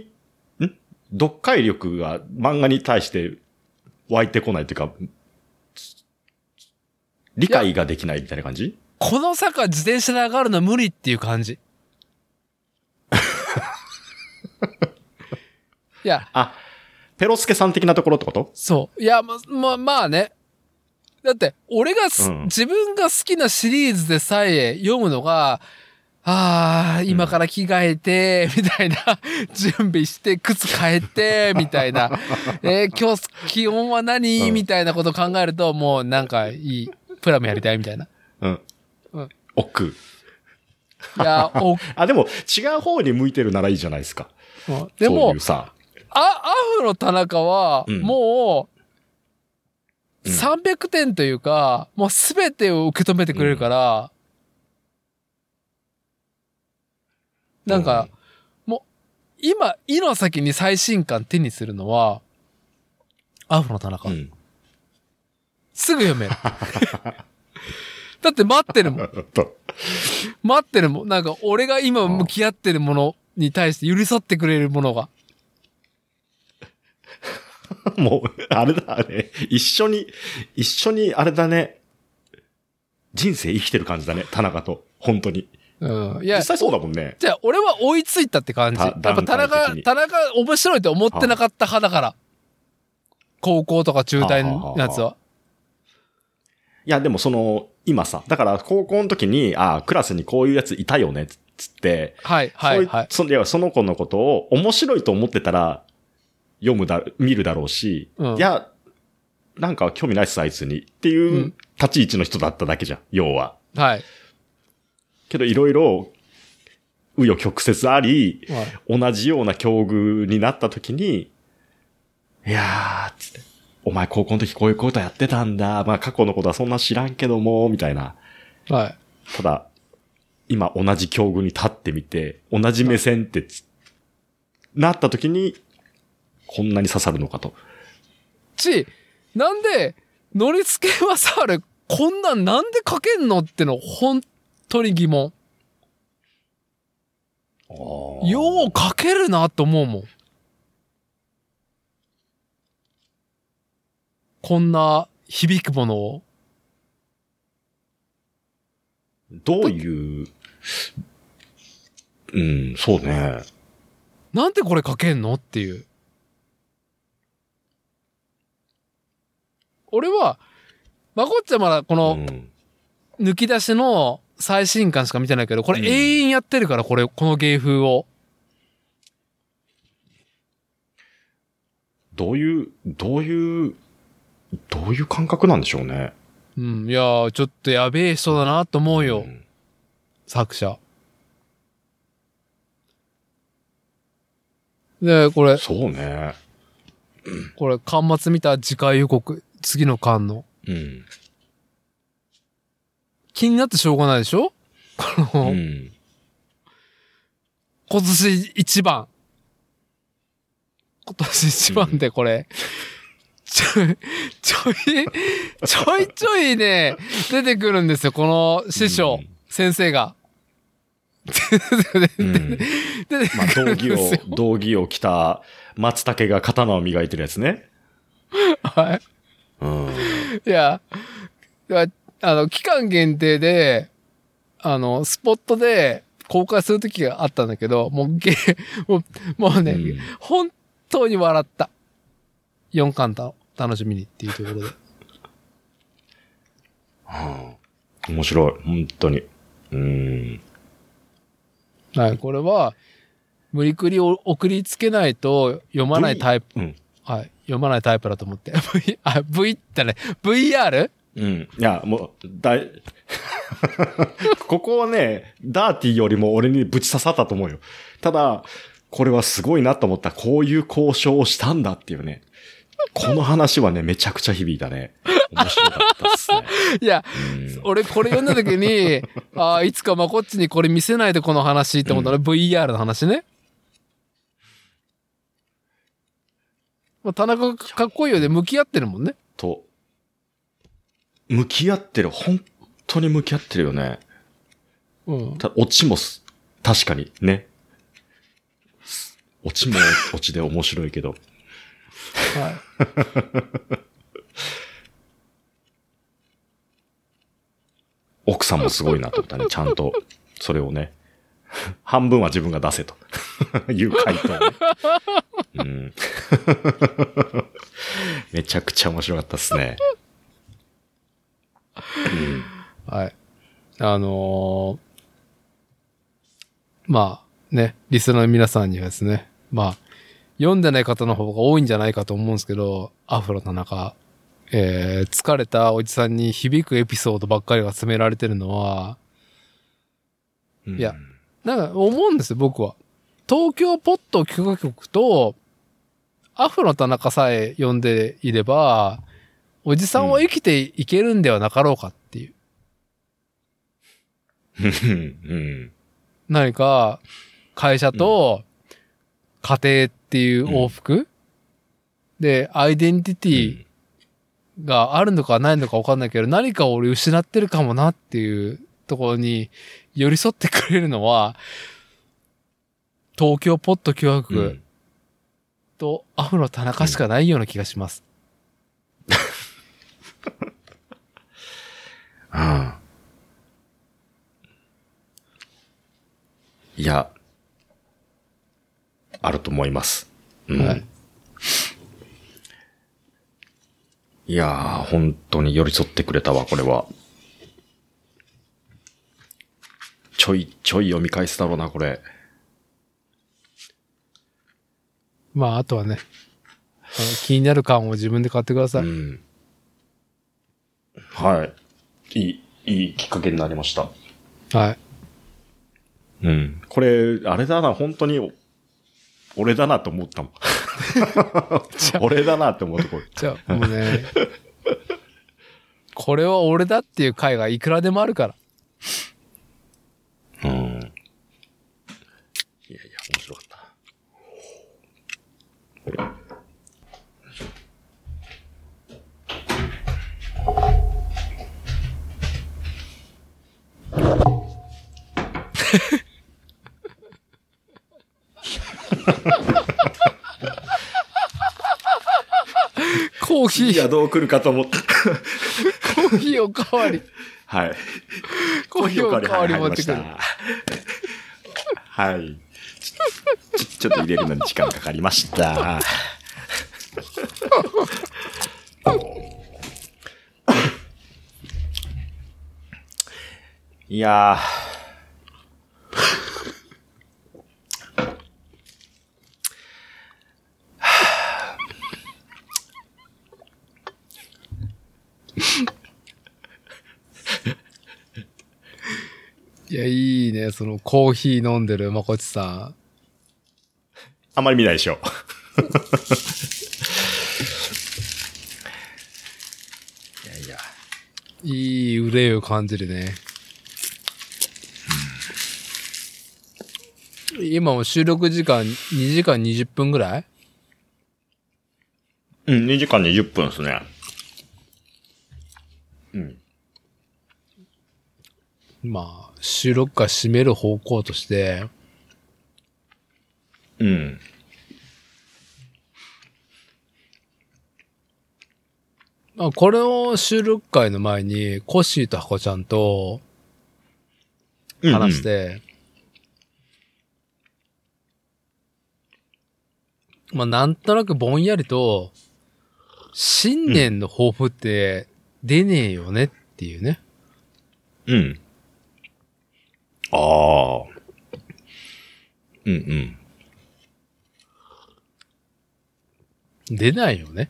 S2: ん読解力が漫画に対して湧いてこないというか、理解ができないみたいな感じ
S1: この坂自転車で上がるの無理っていう感じ。いや、
S2: あ、ペロスケさん的なところってこと
S1: そう。いや、ま、ま、まあね。だって、俺がす、
S2: うん
S1: 自分が好きなシリーズでさえ読むのが、ああ、今から着替えて、 みたいな、準備して、靴変え て、みたいな、えー今日気温は何、
S2: うん
S1: みたいなこと考えると、もうなんかいい、プラムやりたいみたいな。
S2: うん。
S1: うん
S2: 奥。
S1: い や、お、
S2: あ、でも違う方に向いてるならいいじゃないですか。
S1: もうで
S2: そう
S1: も
S2: いう、さ。
S1: あ、アフロ田中は、
S2: うん
S1: もう、
S2: うん
S1: 300点というか、もうすべてを受け止めてくれるから、なんか、今、井の先に最新刊手にするのは、アフロ田中。
S2: うん。
S1: すぐ読 める。だって待ってるもん。待ってるもん。なんか俺が今向き合ってるものに対して寄り添ってくれるものが。
S2: もう、あれだね。一緒に、一緒に、あれだね。人生生きてる感じだね。田中と。本当に。
S1: うん。いや、
S2: 実際そうだもんね。
S1: じゃあ俺は追いついたって感じ。
S2: た
S1: やっぱ田
S2: 段階
S1: 中
S2: 的、に
S1: 田中面白いと思ってなかった派だから。高校とか中退のやつは。
S2: いや、でもその、今さ、だから高校の時に、ああ、クラスにこういうやついたよね、つつって、
S1: はい、はい、はい。
S2: そういそいやその子のことを面白いと思ってたら、読むだ、見るだろうし、
S1: うん
S2: いや、なんか興味ないっす、あいつに。って
S1: う
S2: いうん立ち位置の人だっただけじゃん、要は。
S1: はい。
S2: けどいろいろ、紆余曲折あり、
S1: はい
S2: 同じような境遇になった時に、いやー、つって、お前高校の時こういうことやってたんだ。まあ過去のことはそんな知らんけども、みたいな。
S1: はい。
S2: ただ、今同じ境遇に立ってみて、同じ目線ってつ、なった時に、こんなに刺さるのかと。
S1: ち、なんで、ノリスケはさ、あれ、こんなんなんで書けんのっての、本当に疑問。よう書けるなと思うもん。こんな響くものを。
S2: どういう、うん、そうね。
S1: なんでこれ書けんのっていう。俺は、まこっちゃんまだこ
S2: う
S1: の
S2: ん、
S1: 抜き出しの最新刊しか見てないけど、これ
S2: うん
S1: 永遠やってるから、これ、この芸風を。
S2: どういう、どういう、どういう感覚なんでしょうね。
S1: うん、いやー、ちょっとやべえ人だなと思うよ、
S2: ん
S1: 作者。で、これ、
S2: そうね。
S1: これ、端末見た次回予告、次の巻の。
S2: うん。
S1: 気になってしょうがないでしょこ
S2: う
S1: の、
S2: ん。
S1: 今年一番。今年一番でこれ、ちょい、ちょい、ちょいちょいね、出てくるんですよ、この師匠、
S2: うん
S1: 先生が。
S2: う
S1: 出
S2: ん
S1: て
S2: まあ、
S1: くる
S2: 道
S1: ん
S2: 着
S1: で
S2: を
S1: すよ。、
S2: 道着を着た松茸が刀を磨いてるやつね。
S1: はい。
S2: うん。
S1: いや、いやあの、期間限定で、あの、スポットで公開する時があったんだけど、もうげ、もう、もうね、
S2: うん
S1: 本当に笑った。4巻た楽しみにっていうところで。
S2: うん面白い。本当に。うん。
S1: はい、これは、無理くりお送りつけないと読まないタイプ、
S2: うん。
S1: はい、読まないタイプだと思って。V、あ、V ってね、VR?
S2: うん。いや、もう、だい、 ここはね、ダーティーよりも俺にぶち刺さったと思うよ。ただ、これはすごいなと思った。こういう交渉をしたんだっていうね。この話はね、めちゃくちゃ響いたね。面白かったっすね。
S1: いや、
S2: うん
S1: 俺これ読んだ時 に、ああ、いつかまこっちにこれ見せないでこの話って思ったら、VR の話ね。まあ、田中かっこいいようで向き合ってるもんね。
S2: と、向き合ってる。本当に向き合ってるよね。
S1: うん。
S2: たオチもす、確かに、ね。オチもオチで面白いけど。
S1: はい。
S2: 奥さんもすごいなと思ったね。ちゃんと、それをね、半分は自分が出せと いう回答ね、うん、 めちゃくちゃ面白かったですね。
S1: はい。あのーまあね、リスナーの皆さんにはですね、まあ、読んでない方の方が多いんじゃないかと思うんですけど、アフロ田中、えー、疲れたおじさんに響くエピソードばっかりが詰められてるのは、
S2: うん
S1: いや、なんか思うんですよ、僕は。東京ポット許可局と、アフロ田中さえ呼んでいれば、おじさんは生きていけるんではなかろうかっていう。
S2: うん。
S1: 何か、会社と、家庭っていう往復、で、アイデンティテ
S2: う
S1: ィ
S2: ん
S1: があるのかないのかわかんないけど、何かを俺失ってるかもなっていうところに寄り添ってくれるのは、東京ポット共和
S2: う
S1: 国
S2: ん
S1: とアフロ田中しかないような気がします。
S2: うんいや、あると思います。うん。
S1: はいい、
S2: やー、本当に寄り添ってくれたわ、これは。ちょいちょい読み返すだろうな、これ。
S1: まあ、あとはね、あの気になる感を自分で買ってください。
S2: うん。はい。いい、いいきっかけになりました。
S1: はい。
S2: うん。これ、あれだな、本当に、お俺だなと思 ったもん。俺だなって思うところ。
S1: じゃあ、もうね、これは俺だっていう回がいくらでもあるから。
S2: うん。いやいや、面白かった。
S1: コーヒ
S2: い
S1: ー、
S2: や、どう来るかと思った。
S1: コーヒーおかわり。
S2: はい。
S1: コーヒーおかわり持ってくる。
S2: はい。ちちちょっと入れるのに時間かかりました。いや
S1: いや、いいね。そのコーヒー飲んでるまこちさん。
S2: ー、あんまり見ないでしょ。いやいや。
S1: いい憂いを感じるね。今も収録時間2時間20分ぐらい
S2: うん、2時間20分ですね。うん。
S1: まあ、収録が締める方向として、
S2: うん。
S1: まあ、これを収録会の前に、コッシーとハコちゃんと話し。て、まあ、なんとなくぼんやりと、新年の抱負って出ねえよねっていうね。
S2: うん。ああ。うんうん。
S1: 出ないよね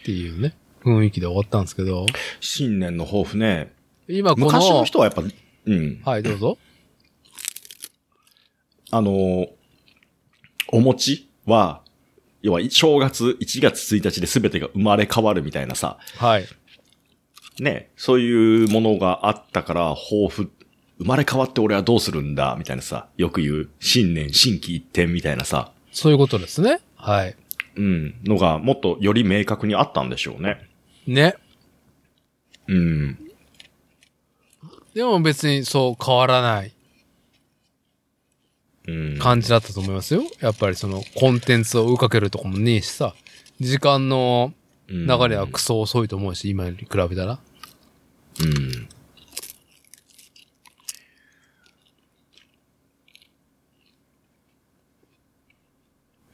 S1: っていうね、雰囲気で終わったんですけど、
S2: 新年の抱負ね。
S1: 今この、
S2: 昔の人はやっぱ、うん。
S1: はい、どうぞ。
S2: あのーお餅は、要は正月1月1日で全てが生まれ変わるみたいなさ、
S1: はい。
S2: ね、そういうものがあったから、抱負、生まれ変わって俺はどうするんだ、みたいなさ、よく言う、新年、新規一転みたいなさ、
S1: そういうことですね。はい。
S2: うん、のがもっとより明確にあったんでしょうね。
S1: ね。
S2: うん。
S1: でも別にそう変わらない
S2: うん。
S1: 感じだったと思いますよ。やっぱりそのコンテンツを追いかけるとこもねえしさ、時間の
S2: 流
S1: 流れはクソ遅いと思うし、今に比べたら。
S2: うん。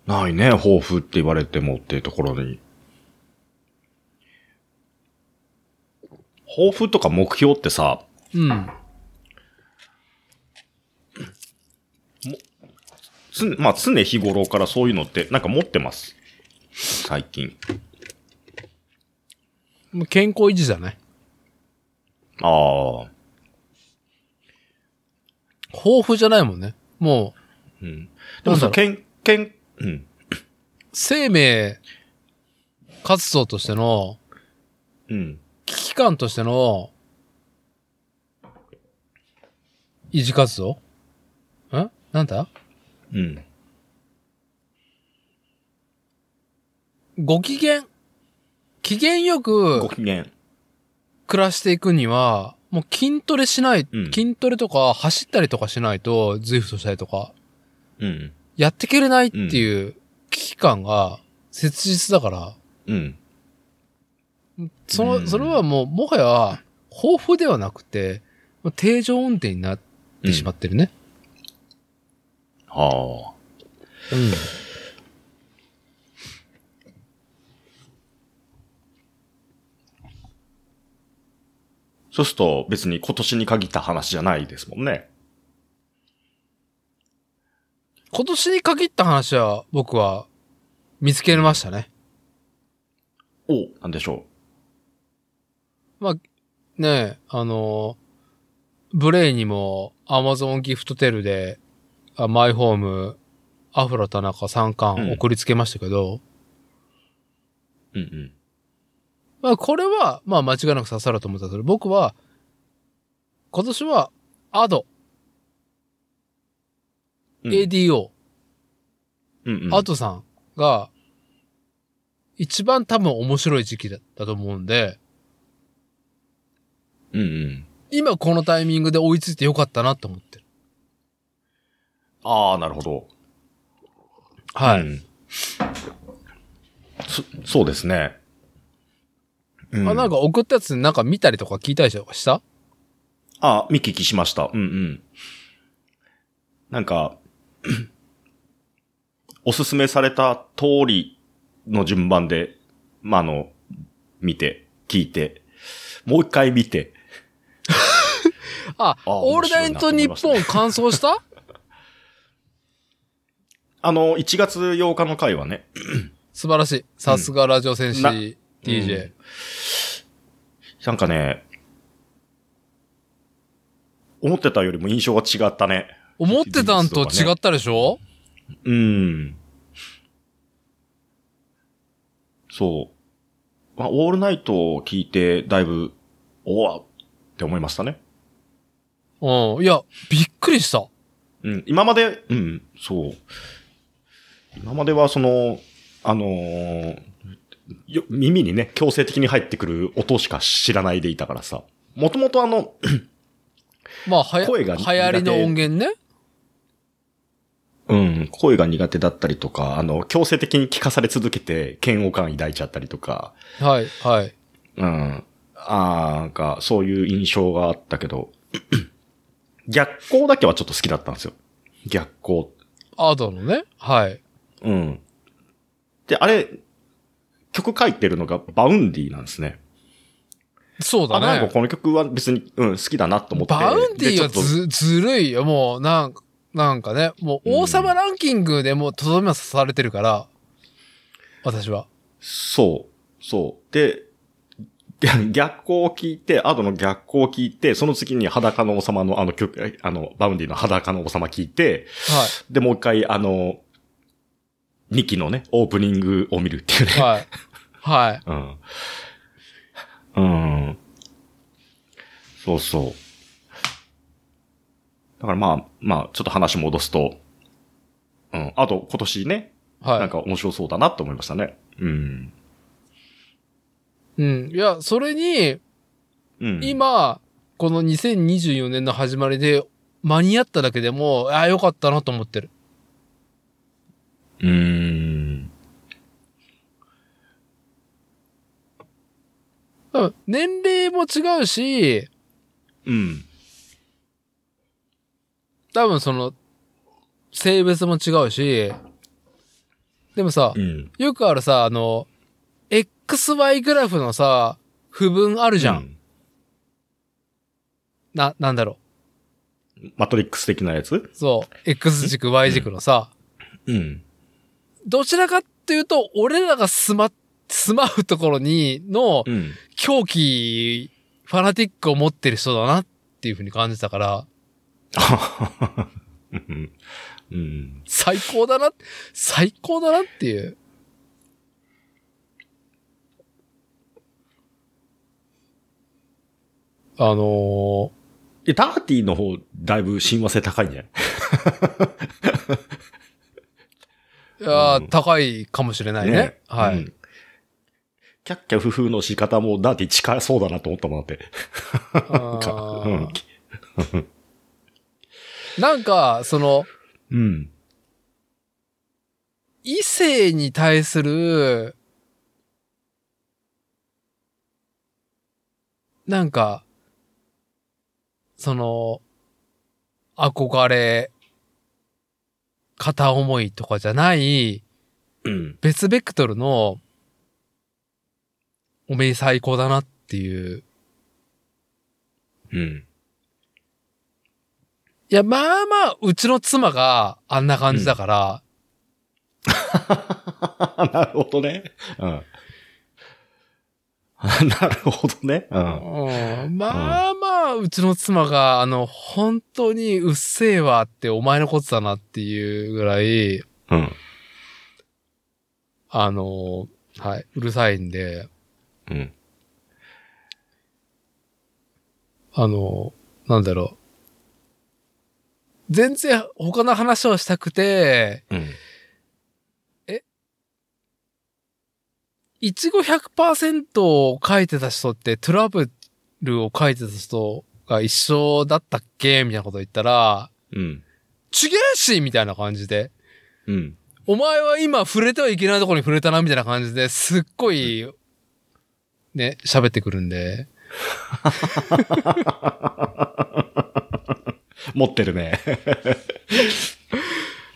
S2: ないね、抱負って言われてもっていうところに。抱負とか目標ってさ、
S1: うん。
S2: つんまあ常日頃からそういうのってなんか持ってます。最近。
S1: もう健康維持じゃない
S2: ああ。
S1: 豊富じゃないもんね。もう
S2: うん。でも
S1: な
S2: さ、
S1: んだろう
S2: けん、けん、うん。
S1: 生命活動としての、
S2: うん。
S1: 危機感としての、維持活動んなんだ
S2: うん。
S1: ご機嫌、機嫌よく
S2: ご機嫌。
S1: 暮らしていくには、もう筋トレしない、
S2: うん
S1: 筋トレとか走ったりとかしないと、ズイフトしたりとか、
S2: うん。
S1: やってけれないっていう危機感が切実だから、
S2: うん。
S1: そうの、
S2: ん
S1: それはもう、もはや、豊富ではなくて、もう定常運転になっ
S2: う
S1: て
S2: ん
S1: しまってるね。
S2: はあ。
S1: うん。
S2: そうすると別に今年に限った話じゃないですもんね。
S1: 今年に限った話は、僕は、見つけましたね。
S2: おなんでしょ
S1: ねえ、あの、ブレイにも、アマゾンギフトテルで、あマイホーム、アフロ田中3
S2: うん
S1: 巻送りつけましたけど、
S2: う。うん
S1: まあこれは、まあ間違いなく刺さると思ったけど、僕は、今年は、アド、
S2: うん。
S1: ADO、
S2: うんうん、
S1: アドさんが、一番多分面白い時期だったと思うんで、
S2: うんうん。
S1: 今このタイミングで追いついてよかったなって思ってる。
S2: ああ、なるほど。
S1: はい。
S2: うんそ、そうですね。う
S1: あなんか送ったやつなんか見たりとか聞いたりとかした
S2: あ、見聞きしました。うんうん。なんか、 おすすめされた通りの順番で、まあ、あの、見て、聞いて、もう一回見て。
S1: あ、
S2: あ
S1: オールナイト日
S2: 面白い
S1: 本完走した
S2: あの、1月8日の回はね、
S1: 素晴らしい。さすがラジオ戦士
S2: な
S1: DJ。
S2: なんかね、思ってたよりも印象が違ったね。
S1: 思ってたんと違ったでしょ、
S2: うん。そう。まあ、オールナイトを聞いて、だいぶ、おわって思いましたね。
S1: うん。いや、びっくりした。
S2: うん。今まで、うん、そう。今までは、その、あのーよ耳にね、強制的に入ってくる音しか知らないでいたからさ。もともとあの、
S1: まあ、はや、流
S2: 声が苦手
S1: 行りの音源ね。
S2: うん、声が苦手だったりとか、あの、強制的に聞かされ続けて、嫌悪感抱いちゃったりとか、
S1: はい、はい。
S2: うん。あーなんか、そういう印象があった けど、逆光だけはちょっと好きだったんですよ。逆光。
S1: アドのね。はい。
S2: うん。で、あれ、曲書いてるのがバウンディなんですね。
S1: そうだ
S2: あ、なんか
S1: ね。
S2: この曲は別に、うん、好きだなと思って。
S1: バウンディは
S2: でちょっと
S1: ず、ずるいよ。もう、なんか、なんかね、もう王様ランキングでもうとどめは刺されてるから、私は。
S2: そう。そう。で、逆逆光を聞いて、アドの逆光を聞いて、その次に裸の王様のあの曲、えあの、バウンディの裸の王様聞いて、で、もう一回、あの、2期のね、オープニングを見るっていうね。
S1: はい。はい。はい。
S2: うん。うん。そうそう。だからまあ、まあ、ちょっと話戻すと、うん。あと、今年ね、
S1: はい。
S2: なんか面白そうだなと思いましたね。うん。
S1: うん。いや、それに、
S2: うん。
S1: 今、この2024年の始まりで、間に合っただけでも、ああ、よかったなと思ってる。
S2: うーん。
S1: 多分年齢も違うし、
S2: うん。
S1: 多分その、性別も違うし、でもさ、
S2: うん。
S1: よくあるさ、あの、XY グラフのさ、不分あるじゃん。な、なんだろ
S2: うん。マトリックス的なやつ
S1: う。そう。X 軸、Y 軸のさ、
S2: うん。
S1: どちらかっていうと、俺らがすま、住まうところに、の、
S2: うん。
S1: 狂気、ファナティックを持ってる人だなっていうふうに感じたから、
S2: うん。うん。
S1: 最高だな、最高だなっていう。あのー、
S2: え、ターティーの方、だいぶ親和性高いんじゃない
S1: いやー、
S2: うん
S1: 高いかもしれないね。はい、
S2: うんキャッキャフフの仕方も、だって近そうだなと思ったもんだって。なんか
S1: あ
S2: う
S1: ー
S2: ん
S1: なんか、その、
S2: うん。
S1: 異性に対する、なんか、その、憧れ、片思いとかじゃない、
S2: うん。
S1: 別ベクトルの、おめえ最高だなっていう。
S2: うん。
S1: いや、まあまあ、うちの妻があんな感じだから、
S2: なるほどね。うん。なるほどね。うん。
S1: うんまあまあ、うちの妻が、あの、本当にうっせえわってお前のことだなっていうぐらい、
S2: うん。
S1: あの、はい、うるさいんで、
S2: うん。
S1: あの、なんだろう。全然他の話をしたくて、
S2: うん。
S1: いちご100%を書いてた人ってトラブルを書いてた人が一緒だったっけみたいなこと言ったら、
S2: うん。
S1: ちげえしみたいな感じで。
S2: うん。
S1: お前は今触れてはいけないところに触れたな、みたいな感じですっごい、ね、喋ってくるんで。
S2: 持ってるね。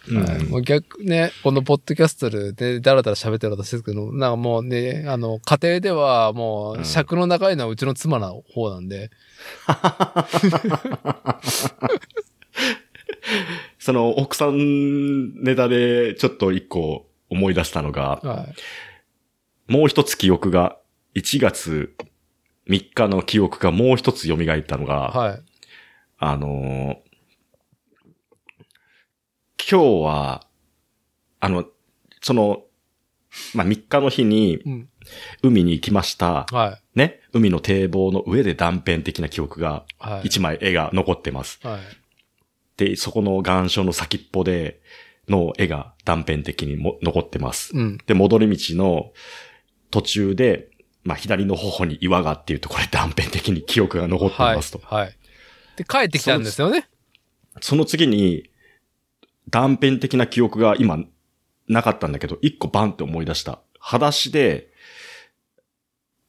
S2: うん
S1: はいもう逆ね、このポッドキャストでだらだら喋ってる私ですけど、なんかもうね、あの、家庭ではも
S2: うん
S1: う尺の長いのはうちの妻の方なんで、
S2: その、奥さんネタでちょっと一個思い出したのが、
S1: はい。
S2: もう一つ記憶が、1月3日の記憶がもう一つ蘇ったのが、
S1: はい。
S2: あのー今日は、あの、その、まあ、3日の日に
S1: うん。
S2: 海に行きました。
S1: はい。
S2: ね。海の堤防の上で断片的な記憶が、
S1: はい。
S2: 一枚絵が残ってます。
S1: はい。
S2: で、そこの岩礁の先っぽでの絵が断片的にも残ってます。
S1: うん。
S2: で、戻り道の途中で、まあ、左の頬に岩がっていうところで断片的に記憶が残って
S1: はい
S2: ますと。。
S1: はい。で、帰ってきたんですよね。
S2: その次に、断片的な記憶が今、なかったんだけど、一個バンって思い出した。裸足で、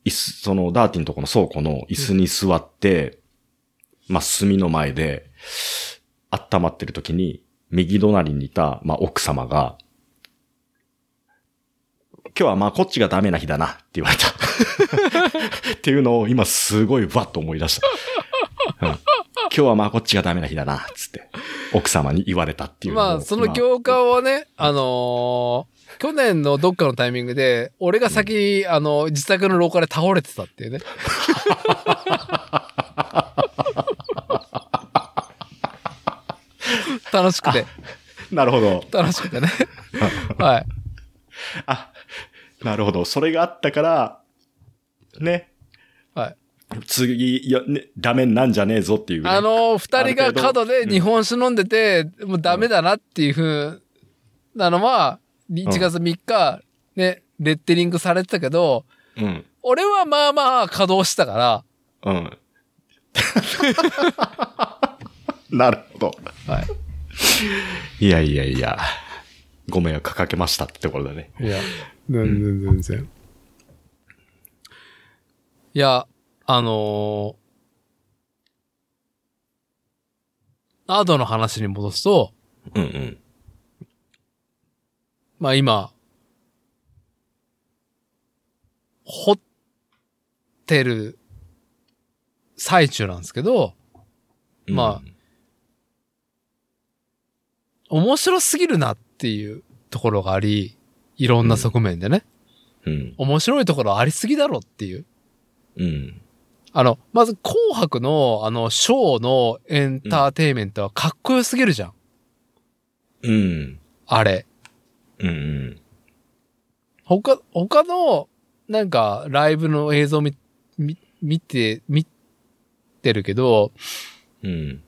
S2: 椅子、そのダーティンとこの倉庫の椅子に座って、まあ、炭の前で、温まってる時に、右隣にいた、まあ、奥様が、今日はまあ、こっちがダメな日だな、って言われた。 っていうのを今すごいわっと思い出した。今日はまあこっちがダメな日だな、つって、奥様に言われたっていうを
S1: まあ、その
S2: 今
S1: 行間をね、あのー去年のどっかのタイミングで、俺が先、あの、自宅の廊下で倒れてたっていうね。楽しくて、
S2: なるほど。
S1: 楽しくてね。はい。
S2: あ、なるほど。それがあったから、ね。
S1: はい。
S2: 次、いや、ね、ダメになんじゃねえぞっていうね、
S1: あのー二人が
S2: ある程度
S1: 角で日本酒飲んでて、もうダメだなっていうふうなのは、1月3日、ね、レッテリングされてたけど、
S2: うん。
S1: 俺はまあまあ稼働してたから、
S2: うん。 なるほど。
S1: はい
S2: やいやいや。ご迷惑かけましたってところだね。
S1: い。いや、全然全然。いや、あのー、アードの話に戻すと、
S2: うんうん。
S1: まあ今、掘ってる最中なんですけど、まあ面白すぎるなっていうところがあり、いろんな側面でね、
S2: うん。
S1: 面白いところありすぎだろっていう。
S2: うん。
S1: あの、まず紅白の、あの、ショーのエンターテイメントはかっこよすぎるじゃん。
S2: うん。
S1: あれ。
S2: うん。うん。
S1: 他、他の、なんか、ライブの映像見、見、見て、見てるけど、
S2: うん。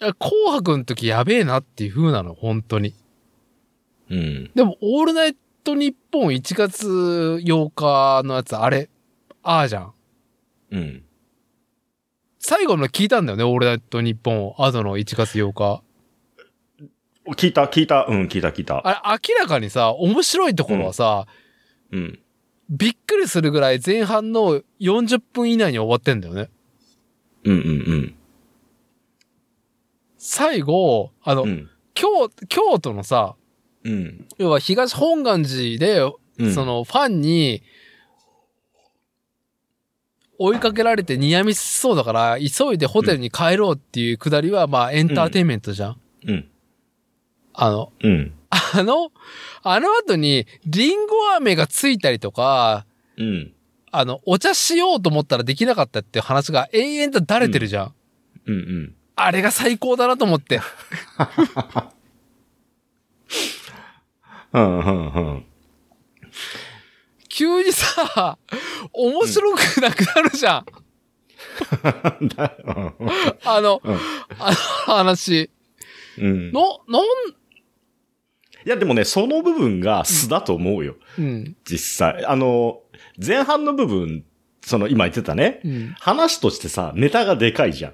S1: いや紅白の時やべえなっていう風なの、本当に。
S2: うん。
S1: でも、オールナイト日本1月8日のやつ、あれ、ああじゃん。
S2: うん。
S1: 最後の聞いたんだよね、オールナイト日本を。あとの1月8日。
S2: 聞いた、聞いた、うん、聞いた、聞いた。
S1: あれ、明らかにさ、面白いところはさ、
S2: うん。
S1: びっくりするぐらい前半の40分以内に終わってんだよね。
S2: うんうん
S1: 最後、あの、
S2: うん。うん。
S1: 京、京都のさ、
S2: うん。
S1: 要は東本願寺で、
S2: うん。
S1: そ、のファンに、追いかけられてニヤミスしそうだから、急いでホテルに帰ろうっていうくだりは、まあエンターテインメントじゃん。
S2: うん。
S1: あの、
S2: うん。
S1: あの、あの後に、リンゴ飴がついたりとか、
S2: うん。
S1: あの、お茶しようと思ったらできなかったっていう話が延々とだれてるじゃん。
S2: うん。うん。
S1: あれが最高だなと思って。
S2: うん。うん。うん。
S1: 急にさ、面白くなくなるじゃん。
S2: だうん
S1: あの、
S2: うん
S1: あの話。
S2: うん。
S1: の、のん、
S2: いや、でもね、その部分が素だと思うよ。
S1: うん、
S2: 実際。あの、前半の部分、その今言ってたね。
S1: うん。
S2: 話としてさ、ネタがでかいじゃん。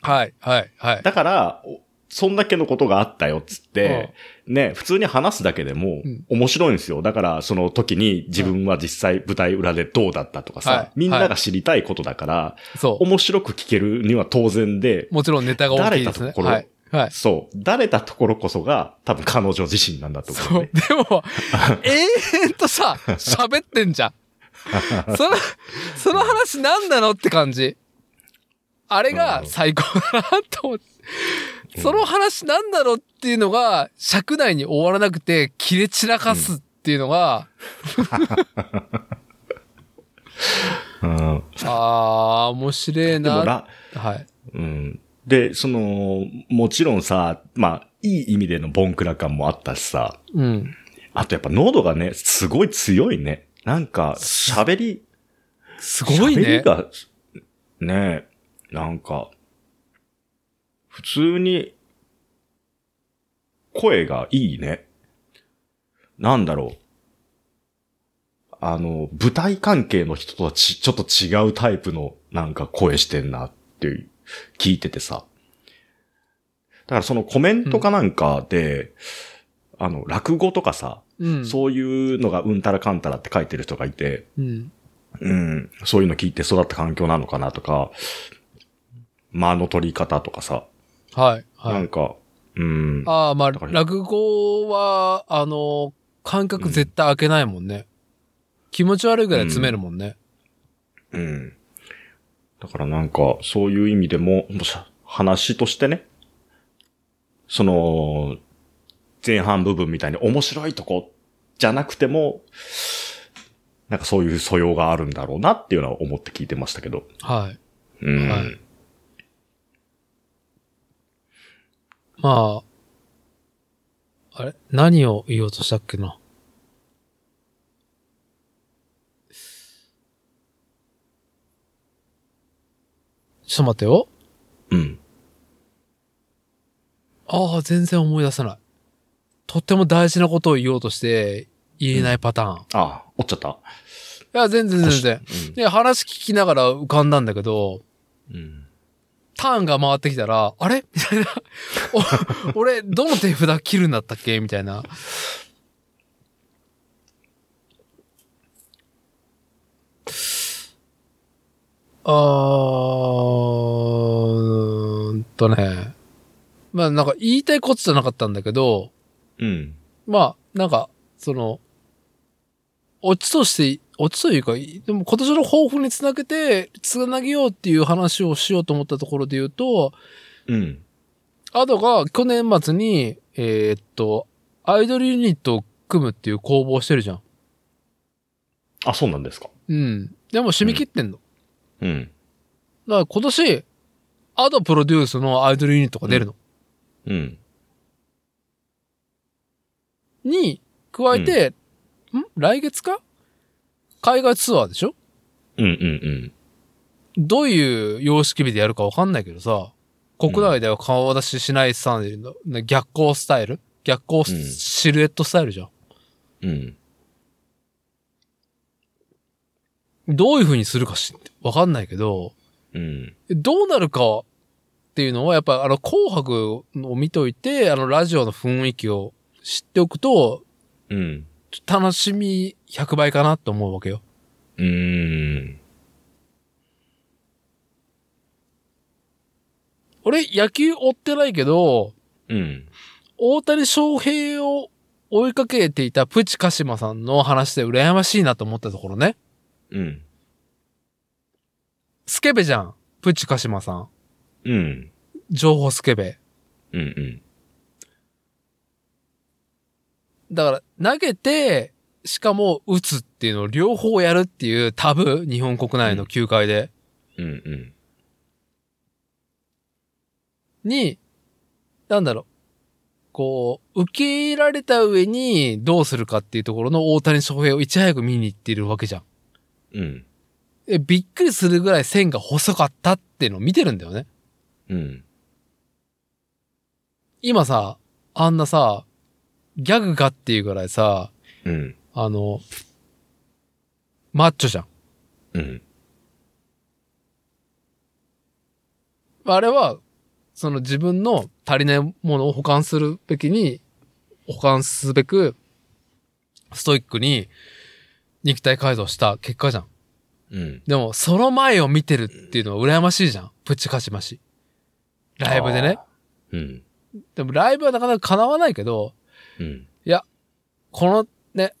S1: はい、はい、はい。
S2: だから、おそんだけのことがあったよっつって、ね、普通に話すだけでも
S1: うん
S2: 面白いんですよ。だから、その時に自分は実際舞台裏でどうだったとかさ、
S1: はい
S2: みんなが知りたいことだから、
S1: そ
S2: 面白く聞けるには当然で
S1: う。、もちろんネタが大きいですね
S2: だれた。ところ
S1: はい。はい。
S2: そう、誰だところこそが多分彼女自身なんだと思、
S1: そうう
S2: ね。。
S1: で も、永遠とさ、喋ってんじゃん。その、その話なんなのって感じ。あれが最高だなと思って。その話なんだろうっていうのが、尺内に終わらなくて、切れ散らかすっていうのが、
S2: うん。
S1: あー、面白い
S2: でも
S1: な。
S2: ら、
S1: はい。
S2: うん。で、その、もちろんさ、まあ、いい意味でのボンクラ感もあったしさ、
S1: うん。
S2: あとやっぱ喉がね、すごい強いね。なんか、喋り、
S1: すごいね。
S2: 喋りが、ねえ、なんか、普通に、声がいいね。なんだろう。あの、舞台関係の人とはち、ちょっと違うタイプの、なんか声してんなっていう、聞いててさ。だからそのコメントかなんかで、あの、落語とかさ、
S1: うん。
S2: そういうのがうんたらかんたらって書いてる人がいて、
S1: うん。
S2: うん、そういうの聞いて育った環境なのかなとか、間の取り方とかさ、
S1: はい。
S2: な
S1: はい
S2: ん。か、うん、
S1: ああ、まあ、
S2: だから
S1: 落語は、あの、間隔絶対開けないもんね。気持ち悪いぐらい詰めるもんね。
S2: うん。だからなんか、そういう意味でも、もし話としてね、その、前半部分みたいに面白いとこじゃなくても、なんかそういう素養があるんだろうなっていうのは思って聞いてましたけど。
S1: はい。
S2: うん。
S1: はいまあ、あれ何を言おうとしたっけな。ちょっと待ってよ。
S2: うん。
S1: ああ、全然思い出せない。とっても大事なことを言おうとして言えないパターン。い
S2: ああ、折っちゃった。
S1: や、全然全然。で、話聞きながら浮かんだんだけど、
S2: うん。うん。
S1: ターンが回ってきたら、あれ みたいな。お 俺、どの手札切るんだったっけみたいな。あーうーんとね。まあなんか言いたいことじゃなかったんだけど、
S2: うん。
S1: まあなんか、その、オチとして、オチというか、いでも今年の抱負につなげて、つなげようっていう話をしようと思ったところで言うと、
S2: うん。
S1: アドが去年末に、えーっと、アイドルユニットを組むっていう公募をしてるじゃん。
S2: あ、そうなんですか。
S1: うん。でも締め切ってんの。
S2: うん。
S1: だから今年、アドプロデュースのアイドルユニットが出るの。
S2: うん。
S1: に、加えて、ん来月か海外ツアーでしょ
S2: うんうん
S1: どういう様式日でやるかわかんないけどさ、国内では顔出ししないスタイルの、逆光スタイル逆光シルエットスタイルじゃん。
S2: うん。うん。
S1: どういう風にするかし、わかんないけど、
S2: うん。
S1: どうなるかっていうのは、やっぱりあの、紅白を見といて、あの、ラジオの雰囲気を知っておくと、
S2: うん。
S1: ちょっと楽しみ100倍かなと思うわけよ。
S2: うーん。
S1: 俺、野球追ってないけど、
S2: うん。
S1: 大谷翔平を追いかけていたプチカシマさんの話で羨ましいなと思ったところね。
S2: うん。
S1: スケベじゃん。プチカシマさん。
S2: うん。
S1: 情報スケベ。
S2: うん。うん。
S1: だから、投げて、しかも打つっていうのを両方やるっていうタブ、日本国内の球界で、
S2: うん。うん。
S1: に、なんだろう、こう、受け入れられた上にどうするかっていうところの大谷翔平をいち早く見に行っているわけじゃん。
S2: うん。
S1: え、びっくりするぐらい線が細かったっていうのを見てるんだよね。
S2: うん。
S1: 今さ、あんなさ、ギャグかっていうぐらいさ、
S2: うん。
S1: あの、マッチョじゃん。
S2: うん。
S1: あれは、その自分の足りないものを保管するべきに、保管すべく、ストイックに肉体改造した結果じゃん。
S2: うん。
S1: でも、その前を見てるっていうのは羨ましいじゃん。プチカチマシ。ライブでね。
S2: うん。
S1: でもライブはなかなか叶わないけど、
S2: うん。
S1: このね、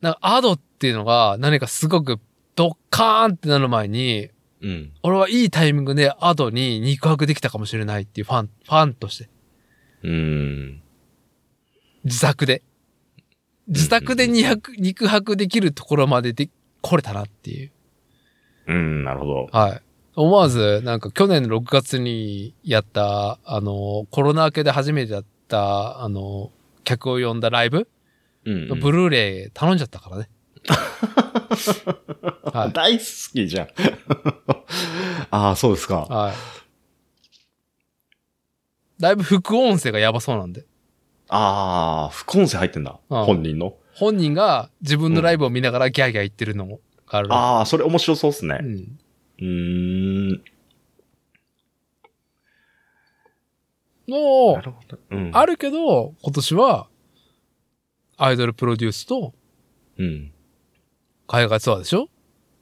S1: なんかアドっていうのが何かすごくドッカーンってなる前に、
S2: うん。
S1: 俺はいいタイミングでアドに肉薄できたかもしれないっていうファン、ファンとして。
S2: うん。
S1: 自作で。自宅で200、肉薄できるところまでで、来れたなっていう。
S2: うん。なるほど。
S1: はい。思わず、なんか去年の6月にやった、あの、コロナ明けで初めてやった、あの、客を呼んだライブ、
S2: うん
S1: ブルーレイ頼んじゃったからね。はい。
S2: 大好きじゃん。 ああ、そうですか。
S1: はい。だいぶ副音声がやばそうなんで。
S2: ああ、副音声入ってんだ。
S1: うん
S2: 本人の。
S1: 本人が自分のライブを見ながらギャーギャー言ってるのもあるらしい
S2: ああ、それ面白そうっすね。
S1: うん。
S2: うーん。
S1: の、
S2: るほど。うん。
S1: あるけど、今年は、アイドルプロデュースと
S2: うん。
S1: 海外ツアーでしょ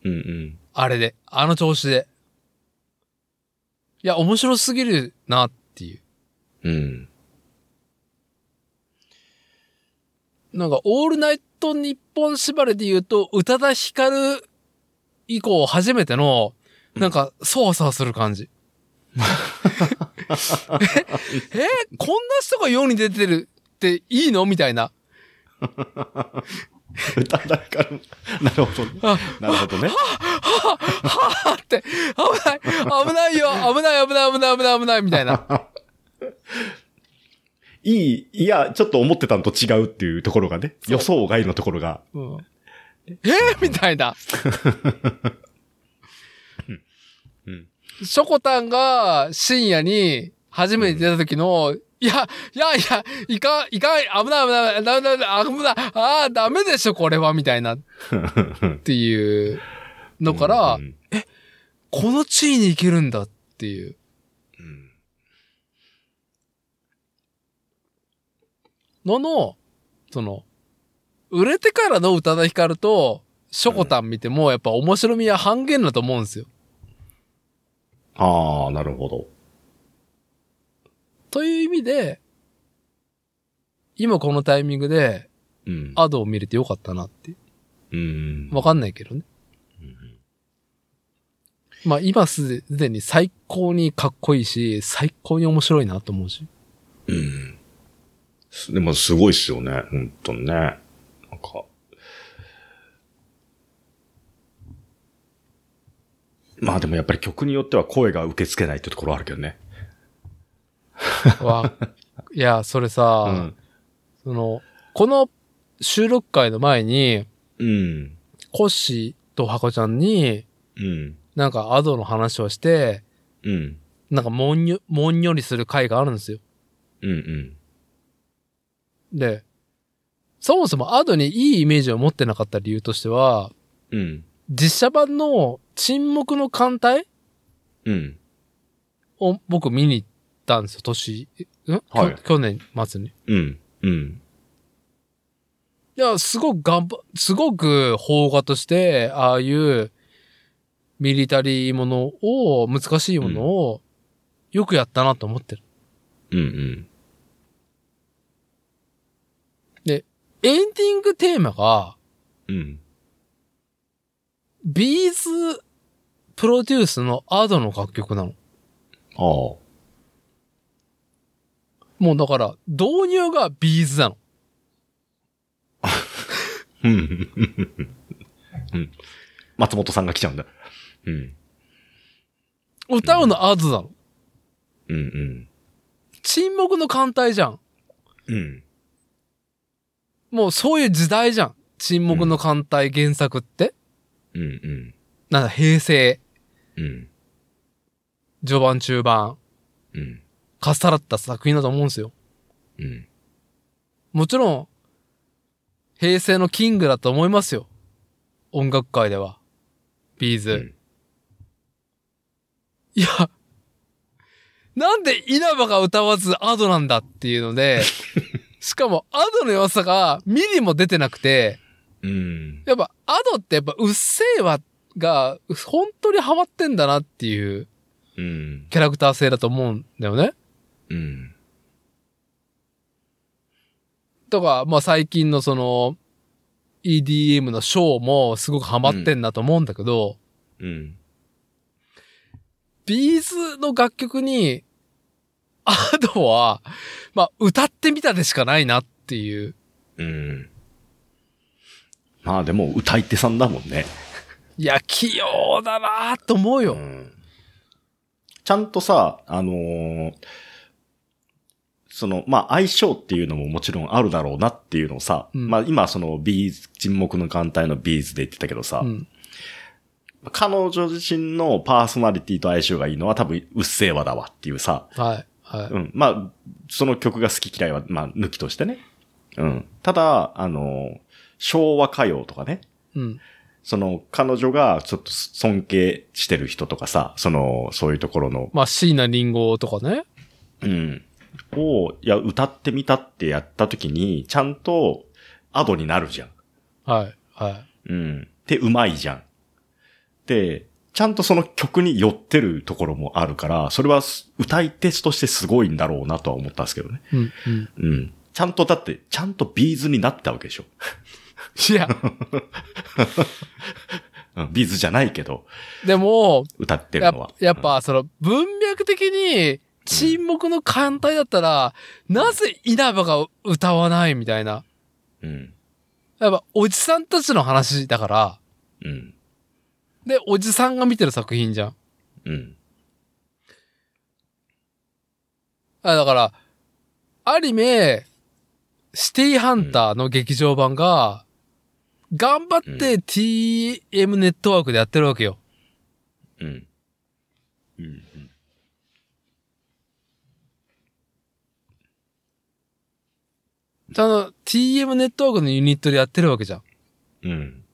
S2: うんうん。
S1: あれで、あの調子で。いや、面白すぎるなっていう。
S2: うん。
S1: なんか、オールナイト日本縛りで言うと、宇多田ヒカル以降初めての、なんか、そわそわする感 じ。ええこんな人が世に出てるっていいのみたいな。
S2: 歌だから、 なるほどね。
S1: あ、
S2: なるほどね。
S1: はぁって、危ない、危ないよ、危ない、危ない、危ない、危ない、危ない、みたいな。
S2: いい、いや、ちょっと思ってたのと違うっていうところがね。
S1: そう
S2: 予想外のところが。
S1: うん、えーみたいな。
S2: うん。
S1: ショコタンが深夜に初めて出た時の、いや、いやいや、いか、いか、危ない危ない、危ない、危ない、危ない、ああ、ダメでしょ、これは、みたいなっ
S2: だ
S1: ていうのから、
S2: うん
S1: この地位に行けるんだっていう。
S2: うん
S1: のの、その、売れてからの宇多田ヒカルと、ショコタン見ても、やっぱ面白みは半減だと思うんですよ。
S2: ああ、なるほど。
S1: という意味で、今このタイミングで、
S2: うん。
S1: アドを見れてよかったなって。
S2: うん。
S1: わかんないけどね。
S2: うん
S1: まあ今すでに最高にかっこいいし、最高に面白いなと思う し。
S2: うん。すでもすごいっすよね。ほんとね。なんか。まあでもやっぱり曲によっては声が受け付けないってところあるけどね。
S1: わ、いや、それさ、
S2: うん。
S1: その、この収録会の前に、
S2: うん。
S1: コッシーとハコちゃんに、
S2: うん。
S1: なんかアドの話をして、
S2: うん。
S1: なんかもんよ、もんよりする回があるんですよ。
S2: うん。うん。
S1: で、そもそもアドにいいイメージを持ってなかった理由としては、
S2: うん。
S1: 実写版の沈黙の艦隊
S2: うん。
S1: を僕見に行ったんですよ、年、ん、
S2: はい
S1: 去去年末に。
S2: うん。うん。
S1: いや、すごく頑張、すごく邦画として、ああいうミリタリーものを、難しいものを、よくやったなと思ってる。
S2: うん。うん。
S1: エンディングテーマが、
S2: うん。
S1: ビーズプロデュースのアドの楽曲なの。
S2: ああ。
S1: もうだから、導入がビーズなの。
S2: うん。うん松本さんが来ちゃうんだ。うん。
S1: 歌うのアドなの。
S2: うん
S1: 沈黙の艦隊じゃん。
S2: うん。うん。
S1: もうそういう時代じゃん。沈黙の艦隊原作って。
S2: うんうん。
S1: なんだ、平成、
S2: うん。
S1: 序盤中盤、
S2: うん。
S1: かっさらった作品だと思うんですよ。
S2: うん。
S1: もちろん、平成のキングだと思いますよ。音楽界では。ビーズ。
S2: うん
S1: いや、なんで稲葉が歌わずアドなんだっていうので、しかもアドの良さがミリも出てなくて、
S2: うん。
S1: やっぱアドってやっぱうっせぇわが本当にハマってんだなっていう
S2: うん。
S1: キャラクター性だと思うんだよね。
S2: うん。
S1: とか、まあ最近のその、EDM のショーもすごくハマってんなと思うんだけど、
S2: うん。
S1: ビーズの楽曲に、アドは、まあ歌ってみたでしかないなっていう。
S2: うん。まあでも歌い手さんだもんね。
S1: いや、器用だなと思うよ。
S2: うんちゃんとさ、あのーその、まあ、相性っていうのももちろんあるだろうなっていうのをさ、
S1: うん
S2: まあ、今そのビーズ、沈黙の艦隊のビーズで言ってたけどさ、
S1: うん。
S2: 彼女自身のパーソナリティと相性がいいのは多分、うっせぇわだわっていうさ、
S1: はい。はい。
S2: うん。まあ、その曲が好き嫌いは、まあ、抜きとしてね。うん。ただ、あの、昭和歌謡とかね。
S1: うん。
S2: その、彼女がちょっと尊敬してる人とかさ、その、そういうところの、
S1: まあ、椎名林檎とかね。
S2: うん。を、いや、歌ってみたってやった時に、ちゃんと、アドになるじゃん。
S1: はい。はい。
S2: うん。で、うまいじゃん。で、ちゃんとその曲に寄ってるところもあるから、それはす歌い手としてすごいんだろうなとは思ったんですけどね。
S1: うん。うん。
S2: うん。ちゃんと、だって、ちゃんとビーズになってたわけでしょ。
S1: いや、
S2: うん、ビーズじゃないけど、
S1: でも、
S2: 歌ってる
S1: や
S2: のは。
S1: やっぱ、その、文脈的に、沈黙の艦隊だったら、なぜ稲葉が歌わないみたいな。
S2: うん。うん。
S1: やっぱ、おじさんたちの話だから、
S2: うん。
S1: で、おじさんが見てる作品じゃん。
S2: うん。
S1: あ、だから、アニメ、シティハンターの劇場版が、頑張って TM ネットワークでやってるわけよ。
S2: うん。うん。
S1: その TM ネットワークのユニットでやってるわけじゃん。
S2: うん。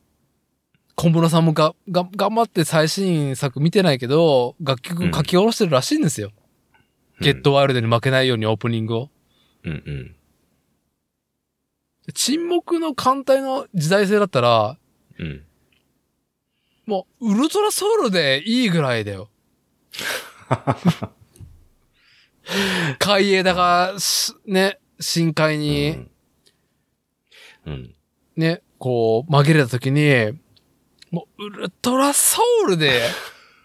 S1: 小室さんもが、が、頑張って最新作見てないけど、楽曲書き下ろしてるらしいんですよ。ゲッ。トワイルドに負けないようにオープニングを。
S2: うんうん。
S1: 沈黙の艦隊の時代性だったら、
S2: うん。
S1: もう、ウルトラソウルでいいぐらい だよ。海江だが、しね、深海
S2: う
S1: に、
S2: ん。うん。
S1: ね、こう、紛れた時に、もう、ウルトラソウルで、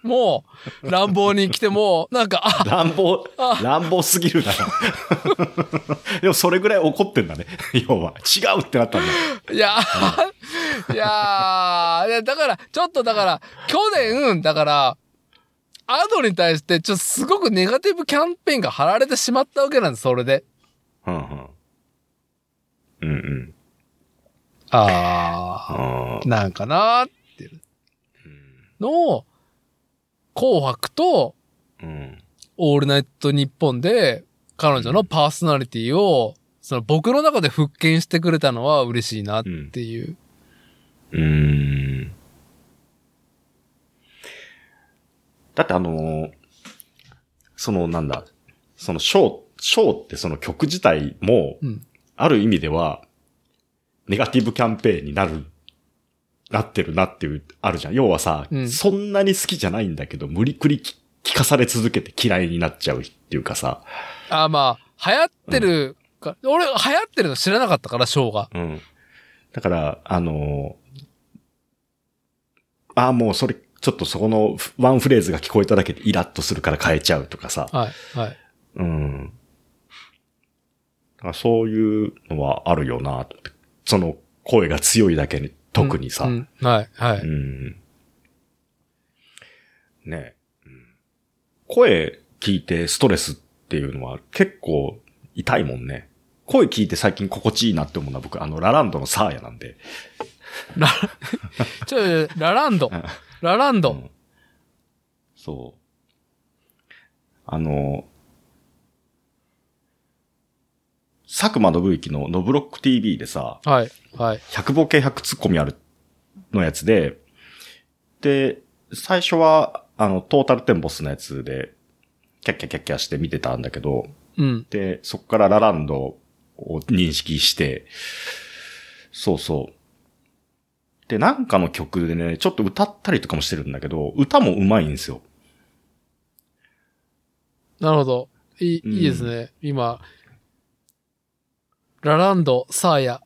S1: もう、乱暴に来ても、なんか、あ、
S2: 乱暴
S1: あ、
S2: 乱暴すぎるな。 でもそれぐらい怒ってんだね。 要は。違うってなったんだ。
S1: いや、いやー、いや、だから、ちょっとだから、去年、だから、アドに対して、ちょっとすごくネガティブキャンペーンが張られてしまったわけなんです、それで。
S2: うんうん。うんうん。
S1: あ
S2: あ
S1: ー、なんかなーっていうのを、紅白と
S2: ーうん。
S1: オールナイト日本で、彼女のパーソナリティを、その僕の中で復権してくれたのは嬉しいなっていう。
S2: うん。だってあのーそのなんだ、そのショー、ショーってその曲自体も、
S1: うん
S2: ある意味では、ネガティブキャンペーンになる、なってるなっていう、あるじゃん。要はさ、
S1: うん
S2: そんなに好きじゃないんだけど、無理くりき聞かされ続けて嫌いになっちゃうっていうかさ、
S1: あーまあ、流行ってるか、俺流行ってるの知らなかったから、ショーが。
S2: うん。だから、あのーああ、もうそれ、ちょっとそこのふワンフレーズが聞こえただけでイラッとするから変えちゃうとかさ。
S1: はい、はい。
S2: うん。だからそういうのはあるよなと思ってその声が強いだけに、特にさ。
S1: う
S2: うんん。
S1: うんはい、はい。
S2: ねえ、うん声聞いてストレスっていうのは結構痛いもんね。声聞いて最近心地いいなって思うのは僕、あの、ラランドのサーヤなんで。
S1: ラ、ちょ、ラランド。ララン
S2: う
S1: ド。
S2: んそう。あの、佐久間信之のノブロック TV でさ、
S1: はい、はい。
S2: 100ボケ100ツッコミあるのやつで、で、最初は、あの、トータルテンボスのやつで、キャッキャキャッキャして見てたんだけど、
S1: うん。
S2: で、そこからラランドを認識して、そうそう。で、なんかの曲でね、ちょっと歌ったりとかもしてるんだけど、歌も上手いんですよ。
S1: なるほど。いい、
S2: うん
S1: いいですね。今、ラランド、サーヤ、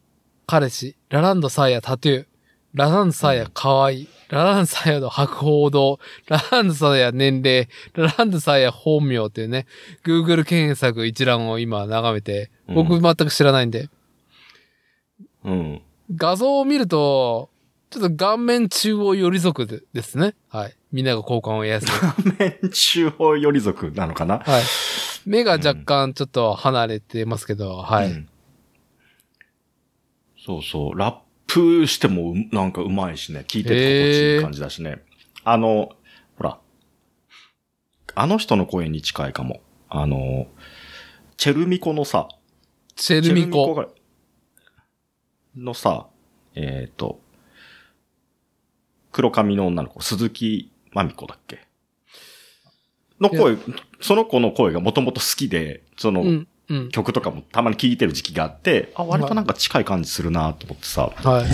S1: 彼氏、ラランド、サーヤ、タトゥー、ラランド、サーヤ、かわいい、ラランド、サーヤの白報堂、ラランド、サーヤ、年齢、ラランド、サーヤ、本名っていうね、Google 検索一覧を今眺めて、
S2: う
S1: 僕全く知らないんで、
S2: うん。
S1: 画像を見ると、ちょっと顔面中央寄り族でですね。はい。みんなが好感を得やすい。
S2: 面中央寄り族なのかな
S1: はい。目が若干ちょっと離れてますけど、はい。
S2: うんそうそう。ラップしてもうなんかうまいしね。聞いてて心地いい感じだしね。あの、ほら。あの人の声に近いかも。あの、チェルミコのさ、
S1: チェルミコ。
S2: がのさ、えっ、と、黒髪の女の子、鈴木まみ子だっけの声、その子の声がもともと好きで、その、
S1: うん、うん。
S2: 曲とかもたまに聴いてる時期があって、あ、割となんか近い感じするなと思ってさ、
S1: はい。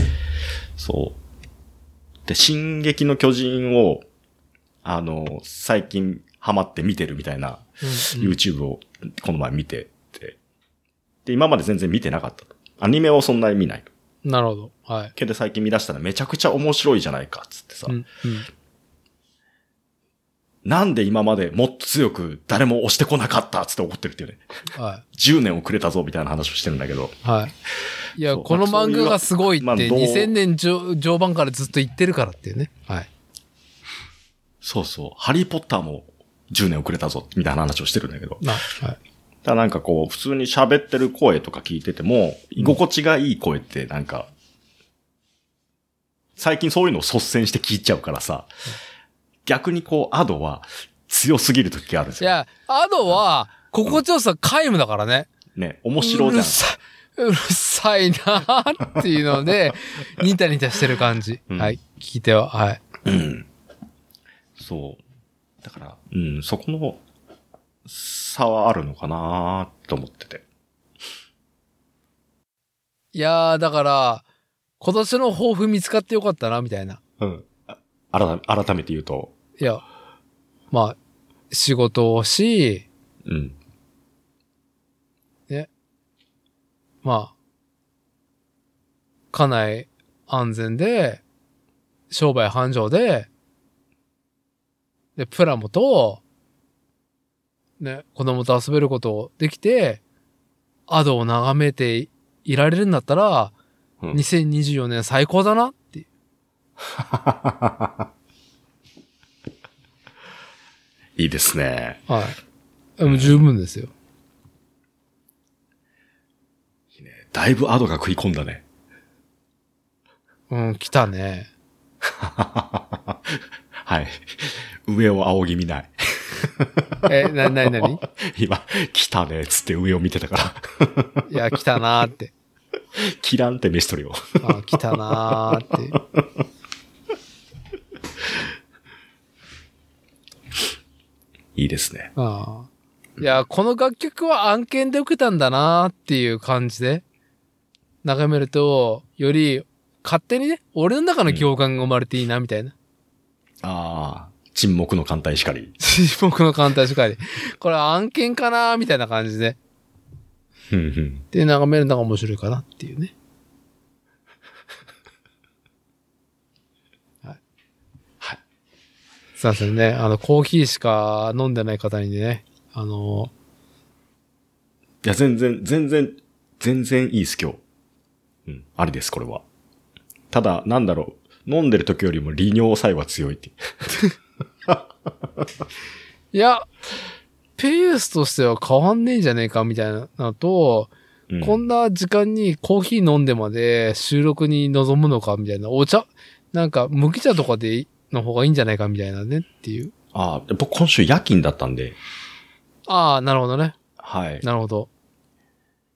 S2: そう。で、進撃の巨人を、あの、最近ハマって見てるみたいな
S1: うんうん
S2: YouTube をこの前見てて、で、今まで全然見てなかったと。アニメをそんなに見ない。
S1: なるほど。はい。
S2: けど最近見出したらめちゃくちゃ面白いじゃないか、つってさ、
S1: うん、うん。
S2: なんで今までもっと強く誰も押してこなかった、つって怒ってるっていうね。
S1: は
S2: 10年遅れたぞ、みたいな話をしてるんだけど。
S1: い。はい。いや、
S2: そう
S1: この漫画がすごいって、
S2: まあそういうまあどう
S1: 2000年上上盤からずっと言ってるからっていうね。はい。
S2: そうそう。ハリーポッターも10年遅れたぞ、みたいな話をしてるんだけど。
S1: な、はい。
S2: ただなんかこう、普通に喋ってる声とか聞いてても、居心地がいい声ってなんか、最近そういうのを率先して聞いちゃうからさ、逆にこう、アドは強すぎる時があるんです
S1: い
S2: よ。
S1: や、アドは、心地よさ皆無だからね。
S2: ね、面白
S1: う
S2: じ
S1: る
S2: ゃん。
S1: さいうるさいなーっていうの で、ニタニタしてる感じ。
S2: うん
S1: はい。聞いては、はい。
S2: うん。そう。だから、うん、そこの差はあるのかなと思ってて。
S1: いやー、だから、今年の抱負見つかってよかったな、みたいな。
S2: うん。あ改め改めて言うと、
S1: いや、まあ、仕事をし、
S2: うん。
S1: まあ、家内安全で、商売繁盛で、で、プラモと、ね、子供と遊べることをできて、アドを眺めていいられるんだったら、
S2: うん
S1: 2024年最高だなっていう。
S2: いいですね。
S1: はい。でも十分ですよ。
S2: だいぶアドが食い込んだね。
S1: うん、来たね。
S2: はい。上を仰ぎ見ない。
S1: え、な、なになに
S2: 今、来たね、つって上を見てたから。
S1: いや、来たなーって。
S2: キランって飯取りを。
S1: あ、来たなーって。
S2: いいですね。
S1: ああいや、この楽曲は案件で受けたんだなっていう感じで、眺めると、より勝手にね、俺の中の行間が生まれていいな、みたい な。
S2: ああ、沈黙の艦隊しかり。
S1: 沈黙の艦隊しかり。これ案件かなみたいな感じで。
S2: うんうん。
S1: で、眺めるのが面白いかなっていうね。はい。はい。すいませんね。あの、コーヒーしか飲んでない方にね、あの、
S2: いや、全然、全然、全然いいです、今日。うん、ありです、これは。ただ、なんだろう。飲んでる時よりも利尿作用が強いって。
S1: いや、ペースとしては変わんねえんじゃねえかみたいなのと、
S2: うん、
S1: こんな時間にコーヒー飲んでまで収録に臨むのかみたいな、お茶、なんか麦茶とかでいの方がいいんじゃないかみたいなねっていう。
S2: ああ、僕今週夜勤だったんで、
S1: ああ、なるほどね。
S2: はい。
S1: なるほど。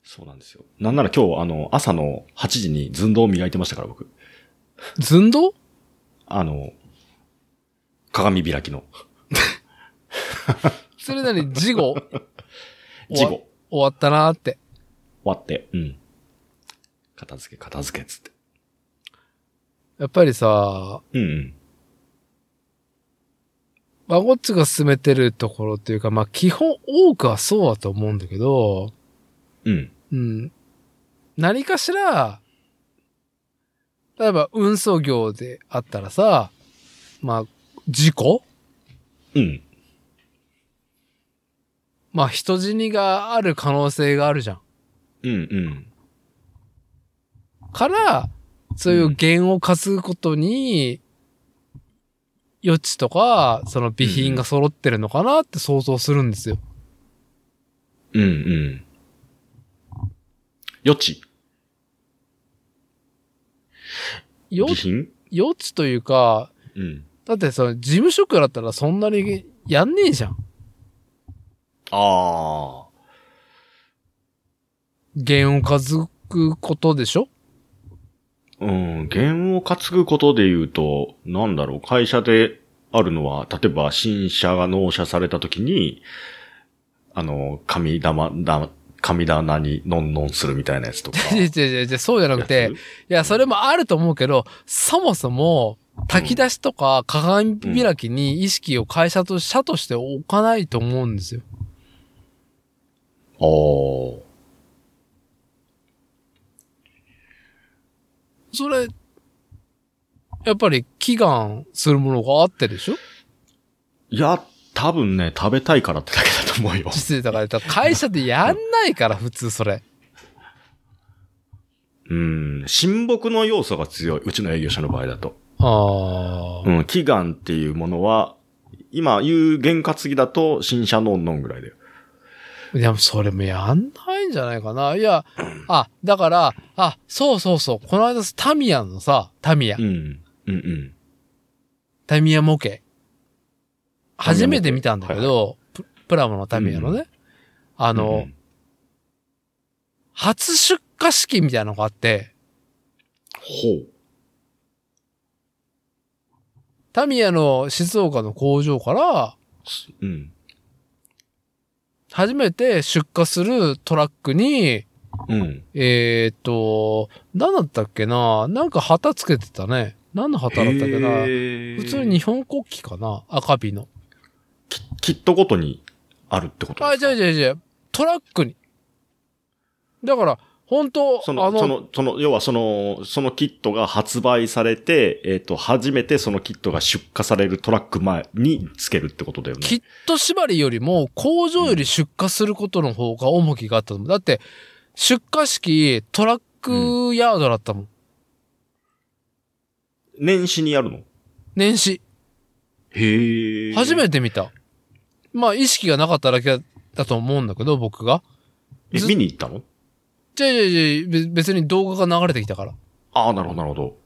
S2: そうなんですよ。なんなら今日、あの、朝の8時に寸胴を磨いてましたから、僕。
S1: 寸胴
S2: あの、鏡開きの。
S1: それなりに事 後
S2: 事
S1: 終わ
S2: 後、
S1: 終わったなーって。
S2: 終わって、うん。片付け、片付け、つって。
S1: やっぱりさ、
S2: うんうん。
S1: マゴッチが進めてるところっていうか、まあ基本多くはそうだと思うんだけど、
S2: うん。
S1: うん。何かしら、例えば運送業であったらさ、まあ、事故
S2: うん。
S1: まあ、人死にがある可能性があるじゃん。
S2: うんうん。
S1: から、そういう弦を担ぐことに、余地とか、その備品が揃ってるのかなって想像するんですよ。
S2: うんうん。余地
S1: よ
S2: 備品
S1: 余地というか、
S2: うん。
S1: だってその事務職だったらそんなにやんねえじゃん。
S2: ああ。
S1: 弦を担ぐことでしょ
S2: うん。弦を担ぐことで言うと、なんだろう、会社であるのは、例えば、新車が納車された時に、あの、神玉、だ神棚にのんのんするみたいなやつとか。
S1: 違う違う違う、 そうじゃなくて、いや、それもあると思うけど、そもそも、炊き出しとか鏡開きに意識を会社と、社として置かないと思うんですよ。
S2: ああ。
S1: それ、やっぱり祈願するものがあってでしょ
S2: いや、多分ね、食べたいからってだけだと思うよ。
S1: 実際だから、だから会社でやんないから、普通それ。
S2: うん。親睦の要素が強い。うちの営業者の場合だと。
S1: あ
S2: うん。祈願っていうものは、今言う原担ぎだと、新車のんのんぐらいだよ。
S1: あ。でも、それもやんないんじゃないかな。いや、あ、だから、あ、そうそうそう、この間、タミヤのさ、タミヤ
S2: う、ん。うんうん。
S1: タミヤ模型。初めて見たんだけ
S2: タミヤ
S1: ど、ププラモのタミヤのね、あ
S2: あ
S1: の、初出荷式みたいなのがあって、
S2: ほ
S1: タミヤの静岡の工場から、
S2: う。うん。
S1: 初めて出荷するトラックに、
S2: うん。
S1: えーっと、何だったっけななんか旗つけてたね。何の旗だったっけな普
S2: 普
S1: 通に日本国旗かな赤ビの。
S2: キットごとにあるってこと
S1: あ、
S2: で
S1: 違
S2: すか
S1: う違う違う。トラックに。だから、本当
S2: その、その、その、要はその、そのキットが発売されて、えっ、と、初めてそのキットが出荷されるトラック前につけるってことだよね。
S1: キット縛りよりも工場より出荷することの方が重きがあったと思う。だって、出荷式トラックヤードだったもん。
S2: 年始にやるの
S1: 年始。
S2: へえ。
S1: 初めて見た。まあ、意識がなかっただけだと思うんだけど、僕が。
S2: え
S1: ず
S2: 見に行ったの
S1: じゃじゃじゃべ別に動画が流れてきたから。
S2: ああ、なるほど、なるほど。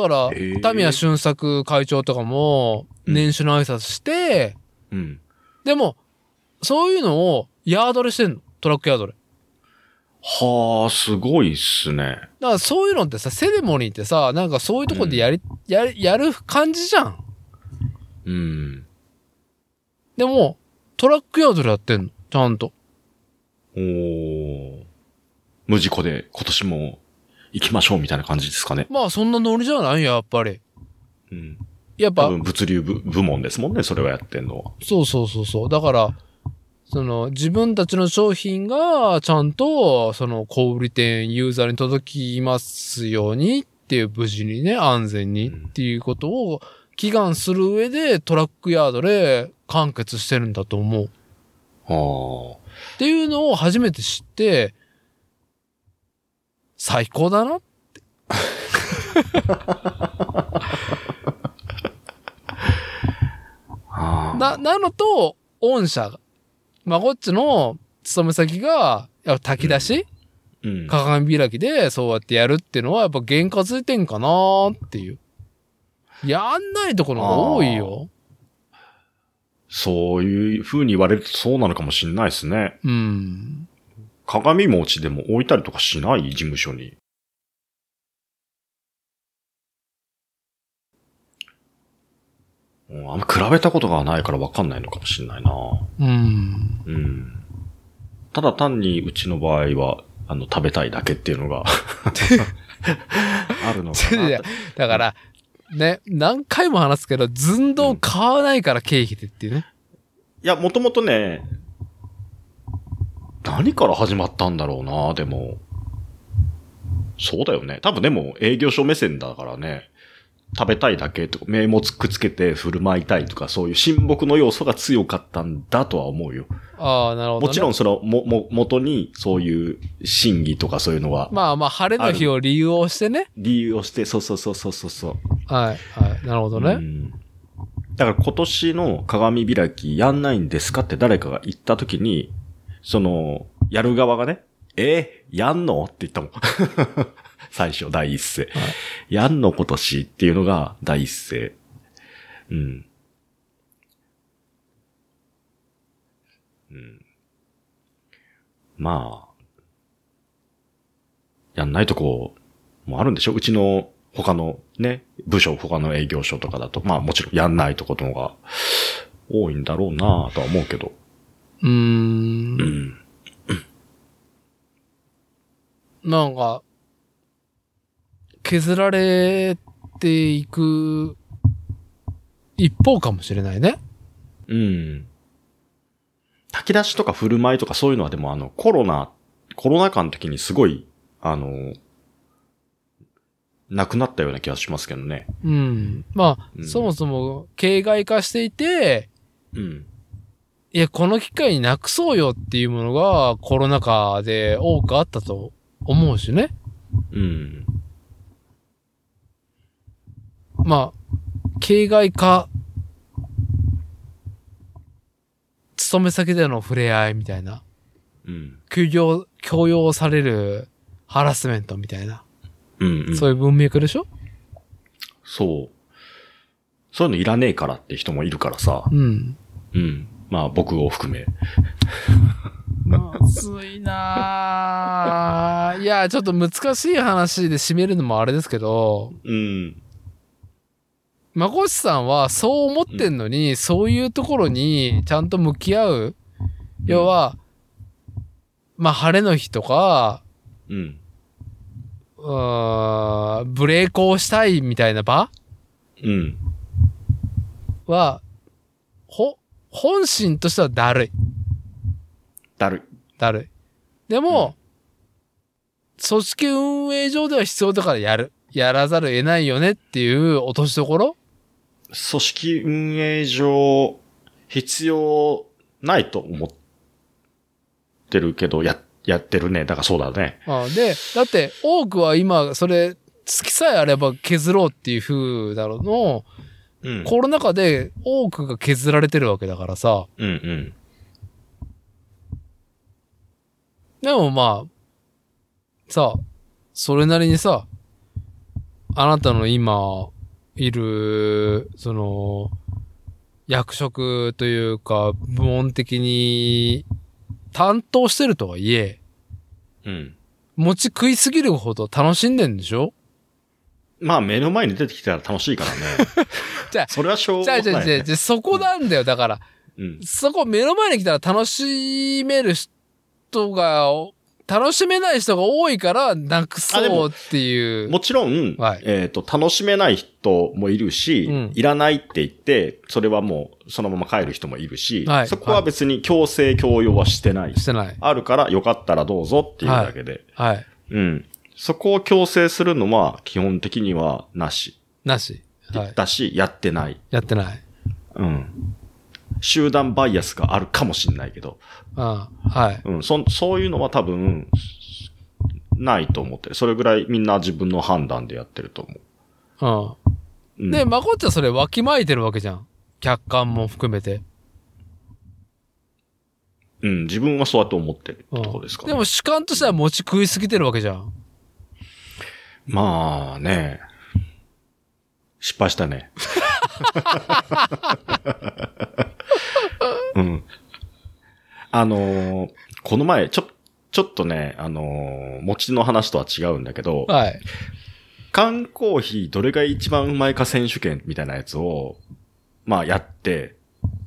S1: だから
S2: へ、ー
S1: タミヤ俊作会長とかも、
S2: うん
S1: 年始の挨拶して、
S2: うん。
S1: でも、そういうのをヤードでしてんの。トラックヤードで。
S2: はあ、すごいっすね。
S1: だからそういうのってさ、セレモニーってさ、なんかそういうとこでやり、やり、やる感じじゃん。
S2: うん。
S1: でも、トラックヤードでやってんのちゃんと。
S2: おー。無事故で今年も行きましょうみたいな感じですかね。
S1: まあそんなノリじゃないやっぱり。
S2: うん。
S1: やっ
S2: 多
S1: ぱ、
S2: 分物流部部門ですもんね、それはやってんのは。
S1: そうそうそうそう。だから、その自分たちの商品がちゃんとその小売店ユーザーに届きますようにっていう無事にね、安全にっていうことを祈願する上でトラックヤードで完結してるんだと思う。っ
S2: あー。
S1: ていうのを初めて知って、最高だなって。
S2: あー
S1: な、なのと、御社が、まごっちの勤め先が、やっぱ炊き出し、
S2: うん。
S1: 鏡開きでそうやってやるっていうのはやっぱ原価ついてんかなーっていう。やんないところが多いよ。
S2: そういう風に言われるとそうなのかもしんないですね。
S1: うん。
S2: 鏡餅でも置いたりとかしない事務所に。うんあんま比べたことがないからわかんないのかもしんないな。
S1: うん。
S2: うん。ただ単にうちの場合は、あの、食べたいだけっていうのが、 あるのか
S1: い
S2: な
S1: や。だから、ね、何回も話すけど、寸胴買わないから経費でっていうね。
S2: いや、もともとね、何から始まったんだろうな、でも。そうだよね。多分でも営業所目線だからね、食べたいだけとか、名もくっつけて振る舞いたいとか、そういう親睦の要素が強かったんだとは思うよ。
S1: ああ、なるほど、ね。
S2: もちろん。その、も、も、元にそういう審議とかそういうのは、
S1: まあまあ、晴れの日を理由をしてね。
S2: 理由をして、そうそうそうそうそうそう。
S1: はい、はい。なるほど
S2: う
S1: ね。
S2: んだから今年の鏡開きやんないんですかって誰かが言った時に、その、やる側がね、えーやんのって言ったもん。 最初、第一声。やんの今年っていうのが第一声。うん。うん。まあ、やんないとこもあるんでしょうちの他のね、部署、他の営業所とかだと、まあもちろんやんないとことのが多いんだろうなぁとは思うけど。
S1: うー。
S2: うんん。
S1: なんか、削られていく一方かもしれないね。
S2: うん。炊き出しとか振る舞いとかそういうのはでもあのコロナ、コロナ禍の時にすごい、あの、なくなったような気がしますけどね。
S1: うん。まあ、
S2: うん
S1: そもそも、形骸化していて、
S2: うん。
S1: いや、この機会になくそうよっていうものが、コロナ禍で多くあったと思うしね。
S2: うん。
S1: まあ、形骸化、勤め先での触れ合いみたいな、
S2: うん。
S1: 休業、強要されるハラスメントみたいな、
S2: うん、うん。
S1: そういう文脈でしょ
S2: そう。そういうのいらねえからって人もいるからさ。
S1: うん。
S2: うん。まあ僕を含め。
S1: 熱いなぁ。いや、ちょっと難しい話で締めるのもあれですけど、
S2: うん。
S1: まこしさんはそう思ってんのに、そういうところにちゃんと向き合う。要は、まあ、晴れの日とか、
S2: うん。
S1: うーん、ブレイクをしたいみたいな場
S2: うん。
S1: は、ほ、本心としてはだるい。
S2: だるい。
S1: だるい。でも、組織運営上では必要だからやる。やらざるを得ないよねっていう落としどころ
S2: 組織運営上、必要ないと思ってるけど、や、やってるね。だからそうだね。
S1: あで、だって多くは今、それ、月さえあれば削ろうっていう風だろうの、
S2: うん
S1: コロナ禍で多くが削られてるわけだからさ。
S2: うんうん。
S1: でもまあ、さ、それなりにさ、あなたの今いる、その、役職というか、部門的に担当してるとはいえ、
S2: うん。
S1: 持ち食いすぎるほど楽しんでんでしょ。
S2: まあ目の前に出てきたら楽しいからね
S1: じゃあ
S2: それはしょ う
S1: じゃあ
S2: がない、
S1: じゃあじゃあ
S2: ね。
S1: じゃあそこなんだよ。だから、
S2: うん。
S1: そこ目の前に来たら楽しめる人が、楽しめない人が多いから、なく
S2: あで
S1: そ
S2: も
S1: うっていう。
S2: もちろん、
S1: はい
S2: えっ、と、楽しめない人もいるし、
S1: うん
S2: いらないって言って、それはもうそのまま帰る人もいるし、
S1: はい
S2: そこは別に強制強要はしてない。
S1: してない。
S2: あるからよかったらどうぞっていうだけで、
S1: はい。
S2: うん。そこを強制するのは基本的にはなし。
S1: なし。はい。
S2: だし、やってない。
S1: やってない。
S2: うん。集団バイアスがあるかもしんないけど、
S1: うん。はい。
S2: うん、そ、そういうのは多分、ないと思ってる。それぐらいみんな自分の判断でやってると思う。
S1: う。
S2: うんん、
S1: で、まこっちゃんそれわきまえてるわけじゃん。客観も含めて。
S2: うん、自分はそうやって思ってるってことですか、ね
S1: でも主観としては餅食いすぎてるわけじゃん。
S2: まあね。失敗し たね。うん。あのーこの前、ちょ、ちょっとね、あのー餅の話とは違うんだけど、
S1: はい。
S2: 缶コーヒーどれが一番うまいか選手権みたいなやつを、まあやって、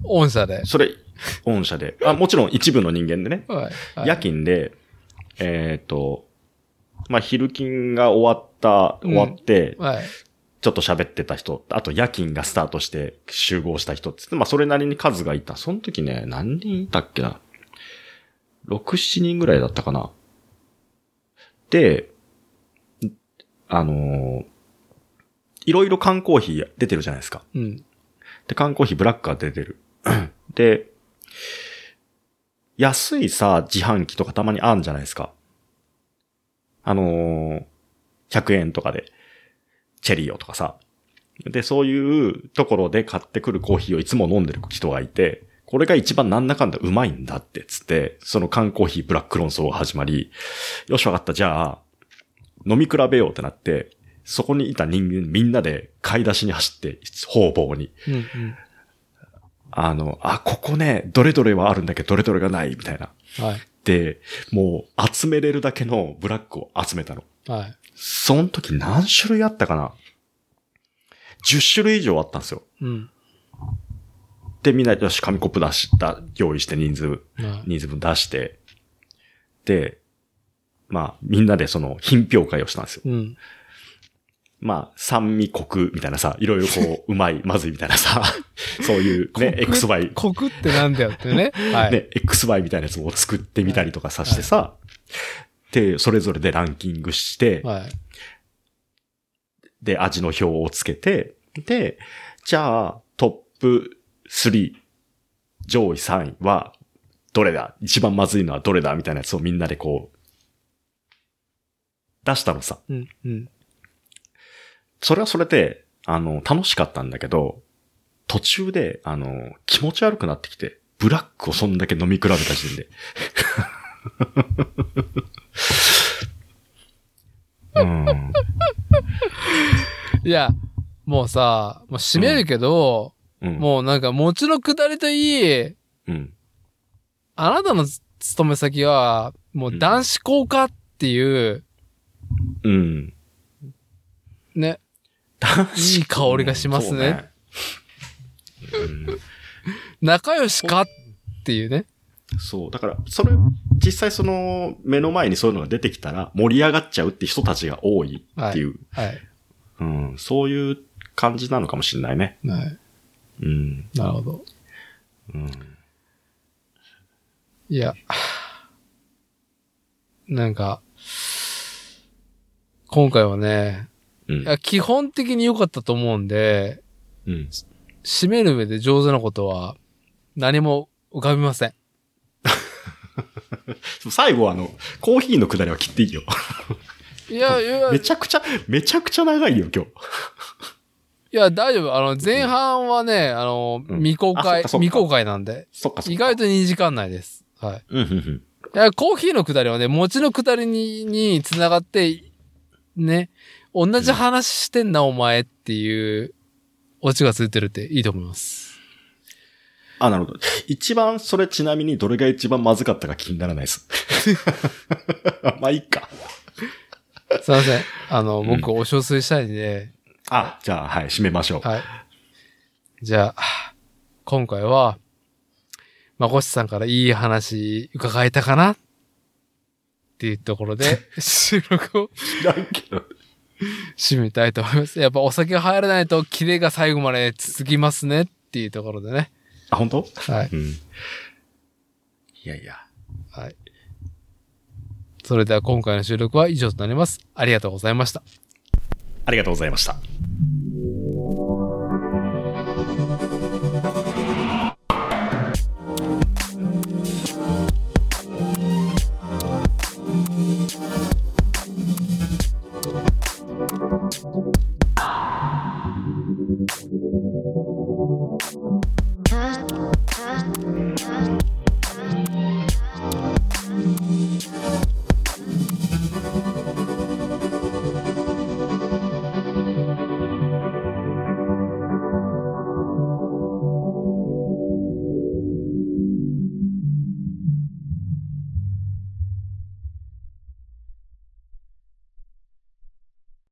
S1: 御社で。
S2: それ、御社で。あ、もちろん一部の人間でね。
S1: はい。
S2: 夜勤で、えっ、と、まあ、昼勤が終わった、
S1: うん
S2: 終わって、
S1: はい。
S2: ちょっと喋ってた人、あと夜勤がスタートして集合した人っつって、まあ、それなりに数がいた。その時ね、何人いたっけな ?6、7人ぐらいだったかな。で、あのーいろいろ缶コーヒー出てるじゃないですか。
S1: うん。
S2: で、缶コーヒーブラックが出てる。で、安いさ、自販機とかたまにあるんじゃないですか。あのー100円とかで、チェリオとかさ。で、そういうところで買ってくるコーヒーをいつも飲んでる人がいて、これが一番なんだかんだうまいんだって、つって、その缶コーヒーブラック論争が始まり、よしわかった、じゃあ、飲み比べようってなって、そこにいた人間みんなで買い出しに走って、方々に。
S1: うん。うん。
S2: あの、あ、ここね、どれどれはあるんだけど、どれどれがない、みたいな。
S1: はい。
S2: で、もう集めれるだけのブラックを集めたの。
S1: はい。
S2: その時何種類あったかな ?10 種類以上あったんですよ。
S1: うん。
S2: で、みんな、よし、紙コップ出した、用意して人数、
S1: はい
S2: 人数分出して。で、まあ、みんなでその品評会をしたんですよ。
S1: うん。
S2: まあ、酸味、コク、みたいなさ、いろいろこ う、うまい、まずいみたいなさ、そういうね、
S1: コク
S2: XY、
S1: コクってなんだよって ね。はい。
S2: ね、XY みたいなやつを作ってみたりとかさしてさ、で、それぞれでランキングして、
S1: はい。
S2: で、味の表をつけて、で、じゃあ、トップ3、上位3位は、どれだ一番まずいのはどれだみたいなやつをみんなでこう、出したのさ。
S1: うん。うん。
S2: それはそれで、あの、楽しかったんだけど、途中で、あの、気持ち悪くなってきて、ブラックをそんだけ飲み比べた時点で。 うん。
S1: いや、もうさ、もう閉めるけど、
S2: うん。
S1: もうなんか餅の下りといい、
S2: うん。
S1: あなたの勤め先は、もう男子校かっていう、
S2: うん。
S1: ね、いい香りがしますね。
S2: そうね。
S1: 仲良しかっていうね。
S2: うんそう。だから、それ、実際その、目の前にそういうのが出てきたら、盛り上がっちゃうって人たちが多いっていう、
S1: はい。
S2: うん、そういう感じなのかもしれないね。
S1: はい。
S2: うん。
S1: なるほど。
S2: うん。
S1: いや、なんか、今回はね、
S2: うん
S1: いや基本的に良かったと思うんで、
S2: うん。
S1: 締める上で上手なことは何も浮かびません。
S2: 最後はあの、コーヒーのくだりは切っていい よ。
S1: いや、いや、
S2: め
S1: い
S2: ちゃくちゃ、めちゃくちゃ長いよ、今日。
S1: や、大丈夫。あの、前半はね、あの、
S2: うん
S1: 未公開
S2: あそっか、そっか
S1: 未公開なんで、
S2: そっかそっ
S1: 意
S2: か。
S1: 外と2時間内です。はい。
S2: うん、うん、うん。
S1: いや、コーヒーのくだりはね、餅のくだりに、に繋がって、ね、同じ話してんな、お前っていう、オチがついてるっていいと思います。
S2: あ、なるほど。一番、それちなみにどれが一番まずかったか気にならないです。 まあ、いいか。
S1: すいません。あの、
S2: ん
S1: 僕、お憔悴したいんで、
S2: あ、じゃあ、はい、締めましょう。
S1: はい。じゃあ、今回は、まこしさんからいい話伺えたかなっていうところで、収録を
S2: 知らんけど。
S1: 締めたいと思います。やっぱお酒が入らないと、キレが最後まで続きますねっていうところでね。
S2: あ、本当
S1: はい。
S2: うん。いやいや。
S1: はい。それでは今回の収録は以上となります。ありがとうございました。
S2: ありがとうございました。